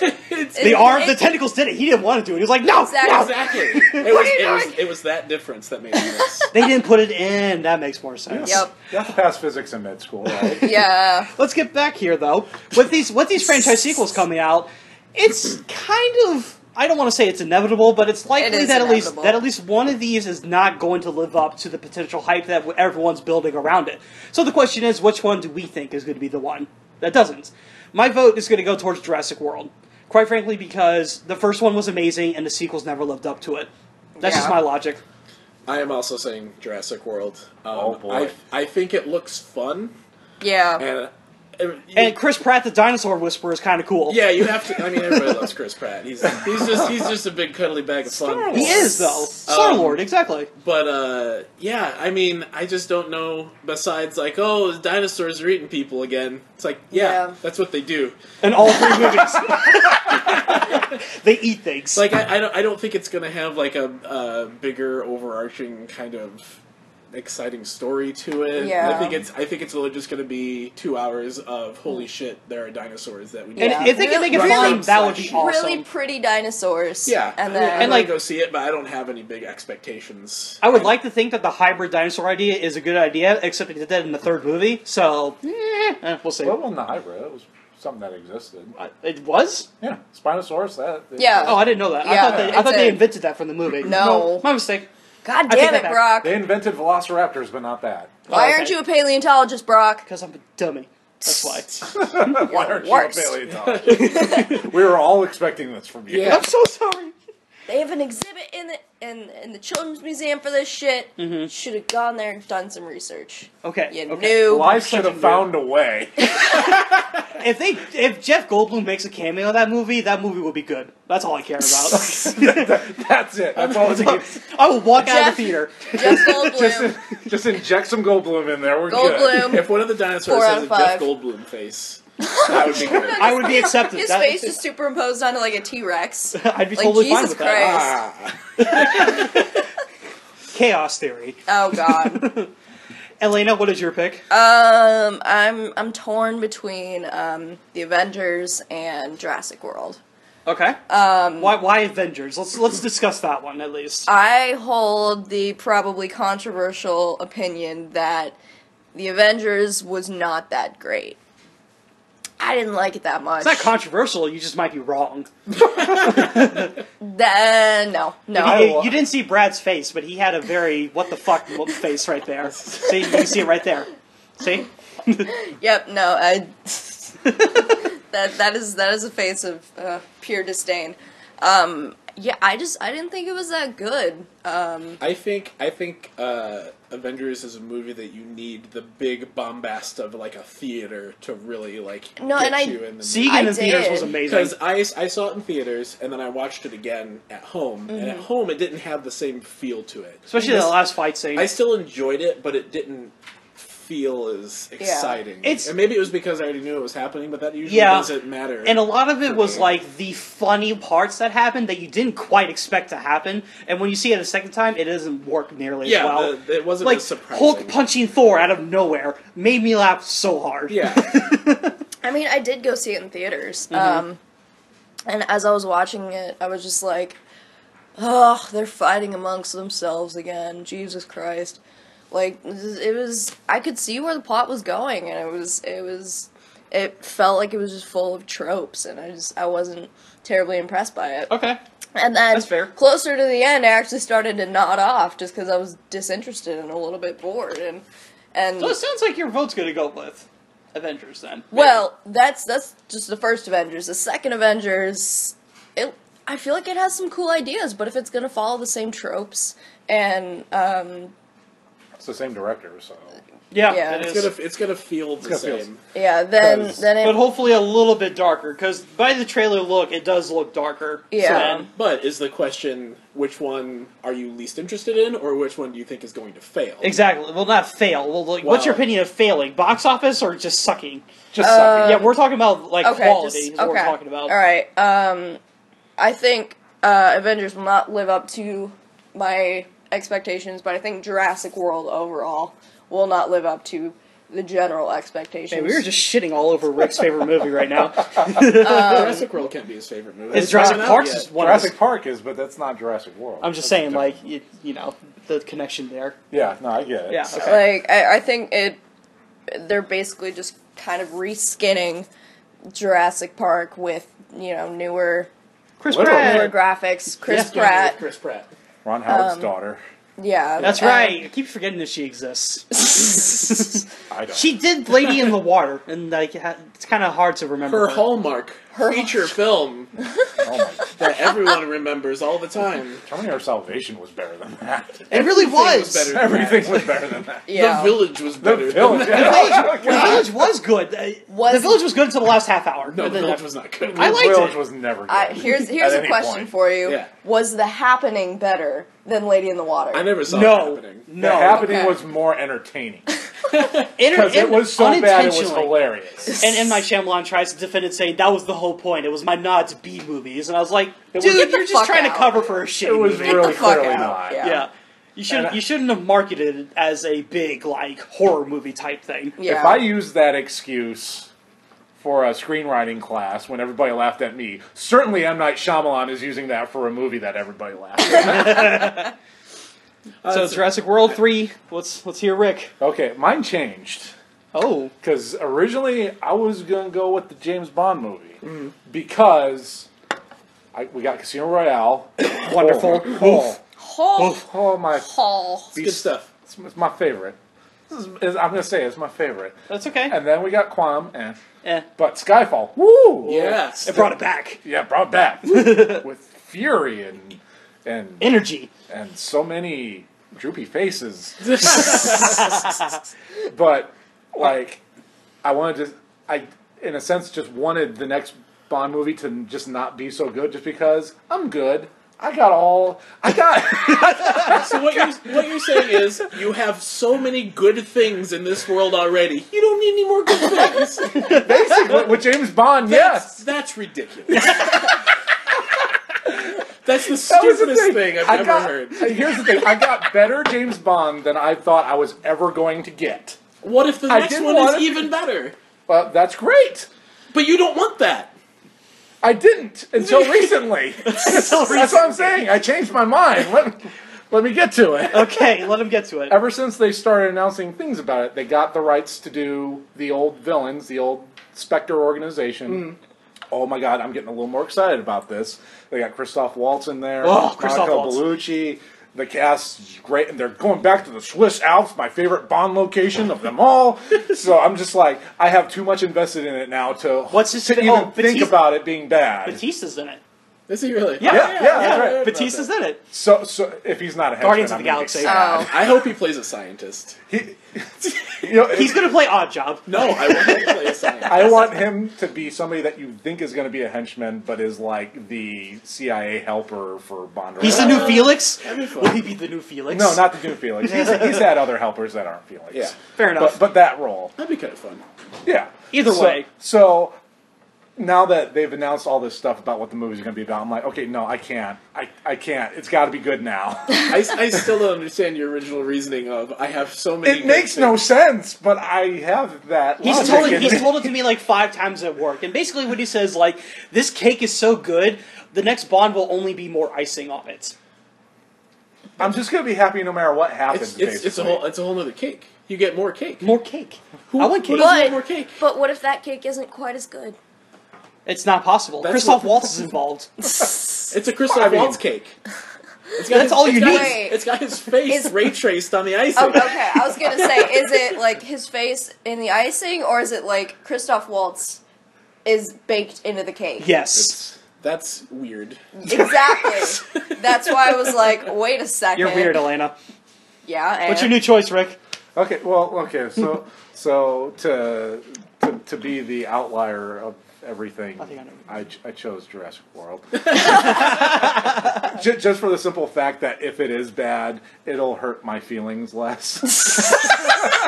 [SPEAKER 3] not.
[SPEAKER 1] It's-
[SPEAKER 3] The arm, the
[SPEAKER 1] it-
[SPEAKER 3] tentacles did it. He didn't want to do it. He was like, no,
[SPEAKER 1] Exactly.
[SPEAKER 3] no.
[SPEAKER 4] Exactly. It was, it, was, it was that difference that made it worse.
[SPEAKER 3] They didn't put it in. That makes more sense.
[SPEAKER 1] Yep.
[SPEAKER 2] you have to pass physics in med school, right?
[SPEAKER 1] Yeah.
[SPEAKER 3] Let's get back here though. With these with these franchise sequels coming out, it's kind of I don't want to say it's inevitable, but it's likely
[SPEAKER 1] is
[SPEAKER 3] that at least
[SPEAKER 1] inevitable.
[SPEAKER 3] that at least one of these is not going to live up to the potential hype that everyone's building around it. So the question is, which one do we think is going to be the one that doesn't? My vote is going to go towards Jurassic World, quite frankly, because the first one was amazing and the sequels never lived up to it. That's just
[SPEAKER 1] Yeah.
[SPEAKER 3] my logic.
[SPEAKER 4] I am also saying Jurassic World. Um,
[SPEAKER 2] Oh, boy.
[SPEAKER 4] I, I think it looks fun,
[SPEAKER 1] Yeah.
[SPEAKER 4] and, uh,
[SPEAKER 3] And Chris Pratt, the dinosaur whisperer, is kind of cool.
[SPEAKER 4] yeah, you have to. I mean, everybody loves Chris Pratt. He's he's just he's just a big cuddly bag of
[SPEAKER 2] Star
[SPEAKER 4] fun.
[SPEAKER 2] Wars.
[SPEAKER 3] he is though.
[SPEAKER 1] Um,
[SPEAKER 3] Star Lord, exactly.
[SPEAKER 4] But uh, yeah, I mean, I just don't know. Besides, like, oh, dinosaurs are eating people again. It's like, yeah,
[SPEAKER 1] Yeah.
[SPEAKER 4] that's what they do.
[SPEAKER 3] In all three movies, they eat things.
[SPEAKER 4] Like, I, I don't, I don't think it's gonna have like a, a bigger, overarching kind of exciting story to it.
[SPEAKER 1] Yeah.
[SPEAKER 4] I think it's, I think it's really just gonna be two hours of holy shit, there are dinosaurs that we.
[SPEAKER 3] and
[SPEAKER 1] Yeah.
[SPEAKER 3] if they can make it
[SPEAKER 4] Really-
[SPEAKER 3] fun, that would be
[SPEAKER 4] really
[SPEAKER 3] awesome.
[SPEAKER 1] Really pretty dinosaurs.
[SPEAKER 4] Yeah,
[SPEAKER 1] And
[SPEAKER 4] I mean,
[SPEAKER 1] then
[SPEAKER 4] I'm
[SPEAKER 3] And,
[SPEAKER 4] like,
[SPEAKER 3] like-
[SPEAKER 4] go see it, but I don't have any big expectations.
[SPEAKER 3] I would like to think that the hybrid dinosaur idea is a good idea, except they did that in the third movie, so eh, eh, we'll see.
[SPEAKER 2] Well, well, not hybrid. It was something that existed.
[SPEAKER 3] Uh, It was?
[SPEAKER 2] Yeah, Spinosaurus. That. it-
[SPEAKER 1] Yeah.
[SPEAKER 3] Oh, I didn't know that. I
[SPEAKER 1] Yeah,
[SPEAKER 3] thought they, I
[SPEAKER 1] it's
[SPEAKER 3] thought they
[SPEAKER 1] a-
[SPEAKER 3] invented that from the movie.
[SPEAKER 1] No.
[SPEAKER 3] my mistake.
[SPEAKER 1] God
[SPEAKER 3] I take
[SPEAKER 1] damn
[SPEAKER 3] that
[SPEAKER 1] it,
[SPEAKER 3] back.
[SPEAKER 1] Brock.
[SPEAKER 2] They invented velociraptors, but not that.
[SPEAKER 1] Why
[SPEAKER 3] Oh,
[SPEAKER 1] aren't
[SPEAKER 3] okay.
[SPEAKER 1] you a paleontologist, Brock?
[SPEAKER 3] Because I'm a dummy. That's why.
[SPEAKER 2] Why aren't
[SPEAKER 1] worse.
[SPEAKER 2] you a paleontologist? we were all expecting this from you.
[SPEAKER 4] Yeah.
[SPEAKER 3] I'm so sorry.
[SPEAKER 1] They have an exhibit in the in, in the children's museum for this shit. Should have gone there and done some research.
[SPEAKER 3] Okay.
[SPEAKER 1] You
[SPEAKER 3] okay.
[SPEAKER 1] knew.
[SPEAKER 2] Life should have found a way.
[SPEAKER 3] If they, if Jeff Goldblum makes a cameo in that movie, that movie will be good. That's all I care about.
[SPEAKER 2] That's it. That's all it takes.
[SPEAKER 3] I will walk out
[SPEAKER 1] Jeff-
[SPEAKER 3] of the theater.
[SPEAKER 1] Jeff Goldblum.
[SPEAKER 2] Just, just inject some Goldblum in there. We're good.
[SPEAKER 1] Goldblum.
[SPEAKER 4] If one of the dinosaurs
[SPEAKER 1] Four out
[SPEAKER 4] has a
[SPEAKER 1] of
[SPEAKER 4] Jeff
[SPEAKER 1] five.
[SPEAKER 4] Goldblum face, that would be great.
[SPEAKER 3] I would be accepted.
[SPEAKER 1] His
[SPEAKER 3] That-
[SPEAKER 1] face is superimposed onto like a T Rex.
[SPEAKER 3] I'd be
[SPEAKER 1] Like,
[SPEAKER 3] totally fine
[SPEAKER 1] Jesus
[SPEAKER 3] with
[SPEAKER 1] Christ.
[SPEAKER 3] that. Uh,
[SPEAKER 4] Ah.
[SPEAKER 3] Chaos theory.
[SPEAKER 1] Oh God.
[SPEAKER 3] Elena, what is your pick?
[SPEAKER 1] um, I'm I'm torn between um the Avengers and Jurassic World.
[SPEAKER 3] Okay. Um, why, why Avengers? Let's let's discuss that one at least.
[SPEAKER 1] I hold the probably controversial opinion that the Avengers was not that great. I didn't like it that much.
[SPEAKER 3] It's not controversial. You just might be wrong.
[SPEAKER 1] Th- uh, no, no.
[SPEAKER 2] I-
[SPEAKER 3] You, you didn't see Brad's face, but he had a very what the fuck mo- face right there. See, you can see it right there. See,
[SPEAKER 1] Yep, no, I. that that is that is a face of uh, pure disdain. Um, yeah, I just I didn't think it was that good. Um,
[SPEAKER 4] I think I think uh, Avengers is a movie that you need the big bombast of like a theater to really like
[SPEAKER 1] No,
[SPEAKER 4] get
[SPEAKER 1] and I-
[SPEAKER 4] you in the
[SPEAKER 3] seeing
[SPEAKER 1] I
[SPEAKER 3] it in theaters
[SPEAKER 1] did.
[SPEAKER 3] was amazing.
[SPEAKER 4] Because I, I saw it in theaters and then I watched it again at home, and
[SPEAKER 1] Mm-hmm.
[SPEAKER 4] at home it didn't have the same feel to it.
[SPEAKER 3] Especially the last fight scene.
[SPEAKER 4] I still enjoyed it, but it didn't feel as exciting.
[SPEAKER 3] It's-
[SPEAKER 4] and maybe it was because I already knew it was happening, but that usually
[SPEAKER 3] Yeah.
[SPEAKER 4] doesn't matter.
[SPEAKER 3] and a lot of it was
[SPEAKER 4] me.
[SPEAKER 3] like the funny parts that happened that you didn't quite expect to happen. And when you see it a second time, it doesn't work nearly
[SPEAKER 4] yeah,
[SPEAKER 3] as well.
[SPEAKER 4] the- it wasn't
[SPEAKER 3] like
[SPEAKER 4] as surprising.
[SPEAKER 3] Hulk punching Thor out of nowhere made me laugh so hard.
[SPEAKER 4] Yeah,
[SPEAKER 1] I mean, I did go see it in theaters.
[SPEAKER 3] Mm-hmm.
[SPEAKER 1] Um, and as I was watching it, I was just like, "Oh, they're fighting amongst themselves again." Jesus Christ! Like this is- it was, I could see where the plot was going, and it was, it was, it felt like it was just full of tropes, and I just, I wasn't terribly impressed by it.
[SPEAKER 3] Okay.
[SPEAKER 1] And then
[SPEAKER 3] That's fair.
[SPEAKER 1] closer to the end, I actually started to nod off just because I was disinterested and a little bit bored. And and
[SPEAKER 3] So it sounds like your vote's going to go with Avengers then.
[SPEAKER 1] well, that's that's just the first Avengers. The second Avengers, it I feel like it has some cool ideas, but if it's gonna follow the same tropes and um,
[SPEAKER 2] It's the same director, so.
[SPEAKER 3] Yeah,
[SPEAKER 1] Yeah.
[SPEAKER 3] it
[SPEAKER 4] it's
[SPEAKER 3] is.
[SPEAKER 4] gonna it's gonna feel the
[SPEAKER 2] gonna feel-
[SPEAKER 4] same.
[SPEAKER 1] yeah, then
[SPEAKER 2] 'Cause-
[SPEAKER 1] then it
[SPEAKER 3] but hopefully a little bit darker because by the trailer look, it does look darker.
[SPEAKER 1] Yeah.
[SPEAKER 3] than-
[SPEAKER 4] But is the question which one are you least interested in, or which one do you think is going to fail?
[SPEAKER 3] exactly. Well, not fail. Well, like, what's
[SPEAKER 4] Wow.
[SPEAKER 3] your opinion of failing? Box office or just sucking?
[SPEAKER 2] Just
[SPEAKER 3] yeah, we're talking about like
[SPEAKER 1] Uh, okay,
[SPEAKER 3] quality.
[SPEAKER 1] just-
[SPEAKER 3] is what
[SPEAKER 1] okay.
[SPEAKER 3] we're talking about.
[SPEAKER 1] All right, um, I think uh, Avengers will not live up to my expectations, but I think Jurassic World overall will not live up to the general expectations.
[SPEAKER 3] Man, we were just shitting all over Rick's favorite movie right now.
[SPEAKER 1] Uh,
[SPEAKER 4] Jurassic World can't be his favorite movie.
[SPEAKER 3] It's Jurassic
[SPEAKER 4] not out
[SPEAKER 3] Park's
[SPEAKER 4] yet.
[SPEAKER 3] um, is one.
[SPEAKER 2] Jurassic
[SPEAKER 3] of
[SPEAKER 2] Park is, but that's not Jurassic World.
[SPEAKER 3] I'm just
[SPEAKER 2] That's
[SPEAKER 3] saying,
[SPEAKER 2] different.
[SPEAKER 3] like you, you know, the connection there.
[SPEAKER 2] Yeah, no, I get it.
[SPEAKER 3] Yeah. Okay.
[SPEAKER 1] like I, I think it they're basically just kind of reskinning Jurassic Park with you know newer
[SPEAKER 3] Chris
[SPEAKER 2] Literally.
[SPEAKER 3] Pratt.
[SPEAKER 1] Better graphics, Chris
[SPEAKER 4] Yes, Gandhi with
[SPEAKER 1] Pratt.
[SPEAKER 4] Chris Pratt.
[SPEAKER 2] Ron
[SPEAKER 1] Um,
[SPEAKER 2] Howard's daughter.
[SPEAKER 1] Yeah,
[SPEAKER 3] That's
[SPEAKER 1] um,
[SPEAKER 3] right. I keep forgetting that she exists.
[SPEAKER 2] I don't.
[SPEAKER 3] She did Lady in the Water, and like ha- it's kind of hard to remember.
[SPEAKER 4] Her hallmark feature film
[SPEAKER 2] oh my.
[SPEAKER 4] that everyone remembers all the time.
[SPEAKER 2] Terminator Salvation was better than that.
[SPEAKER 3] it really
[SPEAKER 4] Everything
[SPEAKER 3] was.
[SPEAKER 4] better than
[SPEAKER 2] Everything was better than that.
[SPEAKER 4] that.
[SPEAKER 1] Yeah,
[SPEAKER 4] The Village was
[SPEAKER 2] The
[SPEAKER 4] better. than
[SPEAKER 2] village.
[SPEAKER 4] that.
[SPEAKER 2] Yeah.
[SPEAKER 3] The Village was good. Uh,
[SPEAKER 1] Was-
[SPEAKER 3] the Village was good until the last half hour.
[SPEAKER 4] No,
[SPEAKER 3] And
[SPEAKER 4] The
[SPEAKER 3] then-
[SPEAKER 4] Village was not good.
[SPEAKER 3] I liked
[SPEAKER 2] The village
[SPEAKER 3] it.
[SPEAKER 2] was never. Good
[SPEAKER 1] I, here's here's
[SPEAKER 2] at
[SPEAKER 1] a
[SPEAKER 2] any
[SPEAKER 1] question
[SPEAKER 2] point.
[SPEAKER 1] for you.
[SPEAKER 4] Yeah.
[SPEAKER 1] Was The Happening better than Lady in the Water?
[SPEAKER 4] I never saw that
[SPEAKER 3] no,
[SPEAKER 4] happening.
[SPEAKER 2] The
[SPEAKER 3] no.
[SPEAKER 2] happening
[SPEAKER 1] Okay.
[SPEAKER 2] was more entertaining
[SPEAKER 3] Inter-
[SPEAKER 2] because it
[SPEAKER 3] in-
[SPEAKER 2] was so bad it was
[SPEAKER 3] unintentionally.
[SPEAKER 2] hilarious.
[SPEAKER 3] And M. Night Shyamalan tries to defend it, saying that was the whole point. It was my nod to B movies, and I was like, dude,
[SPEAKER 2] was-
[SPEAKER 3] you're
[SPEAKER 1] Get the
[SPEAKER 3] just
[SPEAKER 1] fuck
[SPEAKER 3] trying to
[SPEAKER 1] out.
[SPEAKER 3] cover for a shitty
[SPEAKER 2] It was
[SPEAKER 3] movie.
[SPEAKER 1] the
[SPEAKER 2] really
[SPEAKER 1] fuck
[SPEAKER 2] clearly
[SPEAKER 1] out.
[SPEAKER 2] not.
[SPEAKER 1] Yeah.
[SPEAKER 3] yeah. You
[SPEAKER 2] And
[SPEAKER 3] shouldn't.
[SPEAKER 2] I-
[SPEAKER 3] You shouldn't have marketed it as a big like horror movie type thing.
[SPEAKER 1] Yeah.
[SPEAKER 2] If I used that excuse for a screenwriting class when everybody laughed at me, certainly M Night Shyamalan is using that for a movie that everybody laughed at.
[SPEAKER 3] so Jurassic World three. Let's let's hear Rick.
[SPEAKER 2] okay, mine changed.
[SPEAKER 3] Oh,
[SPEAKER 2] Because originally I was gonna go with the James Bond movie
[SPEAKER 3] Mm.
[SPEAKER 2] because I, we got Casino Royale,
[SPEAKER 3] Wonderful.
[SPEAKER 2] Oh,
[SPEAKER 1] Hall.
[SPEAKER 2] oh, oh, my,
[SPEAKER 1] Hall.
[SPEAKER 4] It's good stuff.
[SPEAKER 2] it's, it's my favorite. This is, is- I'm gonna say it's my favorite.
[SPEAKER 3] that's okay.
[SPEAKER 2] And then we got Quam, and
[SPEAKER 3] Eh.
[SPEAKER 2] but Skyfall, woo,
[SPEAKER 4] Yes.
[SPEAKER 3] It brought it back.
[SPEAKER 2] yeah, brought it back with fury and and
[SPEAKER 3] Energy.
[SPEAKER 2] and so many droopy faces. but like, I wanted to, I in a sense just wanted the next Bond movie to just not be so good, just because I'm good. I got all I got.
[SPEAKER 4] So what you're, what you're saying is you have so many good things in this world already. You don't need any more good things.
[SPEAKER 2] basically, with James Bond,
[SPEAKER 4] That's,
[SPEAKER 2] yes.
[SPEAKER 4] that's ridiculous. that's the
[SPEAKER 2] That was the
[SPEAKER 4] stupidest thing. I've
[SPEAKER 2] I
[SPEAKER 4] ever
[SPEAKER 2] got- uh,
[SPEAKER 4] heard.
[SPEAKER 2] Here's the thing: I got better James Bond than I thought I was ever going to get.
[SPEAKER 4] What if the
[SPEAKER 2] I
[SPEAKER 4] next
[SPEAKER 2] didn't
[SPEAKER 4] one is
[SPEAKER 2] want it.
[SPEAKER 4] even better?
[SPEAKER 2] Well, that's great.
[SPEAKER 4] But you don't want that.
[SPEAKER 2] I didn't until recently. That's what I'm saying. I changed my mind. Let, let me get to it.
[SPEAKER 3] Okay, let him get to it.
[SPEAKER 2] Ever since they started announcing things about it, they got the rights to do the old villains, the old Spectre
[SPEAKER 3] Mm.
[SPEAKER 2] organization. Oh my God, I'm getting a little more excited about this. They got Christoph Waltz in there,
[SPEAKER 3] Oh, Christoph
[SPEAKER 2] Monica
[SPEAKER 3] Waltz.
[SPEAKER 2] Bellucci. The cast is great, and they're going back to the Swiss Alps, my favorite Bond location of them all. so I'm just like, I have too much invested in it now to
[SPEAKER 3] What's his-
[SPEAKER 2] to even
[SPEAKER 3] oh,
[SPEAKER 2] think
[SPEAKER 3] Batiste-
[SPEAKER 2] about it being bad.
[SPEAKER 3] Batista's in it.
[SPEAKER 4] Is he really?
[SPEAKER 2] Yeah, yeah, that's right.
[SPEAKER 3] Batista's in it.
[SPEAKER 2] So, so if he's not a henchman,
[SPEAKER 3] Guardians of
[SPEAKER 2] I'm
[SPEAKER 3] the
[SPEAKER 2] gonna be
[SPEAKER 3] Galaxy.
[SPEAKER 2] sad.
[SPEAKER 1] Oh.
[SPEAKER 4] I hope he plays a scientist.
[SPEAKER 2] You know,
[SPEAKER 3] He's gonna play Odd Job.
[SPEAKER 4] No, I want him to play a scientist.
[SPEAKER 2] I want him to be somebody that you think is going to be a henchman, but is like the CIA helper for Bond. or
[SPEAKER 3] He's the
[SPEAKER 2] whatever.
[SPEAKER 3] new Felix.
[SPEAKER 4] That'd be fun.
[SPEAKER 3] Will he be the new Felix?
[SPEAKER 2] No, not the new Felix. He's, he's had other helpers that aren't Felix.
[SPEAKER 4] Yeah.
[SPEAKER 3] Fair enough.
[SPEAKER 2] But, but that role,
[SPEAKER 4] That'd be kind of fun.
[SPEAKER 2] yeah.
[SPEAKER 3] Either
[SPEAKER 2] So-
[SPEAKER 3] way.
[SPEAKER 2] so now that they've announced all this stuff about what the movie's going to be about, I'm like, okay, no, I can't. I, I can't. It's got to be good now.
[SPEAKER 4] I, I still don't understand your original reasoning of I have so many.
[SPEAKER 2] it makes no sense, but I have that.
[SPEAKER 3] He's
[SPEAKER 2] logic
[SPEAKER 3] told,
[SPEAKER 2] in
[SPEAKER 3] it, he's
[SPEAKER 2] me.
[SPEAKER 3] told it to me like five times at work. And basically, what he says, like, this cake is so good, the next Bond will only be more icing on it.
[SPEAKER 2] I'm just going to be happy no matter what happens.
[SPEAKER 4] It's, it's, it's a
[SPEAKER 2] basically.
[SPEAKER 4] whole it's a whole other cake. You get more cake.
[SPEAKER 3] More cake.
[SPEAKER 4] Who-
[SPEAKER 3] I want
[SPEAKER 4] who
[SPEAKER 3] cake.
[SPEAKER 4] doesn't
[SPEAKER 1] But-
[SPEAKER 4] want more cake?
[SPEAKER 1] But what if that cake isn't quite as good?
[SPEAKER 3] It's not possible.
[SPEAKER 4] That's
[SPEAKER 3] Christoph
[SPEAKER 4] what-
[SPEAKER 3] Waltz is involved.
[SPEAKER 4] It's a Christoph
[SPEAKER 2] I mean-
[SPEAKER 4] Waltz cake. It's
[SPEAKER 3] That's all you
[SPEAKER 4] it's got
[SPEAKER 3] need.
[SPEAKER 4] his- it's got his face
[SPEAKER 1] Is-
[SPEAKER 4] ray traced on the
[SPEAKER 1] Oh,
[SPEAKER 4] icing.
[SPEAKER 1] okay, I was gonna say, is it like his face in the icing, or is it like Christoph Waltz is baked into the cake?
[SPEAKER 3] Yes.
[SPEAKER 4] That's weird.
[SPEAKER 1] Exactly. That's why I was like, wait a 2nd
[SPEAKER 3] You're weird, Elena.
[SPEAKER 1] Yeah. And
[SPEAKER 3] What's your new choice, Rick?
[SPEAKER 2] Okay, well, okay, so so to, to to be the outlier of everything,
[SPEAKER 3] I think I know.
[SPEAKER 2] I, ch- I chose Jurassic World. Ju- just for the simple fact that if it is bad, it'll hurt my feelings less.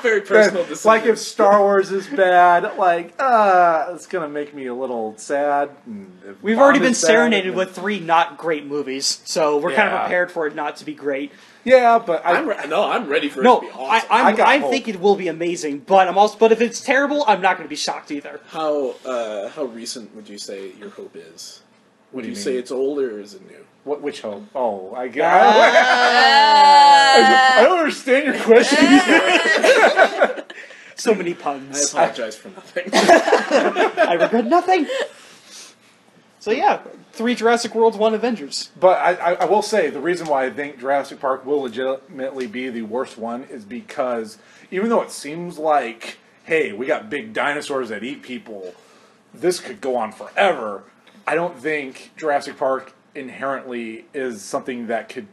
[SPEAKER 4] Very personal decision.
[SPEAKER 2] like if Star Wars is bad, like uh, it's gonna make me a little sad. and if
[SPEAKER 3] We've
[SPEAKER 2] Bond
[SPEAKER 3] already been
[SPEAKER 2] is bad,
[SPEAKER 3] serenaded
[SPEAKER 2] and-
[SPEAKER 3] with three not great movies, so we're kind of
[SPEAKER 2] Yeah.
[SPEAKER 3] prepared for it not to be great.
[SPEAKER 2] yeah, but I
[SPEAKER 4] I'm re- no, I'm ready for it
[SPEAKER 3] No,
[SPEAKER 4] to be
[SPEAKER 3] I,
[SPEAKER 4] awesome.
[SPEAKER 2] I
[SPEAKER 3] I'm,
[SPEAKER 2] got
[SPEAKER 3] I,
[SPEAKER 2] hope.
[SPEAKER 3] think it will be amazing, but I'm also, but if it's terrible, I'm not going to be shocked either.
[SPEAKER 4] how uh, how recent would you say your hope is? Would
[SPEAKER 2] do
[SPEAKER 4] you,
[SPEAKER 2] you
[SPEAKER 4] say
[SPEAKER 2] mean?
[SPEAKER 4] it's older or is it new?
[SPEAKER 2] Wh- which hope? Oh, I got.
[SPEAKER 3] Ah.
[SPEAKER 1] uh,
[SPEAKER 2] I don't understand your question.
[SPEAKER 3] So many
[SPEAKER 4] I
[SPEAKER 3] puns.
[SPEAKER 4] apologize for nothing.
[SPEAKER 3] I regret nothing. So yeah, three Jurassic Worlds, one Avengers.
[SPEAKER 2] But I, I, I will say the reason why I think Jurassic Park will legitimately be the worst one is because even though it seems like, hey, we got big dinosaurs that eat people, this could go on forever. I don't think Jurassic Park inherently is something that could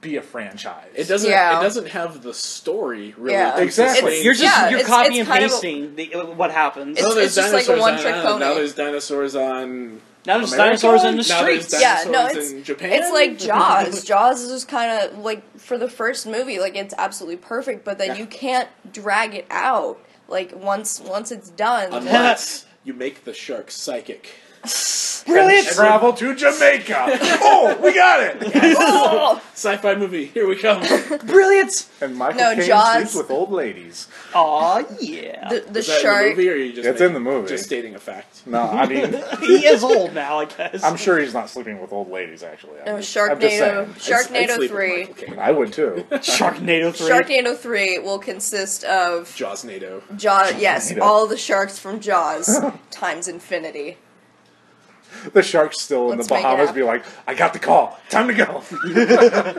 [SPEAKER 2] be a franchise.
[SPEAKER 4] It doesn't.
[SPEAKER 1] Yeah.
[SPEAKER 4] It doesn't have the story really.
[SPEAKER 1] Yeah.
[SPEAKER 2] Exactly.
[SPEAKER 4] consistently.
[SPEAKER 3] You're just
[SPEAKER 1] Yeah,
[SPEAKER 3] you're
[SPEAKER 1] it's-
[SPEAKER 3] copying
[SPEAKER 1] it's
[SPEAKER 3] and
[SPEAKER 1] kind of a-
[SPEAKER 3] pasting the, what happens.
[SPEAKER 1] It's-
[SPEAKER 4] Oh, there's
[SPEAKER 1] just like a
[SPEAKER 4] dinosaurs on
[SPEAKER 1] one-trick
[SPEAKER 4] Island. Now
[SPEAKER 1] pony.
[SPEAKER 4] there's dinosaurs on.
[SPEAKER 3] now there's
[SPEAKER 4] America?
[SPEAKER 3] dinosaurs in the
[SPEAKER 4] Now there's
[SPEAKER 3] streets.
[SPEAKER 4] dinosaurs
[SPEAKER 1] yeah, no,
[SPEAKER 4] in
[SPEAKER 1] it's
[SPEAKER 4] Japan?
[SPEAKER 1] it's like Jaws. Jaws is just kind of like for the first movie, like it's absolutely perfect, but then
[SPEAKER 4] Yeah.
[SPEAKER 1] you can't drag it out. Like once once it's done, then-
[SPEAKER 4] Unless you make the shark psychic.
[SPEAKER 3] Brilliant.
[SPEAKER 2] Travel to Jamaica. oh, we got it.
[SPEAKER 1] Oh!
[SPEAKER 4] Sci-fi movie. Here we come.
[SPEAKER 3] Brilliant.
[SPEAKER 2] And Michael
[SPEAKER 1] No,
[SPEAKER 2] Caine
[SPEAKER 1] Jaws.
[SPEAKER 2] sleeps with old ladies.
[SPEAKER 3] Aw, yeah.
[SPEAKER 1] the the
[SPEAKER 4] Is that in the
[SPEAKER 1] shark.
[SPEAKER 4] movie, or are you just
[SPEAKER 2] It's
[SPEAKER 4] making-
[SPEAKER 2] in the movie.
[SPEAKER 4] Just stating a fact.
[SPEAKER 2] No, I mean,
[SPEAKER 3] he is old now, I guess.
[SPEAKER 2] I'm sure he's not sleeping with old ladies. Actually, I'm
[SPEAKER 1] No,
[SPEAKER 2] just- I'm just
[SPEAKER 1] Sharknado.
[SPEAKER 4] I'd-
[SPEAKER 2] saying.
[SPEAKER 4] I'd sleep
[SPEAKER 1] Sharknado
[SPEAKER 4] with
[SPEAKER 1] three.
[SPEAKER 4] Michael Caine.
[SPEAKER 2] I would too.
[SPEAKER 3] Sharknado three.
[SPEAKER 1] Sharknado three will consist of
[SPEAKER 4] Jaws NATO.
[SPEAKER 1] Jaws. Yes,
[SPEAKER 2] Sharknado.
[SPEAKER 1] all the sharks from Jaws times infinity.
[SPEAKER 2] The shark's still in
[SPEAKER 1] Let's
[SPEAKER 2] the
[SPEAKER 1] make it
[SPEAKER 2] Bahamas.
[SPEAKER 1] up.
[SPEAKER 2] Be like, I got the call. Time to go.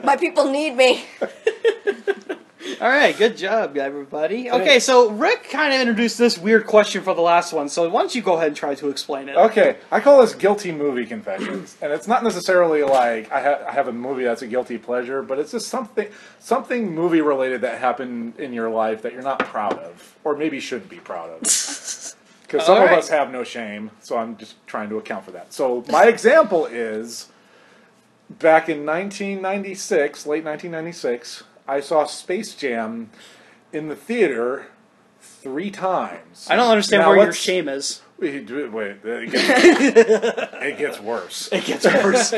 [SPEAKER 1] My people need me.
[SPEAKER 3] All right, good job, everybody. Okay, so Rick kind of introduced this weird question for the last one, so why don't you go ahead and try to explain it?
[SPEAKER 2] okay, I call this guilty movie confessions, and it's not necessarily like I, ha- I have a movie that's a guilty pleasure, but it's just something something movie related that happened in your life that you're not proud of, or maybe should be proud of. Because some
[SPEAKER 3] Alright.
[SPEAKER 2] of us have no shame, so I'm just trying to account for that. So my example is back in 1996, late 1996, I saw Space Jam in the theater three times.
[SPEAKER 3] I don't understand
[SPEAKER 2] Now
[SPEAKER 3] where your
[SPEAKER 2] let's-
[SPEAKER 3] shame is.
[SPEAKER 2] Wait, do it- wait, it gets, it gets worse.
[SPEAKER 3] It gets worse.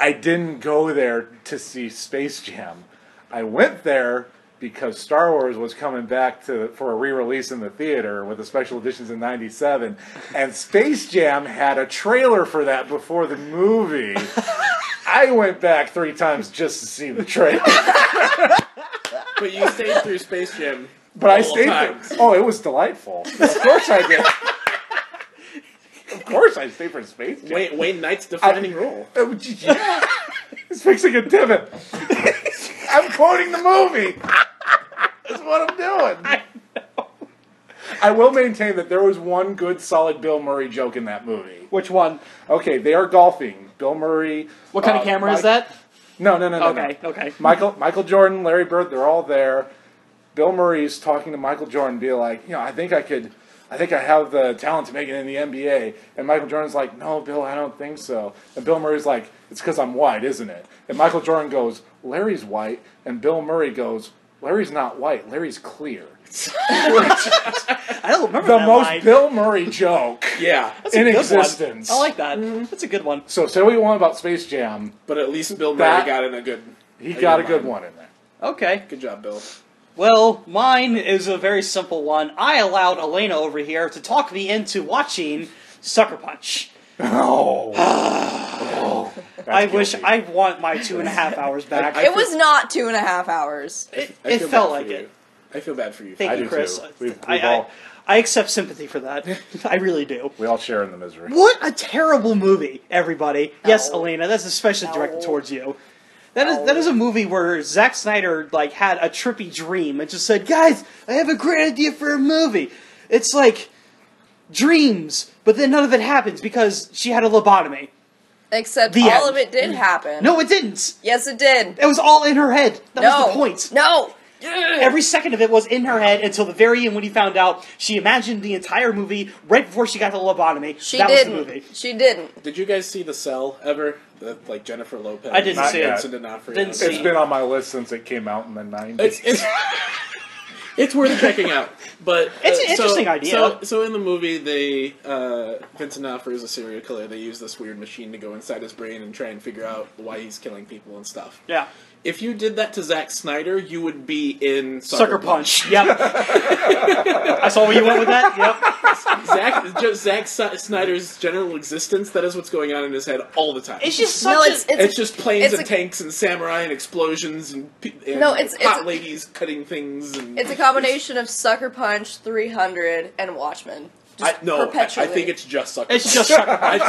[SPEAKER 2] I didn't go there to see Space Jam. I went there because Star Wars was coming back to for a re-release in the theater with the special editions in 97 and Space Jam had a trailer for that before the movie. I went back 3 times just to see the trailer.
[SPEAKER 4] But you stayed through Space Jam.
[SPEAKER 2] But I
[SPEAKER 4] all
[SPEAKER 2] stayed there.
[SPEAKER 4] times.
[SPEAKER 2] Oh, it was delightful. Of course I did. Of course I stayed for Space Jam.
[SPEAKER 4] Wayne, Wayne Knight's defining role.
[SPEAKER 2] Oh, gee, yeah. He's fixing a divot. I'm quoting the movie. That's what I'm doing. I will maintain that there was one good, solid Bill Murray joke in that movie.
[SPEAKER 3] Which one?
[SPEAKER 2] Okay, they are golfing. Bill Murray.
[SPEAKER 3] What kind
[SPEAKER 2] uh,
[SPEAKER 3] of camera is
[SPEAKER 2] Mi-
[SPEAKER 3] that?
[SPEAKER 2] No, no, no, no. no.
[SPEAKER 3] Okay, okay.
[SPEAKER 2] Michael, Michael Jordan, Larry Bird, they're all there. Bill Murray's talking to Michael Jordan, be like, you know, I think I could, I think I have the talent to make it in the NBA. And Michael Jordan's like, no, Bill, I don't think so. And Bill Murray's like, it's because I'm white, isn't it? And Michael Jordan goes, Larry's white. And Bill Murray goes, Larry's not white. Larry's clear.
[SPEAKER 3] I don't remember
[SPEAKER 2] The
[SPEAKER 3] that
[SPEAKER 2] most
[SPEAKER 3] line.
[SPEAKER 2] Bill Murray joke
[SPEAKER 4] Yeah,
[SPEAKER 2] in
[SPEAKER 3] Good one.
[SPEAKER 2] existence.
[SPEAKER 3] I like that. That's a good one.
[SPEAKER 2] so say what you want about Space Jam,
[SPEAKER 4] but at least Bill Murray
[SPEAKER 2] That-
[SPEAKER 4] got in a good.
[SPEAKER 2] he
[SPEAKER 4] I
[SPEAKER 2] got a
[SPEAKER 4] don't
[SPEAKER 2] good
[SPEAKER 4] mind.
[SPEAKER 2] one in there.
[SPEAKER 3] Okay.
[SPEAKER 4] Good job, Bill.
[SPEAKER 3] Well, mine is a very simple one. I allowed Elena over here to talk me into watching Sucker Punch.
[SPEAKER 2] Oh,
[SPEAKER 3] I wish I want my two and a half hours back.
[SPEAKER 4] I-
[SPEAKER 1] It was not two and a half hours.
[SPEAKER 3] it
[SPEAKER 4] I
[SPEAKER 3] it
[SPEAKER 4] feel
[SPEAKER 3] felt
[SPEAKER 4] bad
[SPEAKER 3] like
[SPEAKER 4] for
[SPEAKER 3] it.
[SPEAKER 4] you. I feel bad for you.
[SPEAKER 3] Thank
[SPEAKER 2] I
[SPEAKER 3] you,
[SPEAKER 2] do
[SPEAKER 3] Chris.
[SPEAKER 2] too. We've-
[SPEAKER 3] I,
[SPEAKER 2] we've
[SPEAKER 3] I-
[SPEAKER 2] all-
[SPEAKER 3] I accept sympathy for that. I really do.
[SPEAKER 2] We all share in the misery.
[SPEAKER 3] What a terrible movie, everybody. Yes,
[SPEAKER 1] No.
[SPEAKER 3] Elena, that's especially directed
[SPEAKER 1] No.
[SPEAKER 3] towards you. That is that is a movie where Zack Snyder like had a trippy dream and just said, "Guys, I have a great idea for a movie." It's like dreams, but then none of it happens because she had a lobotomy.
[SPEAKER 1] Except
[SPEAKER 3] The
[SPEAKER 1] all
[SPEAKER 3] end.
[SPEAKER 1] of it did happen.
[SPEAKER 3] No, it didn't.
[SPEAKER 1] Yes, it did.
[SPEAKER 3] It was all in her head. That
[SPEAKER 1] no.
[SPEAKER 3] was the point.
[SPEAKER 1] No.
[SPEAKER 3] Every second of it was in her head until the very end when he found out she imagined the entire movie right before she got the lobotomy.
[SPEAKER 1] she
[SPEAKER 3] that
[SPEAKER 1] didn't.
[SPEAKER 3] was the movie.
[SPEAKER 1] She didn't.
[SPEAKER 4] Did you guys see The Cell ever? The, like Jennifer Lopez.
[SPEAKER 3] I didn't
[SPEAKER 4] and
[SPEAKER 3] see it.
[SPEAKER 4] Vincent D'Onofrio.
[SPEAKER 3] Didn't see
[SPEAKER 2] It's been on my list since it came out in the 90s.
[SPEAKER 4] It's it's, it's worth checking out. But uh,
[SPEAKER 3] It's an
[SPEAKER 4] so-
[SPEAKER 3] interesting idea.
[SPEAKER 4] So, so in the movie, they uh, Vincent D'Onofrio is a serial killer. They use this weird machine to go inside his brain and try and figure out why he's killing people and stuff.
[SPEAKER 3] Yeah.
[SPEAKER 4] If you did that to Zack Snyder, you would be in
[SPEAKER 3] Sucker Punch. Yep. I saw where you went with that. Yep.
[SPEAKER 4] Zack just Zack Si- Snyder's general existence. That is what's going on in his head all the time.
[SPEAKER 3] It's just such
[SPEAKER 1] No,
[SPEAKER 3] a-
[SPEAKER 1] it's it's,
[SPEAKER 4] It's just planes
[SPEAKER 1] it's
[SPEAKER 4] and
[SPEAKER 1] a-
[SPEAKER 4] tanks and samurai and explosions and, pe- and
[SPEAKER 1] No, it's-
[SPEAKER 4] hot
[SPEAKER 1] it's a-
[SPEAKER 4] ladies cutting things. And
[SPEAKER 1] it's a combination of Sucker Punch, 300, and Watchmen.
[SPEAKER 4] I,
[SPEAKER 1] Just
[SPEAKER 4] no, I, I
[SPEAKER 1] perpetually.
[SPEAKER 4] think it's just sucker.
[SPEAKER 3] It's just
[SPEAKER 4] it's,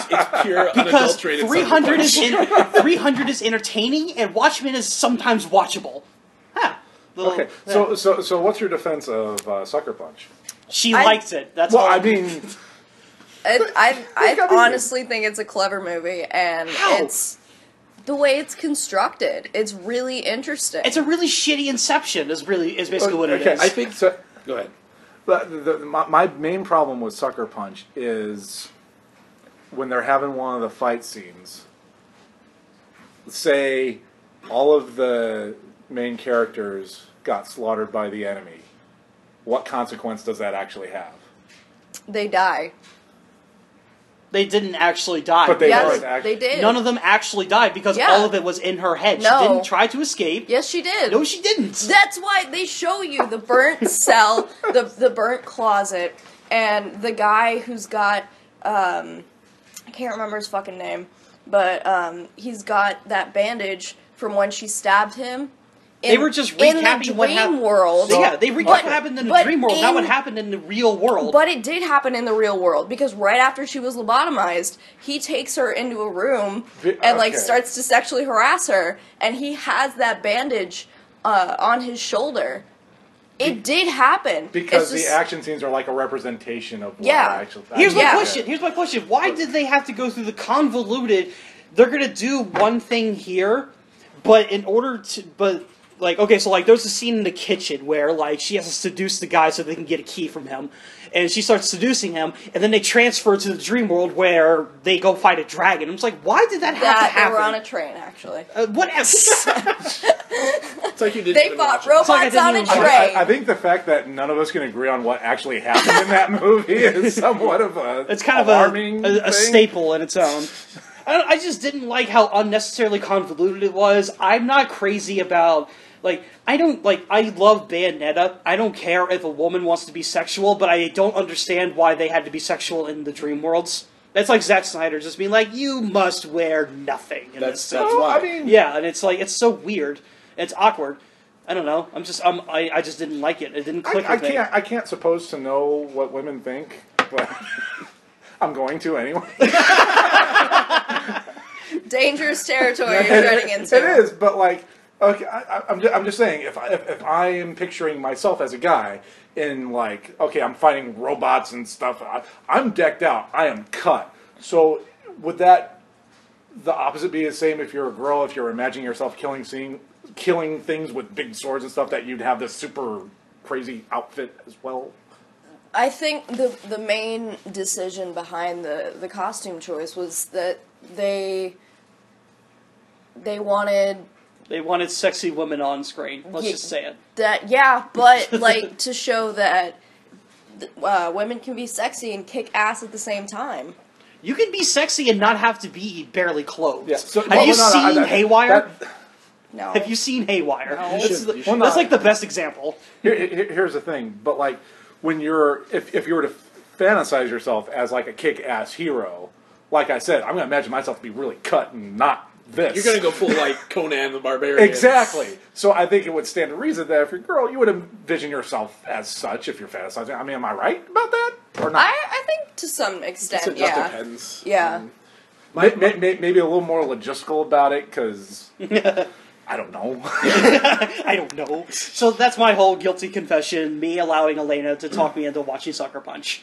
[SPEAKER 4] it's pure
[SPEAKER 3] because
[SPEAKER 4] unadulterated. sucker
[SPEAKER 3] three hundred
[SPEAKER 4] punch.
[SPEAKER 3] is in, three hundred is entertaining, and Watchmen is sometimes watchable. Huh. Little-
[SPEAKER 2] Okay,
[SPEAKER 3] yeah.
[SPEAKER 2] so so so what's your defense of uh, Sucker Punch?
[SPEAKER 3] she
[SPEAKER 1] I-
[SPEAKER 3] likes it. That's
[SPEAKER 2] Well,
[SPEAKER 3] all.
[SPEAKER 2] I mean,
[SPEAKER 1] It, I
[SPEAKER 2] It's gotta
[SPEAKER 1] I
[SPEAKER 2] be-
[SPEAKER 1] honestly think it's a clever movie, and
[SPEAKER 3] How?
[SPEAKER 1] it's the way it's constructed. It's really interesting.
[SPEAKER 3] it's a really shitty Inception. Is really is basically what it
[SPEAKER 2] okay,
[SPEAKER 3] is.
[SPEAKER 2] I think so.
[SPEAKER 4] Go ahead.
[SPEAKER 2] But the, the, my, my main problem with Sucker Punch is when they're having one of the fight scenes. Say, all of the main characters got slaughtered by the enemy. What consequence does that actually have?
[SPEAKER 1] they die.
[SPEAKER 3] they didn't actually die.
[SPEAKER 2] But they
[SPEAKER 1] Yes,
[SPEAKER 2] weren't act-
[SPEAKER 1] they did.
[SPEAKER 3] None of them actually died because
[SPEAKER 1] Yeah.
[SPEAKER 3] all of it was in her head.
[SPEAKER 1] No.
[SPEAKER 3] She didn't try to escape.
[SPEAKER 1] Yes, she did.
[SPEAKER 3] No, she didn't.
[SPEAKER 1] That's why they show you the burnt cell, the the burnt closet, and the guy who's got um, I can't remember his fucking name, but um, he's got that bandage from when she stabbed him. In,
[SPEAKER 3] They were just
[SPEAKER 1] in the
[SPEAKER 3] recapping what
[SPEAKER 1] dream
[SPEAKER 3] hap-
[SPEAKER 1] world.
[SPEAKER 3] yeah, they recap
[SPEAKER 1] But-
[SPEAKER 3] what happened in the
[SPEAKER 1] but
[SPEAKER 3] dream world, not what
[SPEAKER 1] in-
[SPEAKER 3] happened in the real world.
[SPEAKER 1] But it did happen in the real world because right after she was lobotomized, he takes her into a room
[SPEAKER 2] Vi-
[SPEAKER 1] and like
[SPEAKER 2] okay.
[SPEAKER 1] starts to sexually harass her, and he has that bandage uh, on his shoulder. It did happen
[SPEAKER 2] Because
[SPEAKER 1] It's
[SPEAKER 2] the
[SPEAKER 1] just-
[SPEAKER 2] action scenes are like a representation of what
[SPEAKER 1] Yeah.
[SPEAKER 2] actually.
[SPEAKER 3] Here's my
[SPEAKER 1] Uh, Yeah.
[SPEAKER 3] question. Here's my question. Why did they have to go through the convoluted? They're gonna do one thing here, but in order to, but like, okay, so like, there's a scene in the kitchen where like she has to seduce the guy so they can get a key from him, and she starts seducing him, and then they transfer to the dream world where they go fight a dragon. I'm just like, why did that have
[SPEAKER 1] that
[SPEAKER 3] to
[SPEAKER 1] they were
[SPEAKER 3] happen?
[SPEAKER 1] on a train actually.
[SPEAKER 3] uh, what else?
[SPEAKER 4] It's like you did.
[SPEAKER 1] They fought robots
[SPEAKER 3] like I didn't
[SPEAKER 1] on a
[SPEAKER 3] even watch
[SPEAKER 1] train.
[SPEAKER 3] it.
[SPEAKER 2] I, I think the fact that none of us can agree on what actually happened in that movie is somewhat of a
[SPEAKER 3] It's kind of
[SPEAKER 2] alarming
[SPEAKER 3] a, a, a
[SPEAKER 2] thing.
[SPEAKER 3] staple in its own. I, don't, I just didn't like how unnecessarily convoluted it was. I'm not crazy about like I don't like I love Bayonetta. I don't care if a woman wants to be sexual, but I don't understand why they had to be sexual in the dream worlds. That's like Zack Snyder just being like, "You must wear nothing." In
[SPEAKER 4] That's
[SPEAKER 3] this
[SPEAKER 4] that's
[SPEAKER 2] Well,
[SPEAKER 4] why.
[SPEAKER 2] I mean,
[SPEAKER 3] yeah, and it's like it's so weird. It's awkward. I don't know. I'm just I'm, I I just didn't like it. It didn't click.
[SPEAKER 2] I, I
[SPEAKER 3] with me.
[SPEAKER 2] can't. I can't suppose to know what women think, but I'm going to anyway.
[SPEAKER 1] Dangerous territory you're treading
[SPEAKER 2] It
[SPEAKER 1] into.
[SPEAKER 2] is, but like, okay, I, I- I'm, just, I'm just saying. If I, if, if I am picturing myself as a guy in like, okay, I'm fighting robots and stuff. I, I'm decked out. I am cut. So would that the opposite be the same if you're a girl? If you're imagining yourself killing, seeing, killing things with big swords and stuff, that you'd have this super crazy outfit as well.
[SPEAKER 1] I think the the main decision behind the the costume choice was that they they wanted
[SPEAKER 3] They wanted sexy women on screen. Let's
[SPEAKER 1] Ye-
[SPEAKER 3] just say it.
[SPEAKER 1] that yeah, but like to show that th- uh, women can be sexy and kick ass at the same time.
[SPEAKER 3] You can be sexy and not have to be barely clothed.
[SPEAKER 2] Yeah, so-
[SPEAKER 3] have
[SPEAKER 2] well,
[SPEAKER 3] you
[SPEAKER 2] no, no, I-
[SPEAKER 3] seen
[SPEAKER 2] that-
[SPEAKER 3] Haywire?
[SPEAKER 2] that-
[SPEAKER 1] No,
[SPEAKER 3] have you seen Haywire? That's,
[SPEAKER 4] should- you
[SPEAKER 3] that's
[SPEAKER 4] should.
[SPEAKER 3] like the best example.
[SPEAKER 2] Here, here- here's the thing, but like when you're if if you were to fantasize yourself as like a kick-ass hero, like I said, I'm gonna imagine myself to be really cut and not this.
[SPEAKER 4] You're gonna go full like Conan the Barbarian.
[SPEAKER 2] exactly. So I think it would stand to reason that if you're a girl, you would envision yourself as such if you're fantasizing. I mean, am I right about that or not?
[SPEAKER 1] I I think to some extent,
[SPEAKER 4] So it just Mm.
[SPEAKER 1] yeah,
[SPEAKER 4] depends.
[SPEAKER 1] yeah.
[SPEAKER 3] Mm.
[SPEAKER 2] May- may- may- maybe a little more logistical about it because I don't know.
[SPEAKER 3] I don't know. So that's my whole guilty confession. Me allowing Elena to talk me into watching Sucker Punch.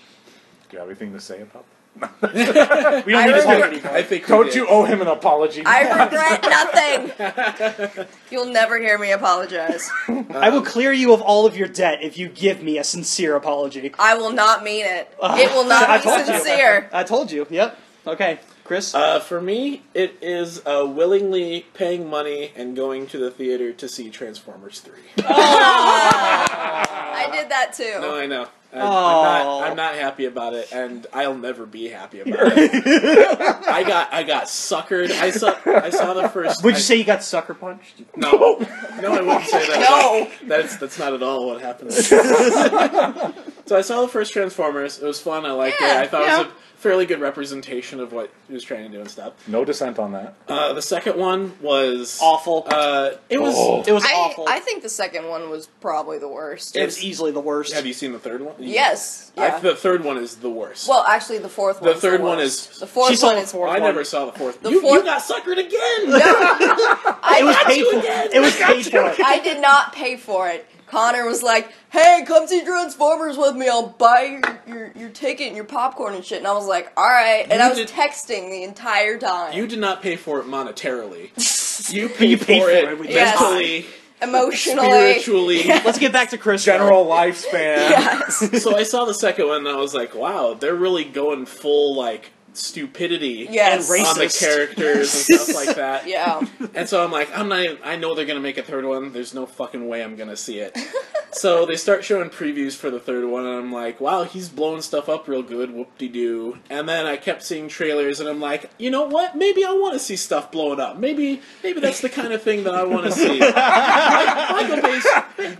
[SPEAKER 2] Do you have anything to say about? That?
[SPEAKER 3] We don't
[SPEAKER 1] I
[SPEAKER 3] need to talk
[SPEAKER 1] remember-
[SPEAKER 3] anymore.
[SPEAKER 4] I think. we
[SPEAKER 2] Don't
[SPEAKER 4] did.
[SPEAKER 2] you owe him an apology?
[SPEAKER 1] I regret nothing. You'll never hear me apologize.
[SPEAKER 2] Uh,
[SPEAKER 3] I will clear you of all of your debt if you give me a sincere apology.
[SPEAKER 1] I will not mean it. It will
[SPEAKER 3] I
[SPEAKER 1] not be
[SPEAKER 3] told you.
[SPEAKER 1] sincere.
[SPEAKER 3] I told you. Yep. Okay, Chris.
[SPEAKER 4] Uh, for me, it is uh, willingly paying money and going to the theater to see Transformers Three.
[SPEAKER 1] I did that too.
[SPEAKER 4] no, Oh, I know. I, I'm,
[SPEAKER 3] Oh.
[SPEAKER 4] not, I'm not happy about it, and I'll never be happy about it. I got I got suckered. I saw I saw the first.
[SPEAKER 3] would
[SPEAKER 4] I-
[SPEAKER 3] you say you got sucker punched?
[SPEAKER 4] no? No, I wouldn't say that.
[SPEAKER 1] No.
[SPEAKER 4] that's that's not at all what happens. So I saw the first Transformers. It was fun. I liked
[SPEAKER 1] Yeah,
[SPEAKER 4] it. I thought it
[SPEAKER 3] yeah.
[SPEAKER 4] was a fairly good representation of what he was trying to do and stuff.
[SPEAKER 2] No dissent on that.
[SPEAKER 4] Uh, the second one was
[SPEAKER 3] Awful.
[SPEAKER 4] Uh, it was.
[SPEAKER 2] Oh.
[SPEAKER 3] It was
[SPEAKER 1] I,
[SPEAKER 3] awful.
[SPEAKER 1] I think the second one was probably the worst.
[SPEAKER 3] it was easily the worst.
[SPEAKER 4] Have you seen the third one?
[SPEAKER 1] yes.
[SPEAKER 4] I-
[SPEAKER 1] Yeah.
[SPEAKER 4] the third one is the worst.
[SPEAKER 1] well, actually, the fourth one.
[SPEAKER 4] the third one is.
[SPEAKER 1] the fourth
[SPEAKER 3] She saw
[SPEAKER 1] one
[SPEAKER 3] the
[SPEAKER 1] is.
[SPEAKER 3] fourth
[SPEAKER 4] I
[SPEAKER 3] one.
[SPEAKER 4] never saw the fourth.
[SPEAKER 1] The
[SPEAKER 4] you,
[SPEAKER 1] fourth-
[SPEAKER 4] you got suckered again.
[SPEAKER 1] I,
[SPEAKER 3] it was paid for. It was paid for.
[SPEAKER 1] I did not pay for it. Connor was like, "Hey, come see Transformers with me. I'll buy your your, your ticket and your popcorn and shit." And I was like, "All right." And
[SPEAKER 4] You
[SPEAKER 1] I was
[SPEAKER 4] did-
[SPEAKER 1] texting the entire time.
[SPEAKER 4] You did not pay for it monetarily. You paid,
[SPEAKER 3] You paid
[SPEAKER 4] for,
[SPEAKER 3] for it
[SPEAKER 4] it
[SPEAKER 3] with
[SPEAKER 1] your
[SPEAKER 4] mentally,
[SPEAKER 1] emotionally.
[SPEAKER 4] spiritually.
[SPEAKER 3] Let's get back to Chris.
[SPEAKER 2] General lifespan.
[SPEAKER 1] Yes.
[SPEAKER 4] so I saw the second one and I was like, wow, they're really going full like stupidity
[SPEAKER 1] Yes. Um,
[SPEAKER 3] And
[SPEAKER 4] on the
[SPEAKER 3] racist.
[SPEAKER 4] characters and stuff like that.
[SPEAKER 1] yeah.
[SPEAKER 4] And so I'm like, I'm not. Even, I know they're gonna make a third one. There's no fucking way I'm gonna see it. so they start showing previews for the third one, and I'm like, wow, he's blowing stuff up real good. Whoop de doo. And then I kept seeing trailers, and I'm like, you know what? Maybe I want to see stuff blowing up. Maybe maybe that's the kind of thing that I want to see. Michael Bay's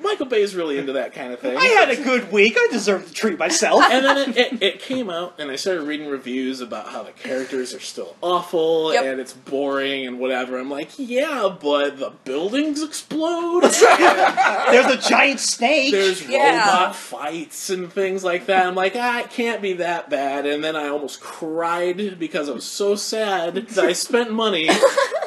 [SPEAKER 4] Michael Bay's really into that kind of thing.
[SPEAKER 3] I had a good week. I deserve to treat myself.
[SPEAKER 4] and then it, it, it came out, and I started reading reviews about how the characters are still awful
[SPEAKER 1] Yep.
[SPEAKER 4] and it's boring and whatever. I'm like, yeah, but the buildings explode. and
[SPEAKER 3] There's a giant snake.
[SPEAKER 4] there's
[SPEAKER 1] Yeah.
[SPEAKER 4] robot fights and things like that. I'm like, ah, it can't be that bad. And then I almost cried because I was so sad that I spent money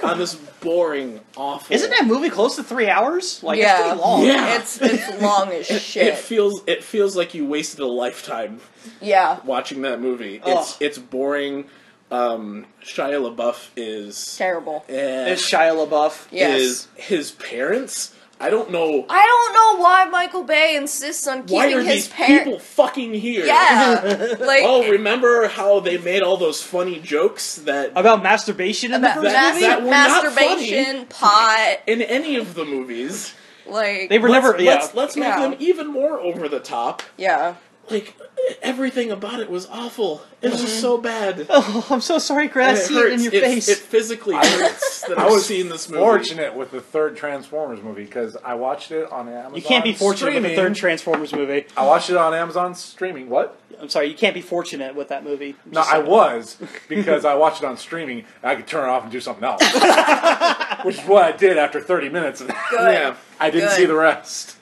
[SPEAKER 4] on this boring, awful.
[SPEAKER 3] Isn't that movie close to three hours? Like
[SPEAKER 1] Yeah.
[SPEAKER 3] it's pretty long.
[SPEAKER 4] Yeah.
[SPEAKER 1] It's it's long as
[SPEAKER 4] It
[SPEAKER 1] shit.
[SPEAKER 4] feels it feels like you wasted a lifetime
[SPEAKER 1] Yeah.
[SPEAKER 4] watching that movie.
[SPEAKER 3] Ugh.
[SPEAKER 4] It's it's boring. Um, Shia LaBeouf is
[SPEAKER 1] Terrible.
[SPEAKER 4] eh,
[SPEAKER 3] It's Shia LaBeouf.
[SPEAKER 1] Yes.
[SPEAKER 4] is his parents. I don't know
[SPEAKER 1] I don't know why Michael Bay insists on keeping
[SPEAKER 4] why are
[SPEAKER 1] his
[SPEAKER 4] these
[SPEAKER 1] parents.
[SPEAKER 4] people fucking here.
[SPEAKER 1] Yeah. like
[SPEAKER 4] Oh, remember how they made all those funny jokes that
[SPEAKER 3] About masturbation in the
[SPEAKER 1] about
[SPEAKER 3] first
[SPEAKER 1] mas-
[SPEAKER 4] that-
[SPEAKER 3] movie?
[SPEAKER 4] that were not
[SPEAKER 1] masturbation, pot,
[SPEAKER 4] in any of the movies?
[SPEAKER 1] like
[SPEAKER 3] They were never
[SPEAKER 4] Let's,
[SPEAKER 3] yeah.
[SPEAKER 4] let's, let's make
[SPEAKER 1] Yeah.
[SPEAKER 4] them even more over the top.
[SPEAKER 1] yeah.
[SPEAKER 4] Like everything about it was awful. It was so bad.
[SPEAKER 3] oh, I'm so sorry, Chris.
[SPEAKER 4] And it
[SPEAKER 3] I see it in
[SPEAKER 4] hurts.
[SPEAKER 3] your
[SPEAKER 4] It-
[SPEAKER 3] face.
[SPEAKER 4] It physically hurts that
[SPEAKER 2] I
[SPEAKER 4] I've
[SPEAKER 2] was
[SPEAKER 4] seen this movie.
[SPEAKER 2] fortunate with the third Transformers movie because I watched it on Amazon.
[SPEAKER 3] you can't be fortunate
[SPEAKER 2] streaming.
[SPEAKER 3] with the third Transformers movie.
[SPEAKER 2] I watched it on Amazon streaming. What?
[SPEAKER 3] I'm sorry, you can't be fortunate with that movie.
[SPEAKER 2] No, I was because I watched it on streaming. And I could turn it off and do something else, which is what I did after 30 minutes. of that.
[SPEAKER 1] Good.
[SPEAKER 4] Yeah.
[SPEAKER 2] I didn't
[SPEAKER 1] Good.
[SPEAKER 2] see the rest.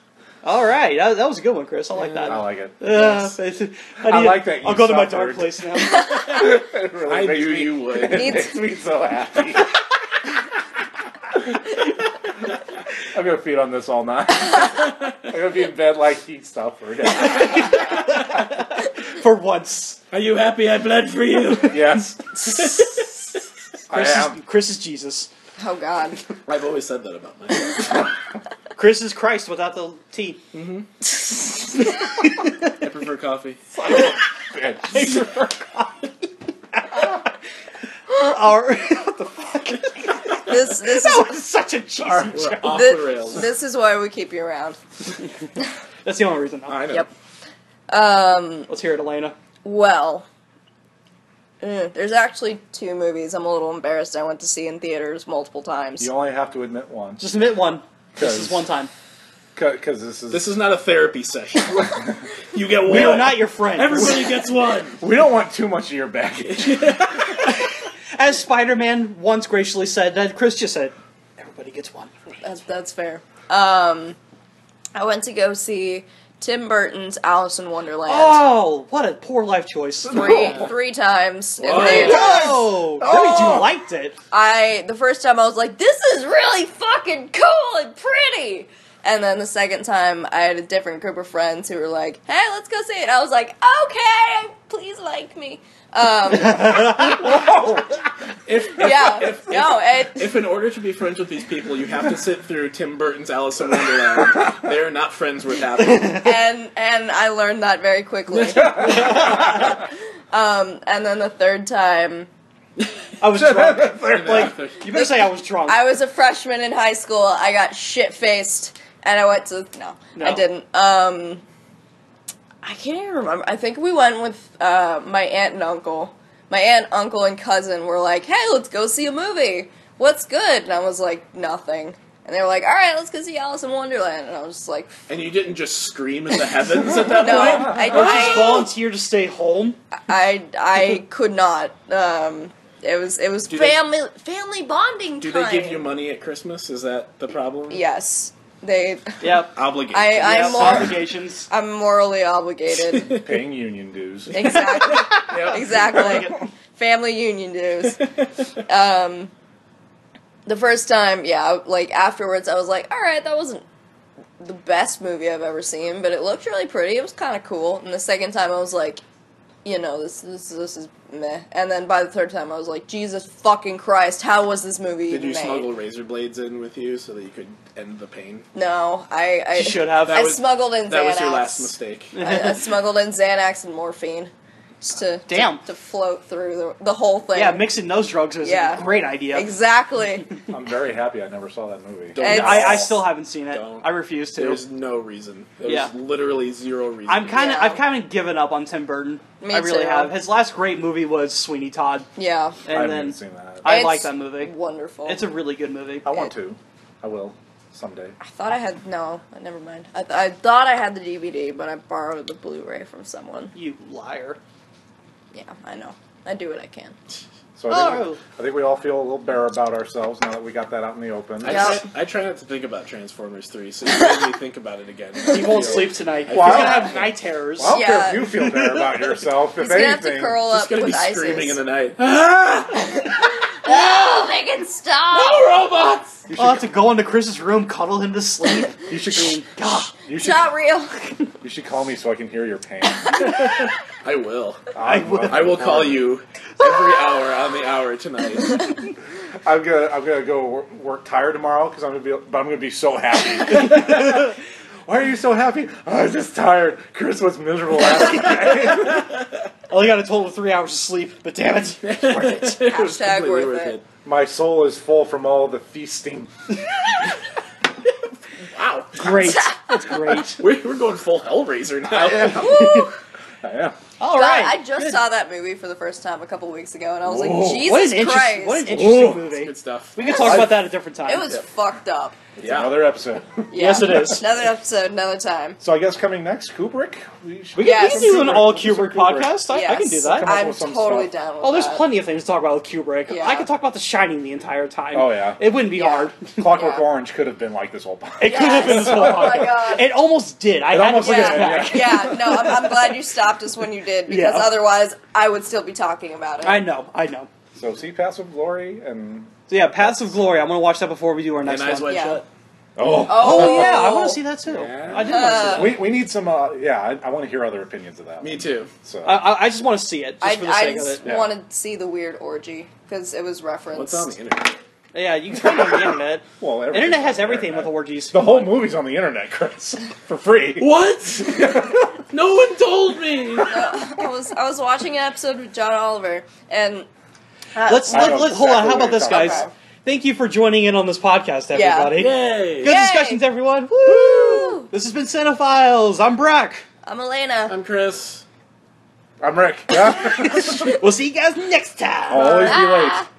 [SPEAKER 3] All right, that, that was a good one, Chris. I like that.
[SPEAKER 2] I like it.
[SPEAKER 3] Uh, it's- I, need-
[SPEAKER 2] like that you
[SPEAKER 3] I'll go to my dark
[SPEAKER 2] suffered.
[SPEAKER 3] place now.
[SPEAKER 2] It really
[SPEAKER 4] I
[SPEAKER 2] makes
[SPEAKER 4] knew
[SPEAKER 2] me-
[SPEAKER 4] you would.
[SPEAKER 2] It
[SPEAKER 1] Needs-
[SPEAKER 2] makes me so happy. I'm gonna feed on this all night. I'm gonna be in bed like he suffered.
[SPEAKER 3] For once,
[SPEAKER 4] Are you happy I bled for you?
[SPEAKER 2] yes, I
[SPEAKER 3] Chris
[SPEAKER 2] am.
[SPEAKER 3] is, Chris is Jesus.
[SPEAKER 1] Oh God.
[SPEAKER 4] I've always said that about myself.
[SPEAKER 3] Chris is Christ without the T.
[SPEAKER 4] I prefer coffee.
[SPEAKER 2] Bitch.
[SPEAKER 3] Our, what the fuck?
[SPEAKER 1] This this
[SPEAKER 3] That
[SPEAKER 1] is
[SPEAKER 3] was such a cheesy
[SPEAKER 4] We're
[SPEAKER 3] joke.
[SPEAKER 4] off the
[SPEAKER 1] this,
[SPEAKER 4] rails.
[SPEAKER 1] this is why we keep you around.
[SPEAKER 3] That's the only reason. Though.
[SPEAKER 4] I know.
[SPEAKER 1] Yep.
[SPEAKER 3] Let's hear it, Elena.
[SPEAKER 1] Well, eh, there's actually two movies I'm a little embarrassed I went to see in theaters multiple times.
[SPEAKER 2] You only have to admit one
[SPEAKER 3] Just admit one. This is
[SPEAKER 2] Cause-
[SPEAKER 3] one time.
[SPEAKER 2] because this is
[SPEAKER 4] This is not a therapy session. you get one.
[SPEAKER 3] We are not your friend.
[SPEAKER 4] Everybody gets one.
[SPEAKER 2] we don't want too much of your baggage.
[SPEAKER 3] As Spider Man once graciously said, that Chris just said, everybody gets one.
[SPEAKER 1] That's, that's fair. Um, I went to go see Tim Burton's Alice in Wonderland
[SPEAKER 3] Oh, what a poor life choice.
[SPEAKER 1] three three times in
[SPEAKER 4] Whoa.
[SPEAKER 1] theaters.
[SPEAKER 3] Oh,
[SPEAKER 2] Oh.
[SPEAKER 3] you liked it.
[SPEAKER 1] I the first time I was like, this is really fucking cool and pretty. And then the second time, I had a different group of friends who were like, "Hey, let's go see it." I was like, "Okay, please like me." Um,
[SPEAKER 4] If,
[SPEAKER 1] yeah,
[SPEAKER 4] if-
[SPEAKER 1] no, it,
[SPEAKER 4] if in order to be friends with these people, you have to sit through Tim Burton's Alice in Wonderland, they're not friends worth having.
[SPEAKER 1] and and I learned that very quickly. um, and then the third time,
[SPEAKER 3] I was drunk.
[SPEAKER 4] Like,
[SPEAKER 3] You better say I was drunk.
[SPEAKER 1] I was a freshman in high school. I got shit faced, and I went to no,
[SPEAKER 3] No.
[SPEAKER 1] I didn't. Um, I can't even remember. I think we went with uh, my aunt and uncle. My aunt, uncle, and cousin were like, "Hey, let's go see a movie. What's good?" And I was like, "Nothing." And they were like, all right, let's go see Alice in Wonderland. And I was just like,
[SPEAKER 4] And you didn't just scream at the heavens at that
[SPEAKER 1] no,
[SPEAKER 4] point?
[SPEAKER 1] I,
[SPEAKER 3] Or just
[SPEAKER 1] I,
[SPEAKER 3] volunteer to stay home.
[SPEAKER 1] I, I could not. Um, it was it was
[SPEAKER 4] Do they-
[SPEAKER 1] family family bonding
[SPEAKER 4] Do
[SPEAKER 1] time.
[SPEAKER 4] they give you money at Christmas? Is that the problem?
[SPEAKER 1] Yes, they.
[SPEAKER 3] Yep.
[SPEAKER 4] Obligation.
[SPEAKER 1] I,
[SPEAKER 3] Yes,
[SPEAKER 1] I'm, mor-
[SPEAKER 3] obligations.
[SPEAKER 1] I'm morally obligated.
[SPEAKER 2] Paying union dues.
[SPEAKER 1] exactly.
[SPEAKER 4] Yep.
[SPEAKER 1] Exactly. Family union dues. Um, the first time, yeah, like afterwards, I was like, all right, that wasn't the best movie I've ever seen, but it looked really pretty. It was kind of cool. And the second time, I was like, you know, this this this is meh. And then by the third time, I was like, Jesus fucking Christ, how was this movie
[SPEAKER 4] Did
[SPEAKER 1] even
[SPEAKER 4] you
[SPEAKER 1] made?
[SPEAKER 4] smuggle razor blades in with you so that you could end the pain?
[SPEAKER 1] No, I I,
[SPEAKER 3] She should have.
[SPEAKER 1] I
[SPEAKER 4] That was-
[SPEAKER 1] smuggled in
[SPEAKER 4] That
[SPEAKER 1] Xanax.
[SPEAKER 4] was your last mistake.
[SPEAKER 1] I, I smuggled in Xanax and morphine just to
[SPEAKER 3] Damn.
[SPEAKER 1] to, to float through the, the whole thing.
[SPEAKER 3] yeah, mixing those drugs was
[SPEAKER 1] Yeah.
[SPEAKER 3] a great idea.
[SPEAKER 1] Exactly.
[SPEAKER 2] I'm very happy I never saw that movie.
[SPEAKER 4] Don't-
[SPEAKER 1] And-
[SPEAKER 3] I, I still haven't seen it.
[SPEAKER 4] Don't.
[SPEAKER 3] I refuse to.
[SPEAKER 4] There's no reason. There's
[SPEAKER 3] Yeah.
[SPEAKER 4] literally zero reason.
[SPEAKER 3] I'm kind of
[SPEAKER 1] Yeah.
[SPEAKER 3] I've kind of given up on Tim Burton.
[SPEAKER 1] Me
[SPEAKER 3] I really
[SPEAKER 1] too.
[SPEAKER 3] have. His last great movie was Sweeney Todd,
[SPEAKER 1] Yeah.
[SPEAKER 2] I
[SPEAKER 3] and
[SPEAKER 2] haven't
[SPEAKER 3] then
[SPEAKER 2] even seen that.
[SPEAKER 3] I
[SPEAKER 1] It's
[SPEAKER 3] like that movie.
[SPEAKER 1] Wonderful.
[SPEAKER 3] It's a really good movie.
[SPEAKER 2] I want to. I will someday.
[SPEAKER 1] I thought I had no. Never mind. I, th- I thought I had the DVD, but I borrowed the Blu-ray from someone.
[SPEAKER 3] You liar.
[SPEAKER 1] Yeah, I know. I do what I can.
[SPEAKER 2] So I think,
[SPEAKER 3] Oh.
[SPEAKER 2] I think we all feel a little better about ourselves now that we got that out in the open.
[SPEAKER 4] I,
[SPEAKER 1] Yeah.
[SPEAKER 4] try, I try not to think about Transformers 3, so you made me think about it again.
[SPEAKER 3] He won't sleep tonight.
[SPEAKER 4] Wow.
[SPEAKER 3] He's gonna have night terrors.
[SPEAKER 2] Well, I don't
[SPEAKER 1] Yeah.
[SPEAKER 2] care if you feel better about yourself. If
[SPEAKER 1] He's gonna have
[SPEAKER 2] anything,
[SPEAKER 1] to curl
[SPEAKER 4] Just
[SPEAKER 1] up
[SPEAKER 4] gonna
[SPEAKER 1] with
[SPEAKER 4] be
[SPEAKER 1] ISIS.
[SPEAKER 4] screaming in the night. Ah!
[SPEAKER 1] no, make it stop.
[SPEAKER 4] No robots!
[SPEAKER 3] I'll have to go into Chris's room, cuddle him to sleep.
[SPEAKER 2] you should
[SPEAKER 3] God,
[SPEAKER 2] you
[SPEAKER 1] It's
[SPEAKER 2] should
[SPEAKER 1] not real.
[SPEAKER 2] you should call me so I can hear your pain.
[SPEAKER 4] I will.
[SPEAKER 2] I
[SPEAKER 3] will.
[SPEAKER 4] I will call you every hour on the hour tonight.
[SPEAKER 2] I'm gonna I'm gonna go wor- work tired tomorrow because I'm gonna be but I'm gonna be so happy. Why are you so happy? I was just tired. Chris was miserable last night.
[SPEAKER 3] only got a total of three hours of sleep. But damn it,
[SPEAKER 4] It was
[SPEAKER 1] Hashtag
[SPEAKER 4] completely
[SPEAKER 1] worth it.
[SPEAKER 2] My soul is full from all the feasting.
[SPEAKER 4] Wow.
[SPEAKER 3] great. That's great.
[SPEAKER 4] We're, we're going full Hellraiser now.
[SPEAKER 1] Woo!
[SPEAKER 2] I am.
[SPEAKER 3] All
[SPEAKER 1] God,
[SPEAKER 3] right.
[SPEAKER 1] I just saw that movie for the first time a couple weeks ago, and I was
[SPEAKER 2] Whoa.
[SPEAKER 1] like, Jesus
[SPEAKER 3] what an
[SPEAKER 1] Christ!
[SPEAKER 3] interesting, what an interesting
[SPEAKER 4] It's
[SPEAKER 3] movie.
[SPEAKER 4] good stuff.
[SPEAKER 3] We can talk about that a different time.
[SPEAKER 1] it was fucked up.
[SPEAKER 4] Yeah.
[SPEAKER 2] Another episode.
[SPEAKER 1] Yeah.
[SPEAKER 3] Yes, it is.
[SPEAKER 1] Another episode, another time.
[SPEAKER 2] So I guess coming next, Kubrick. We should
[SPEAKER 3] We can,
[SPEAKER 1] Yes.
[SPEAKER 3] we can do an all
[SPEAKER 2] This is a
[SPEAKER 3] Kubrick
[SPEAKER 2] Kubrick.
[SPEAKER 3] podcast. I, I can do
[SPEAKER 1] Yes.
[SPEAKER 3] that.
[SPEAKER 2] Come on. up
[SPEAKER 1] I'm
[SPEAKER 2] with some
[SPEAKER 1] totally
[SPEAKER 2] stuff.
[SPEAKER 1] down with
[SPEAKER 3] Oh, there's
[SPEAKER 1] that.
[SPEAKER 3] plenty of things to talk about with Kubrick.
[SPEAKER 1] Yeah.
[SPEAKER 3] I could talk about The Shining the entire time.
[SPEAKER 2] Oh, yeah.
[SPEAKER 3] it wouldn't be
[SPEAKER 1] Yeah.
[SPEAKER 3] hard.
[SPEAKER 2] Clockwork
[SPEAKER 1] Yeah.
[SPEAKER 2] Orange could have been like this whole podcast.
[SPEAKER 3] It could have been this whole
[SPEAKER 1] Oh my
[SPEAKER 3] podcast.
[SPEAKER 1] god.
[SPEAKER 3] It almost did. I
[SPEAKER 2] It
[SPEAKER 3] had
[SPEAKER 2] almost
[SPEAKER 3] to bring
[SPEAKER 2] did,
[SPEAKER 3] it
[SPEAKER 1] yeah,
[SPEAKER 3] back.
[SPEAKER 1] yeah, no, I'm, I'm glad you stopped us when you did because
[SPEAKER 3] Yeah.
[SPEAKER 1] otherwise I would still be talking about it.
[SPEAKER 3] I know. I know.
[SPEAKER 2] So see Paths of Glory and
[SPEAKER 3] So yeah, Paths of Glory. I'm gonna watch that before we do our
[SPEAKER 4] And
[SPEAKER 3] next
[SPEAKER 4] eyes
[SPEAKER 3] one.
[SPEAKER 4] wide
[SPEAKER 1] Yeah.
[SPEAKER 4] shut.
[SPEAKER 1] oh,
[SPEAKER 2] oh,
[SPEAKER 3] Oh yeah, I want to see that too. I did want to see that.
[SPEAKER 2] We, we need some uh, yeah I, I want to hear other opinions of that.
[SPEAKER 4] Me too.
[SPEAKER 2] So
[SPEAKER 3] I, I- I just want to see it just
[SPEAKER 1] I,
[SPEAKER 3] for the
[SPEAKER 1] I
[SPEAKER 3] sake
[SPEAKER 1] just
[SPEAKER 3] of it.
[SPEAKER 2] yeah.
[SPEAKER 1] want to see the weird orgy because it was referenced.
[SPEAKER 4] What's on the internet?
[SPEAKER 3] Yeah, you can find it on the internet.
[SPEAKER 2] well, everything's
[SPEAKER 3] internet has
[SPEAKER 2] on the
[SPEAKER 3] everything
[SPEAKER 2] internet.
[SPEAKER 3] with orgies.
[SPEAKER 2] The whole movie's on the internet, Chris, for free.
[SPEAKER 4] What? no one told me!
[SPEAKER 1] I was I was watching an episode with John Oliver and uh,
[SPEAKER 3] Let's
[SPEAKER 2] I
[SPEAKER 3] let,
[SPEAKER 2] know
[SPEAKER 3] let, hold on.
[SPEAKER 2] exactly
[SPEAKER 3] How
[SPEAKER 2] what
[SPEAKER 3] about
[SPEAKER 2] you're
[SPEAKER 3] this,
[SPEAKER 2] talking
[SPEAKER 3] guys?
[SPEAKER 1] about.
[SPEAKER 3] Thank you for joining in on this podcast,
[SPEAKER 1] Yeah.
[SPEAKER 3] everybody.
[SPEAKER 4] Yay!
[SPEAKER 3] Good
[SPEAKER 1] Yay.
[SPEAKER 3] discussions, everyone. Woo!
[SPEAKER 1] Woo!
[SPEAKER 3] This has been Cinephiles. I'm Brock.
[SPEAKER 1] I'm Elena.
[SPEAKER 4] I'm Chris.
[SPEAKER 2] I'm Rick. Yeah.
[SPEAKER 3] We'll see you guys next time.
[SPEAKER 2] Always be late.
[SPEAKER 1] Ah.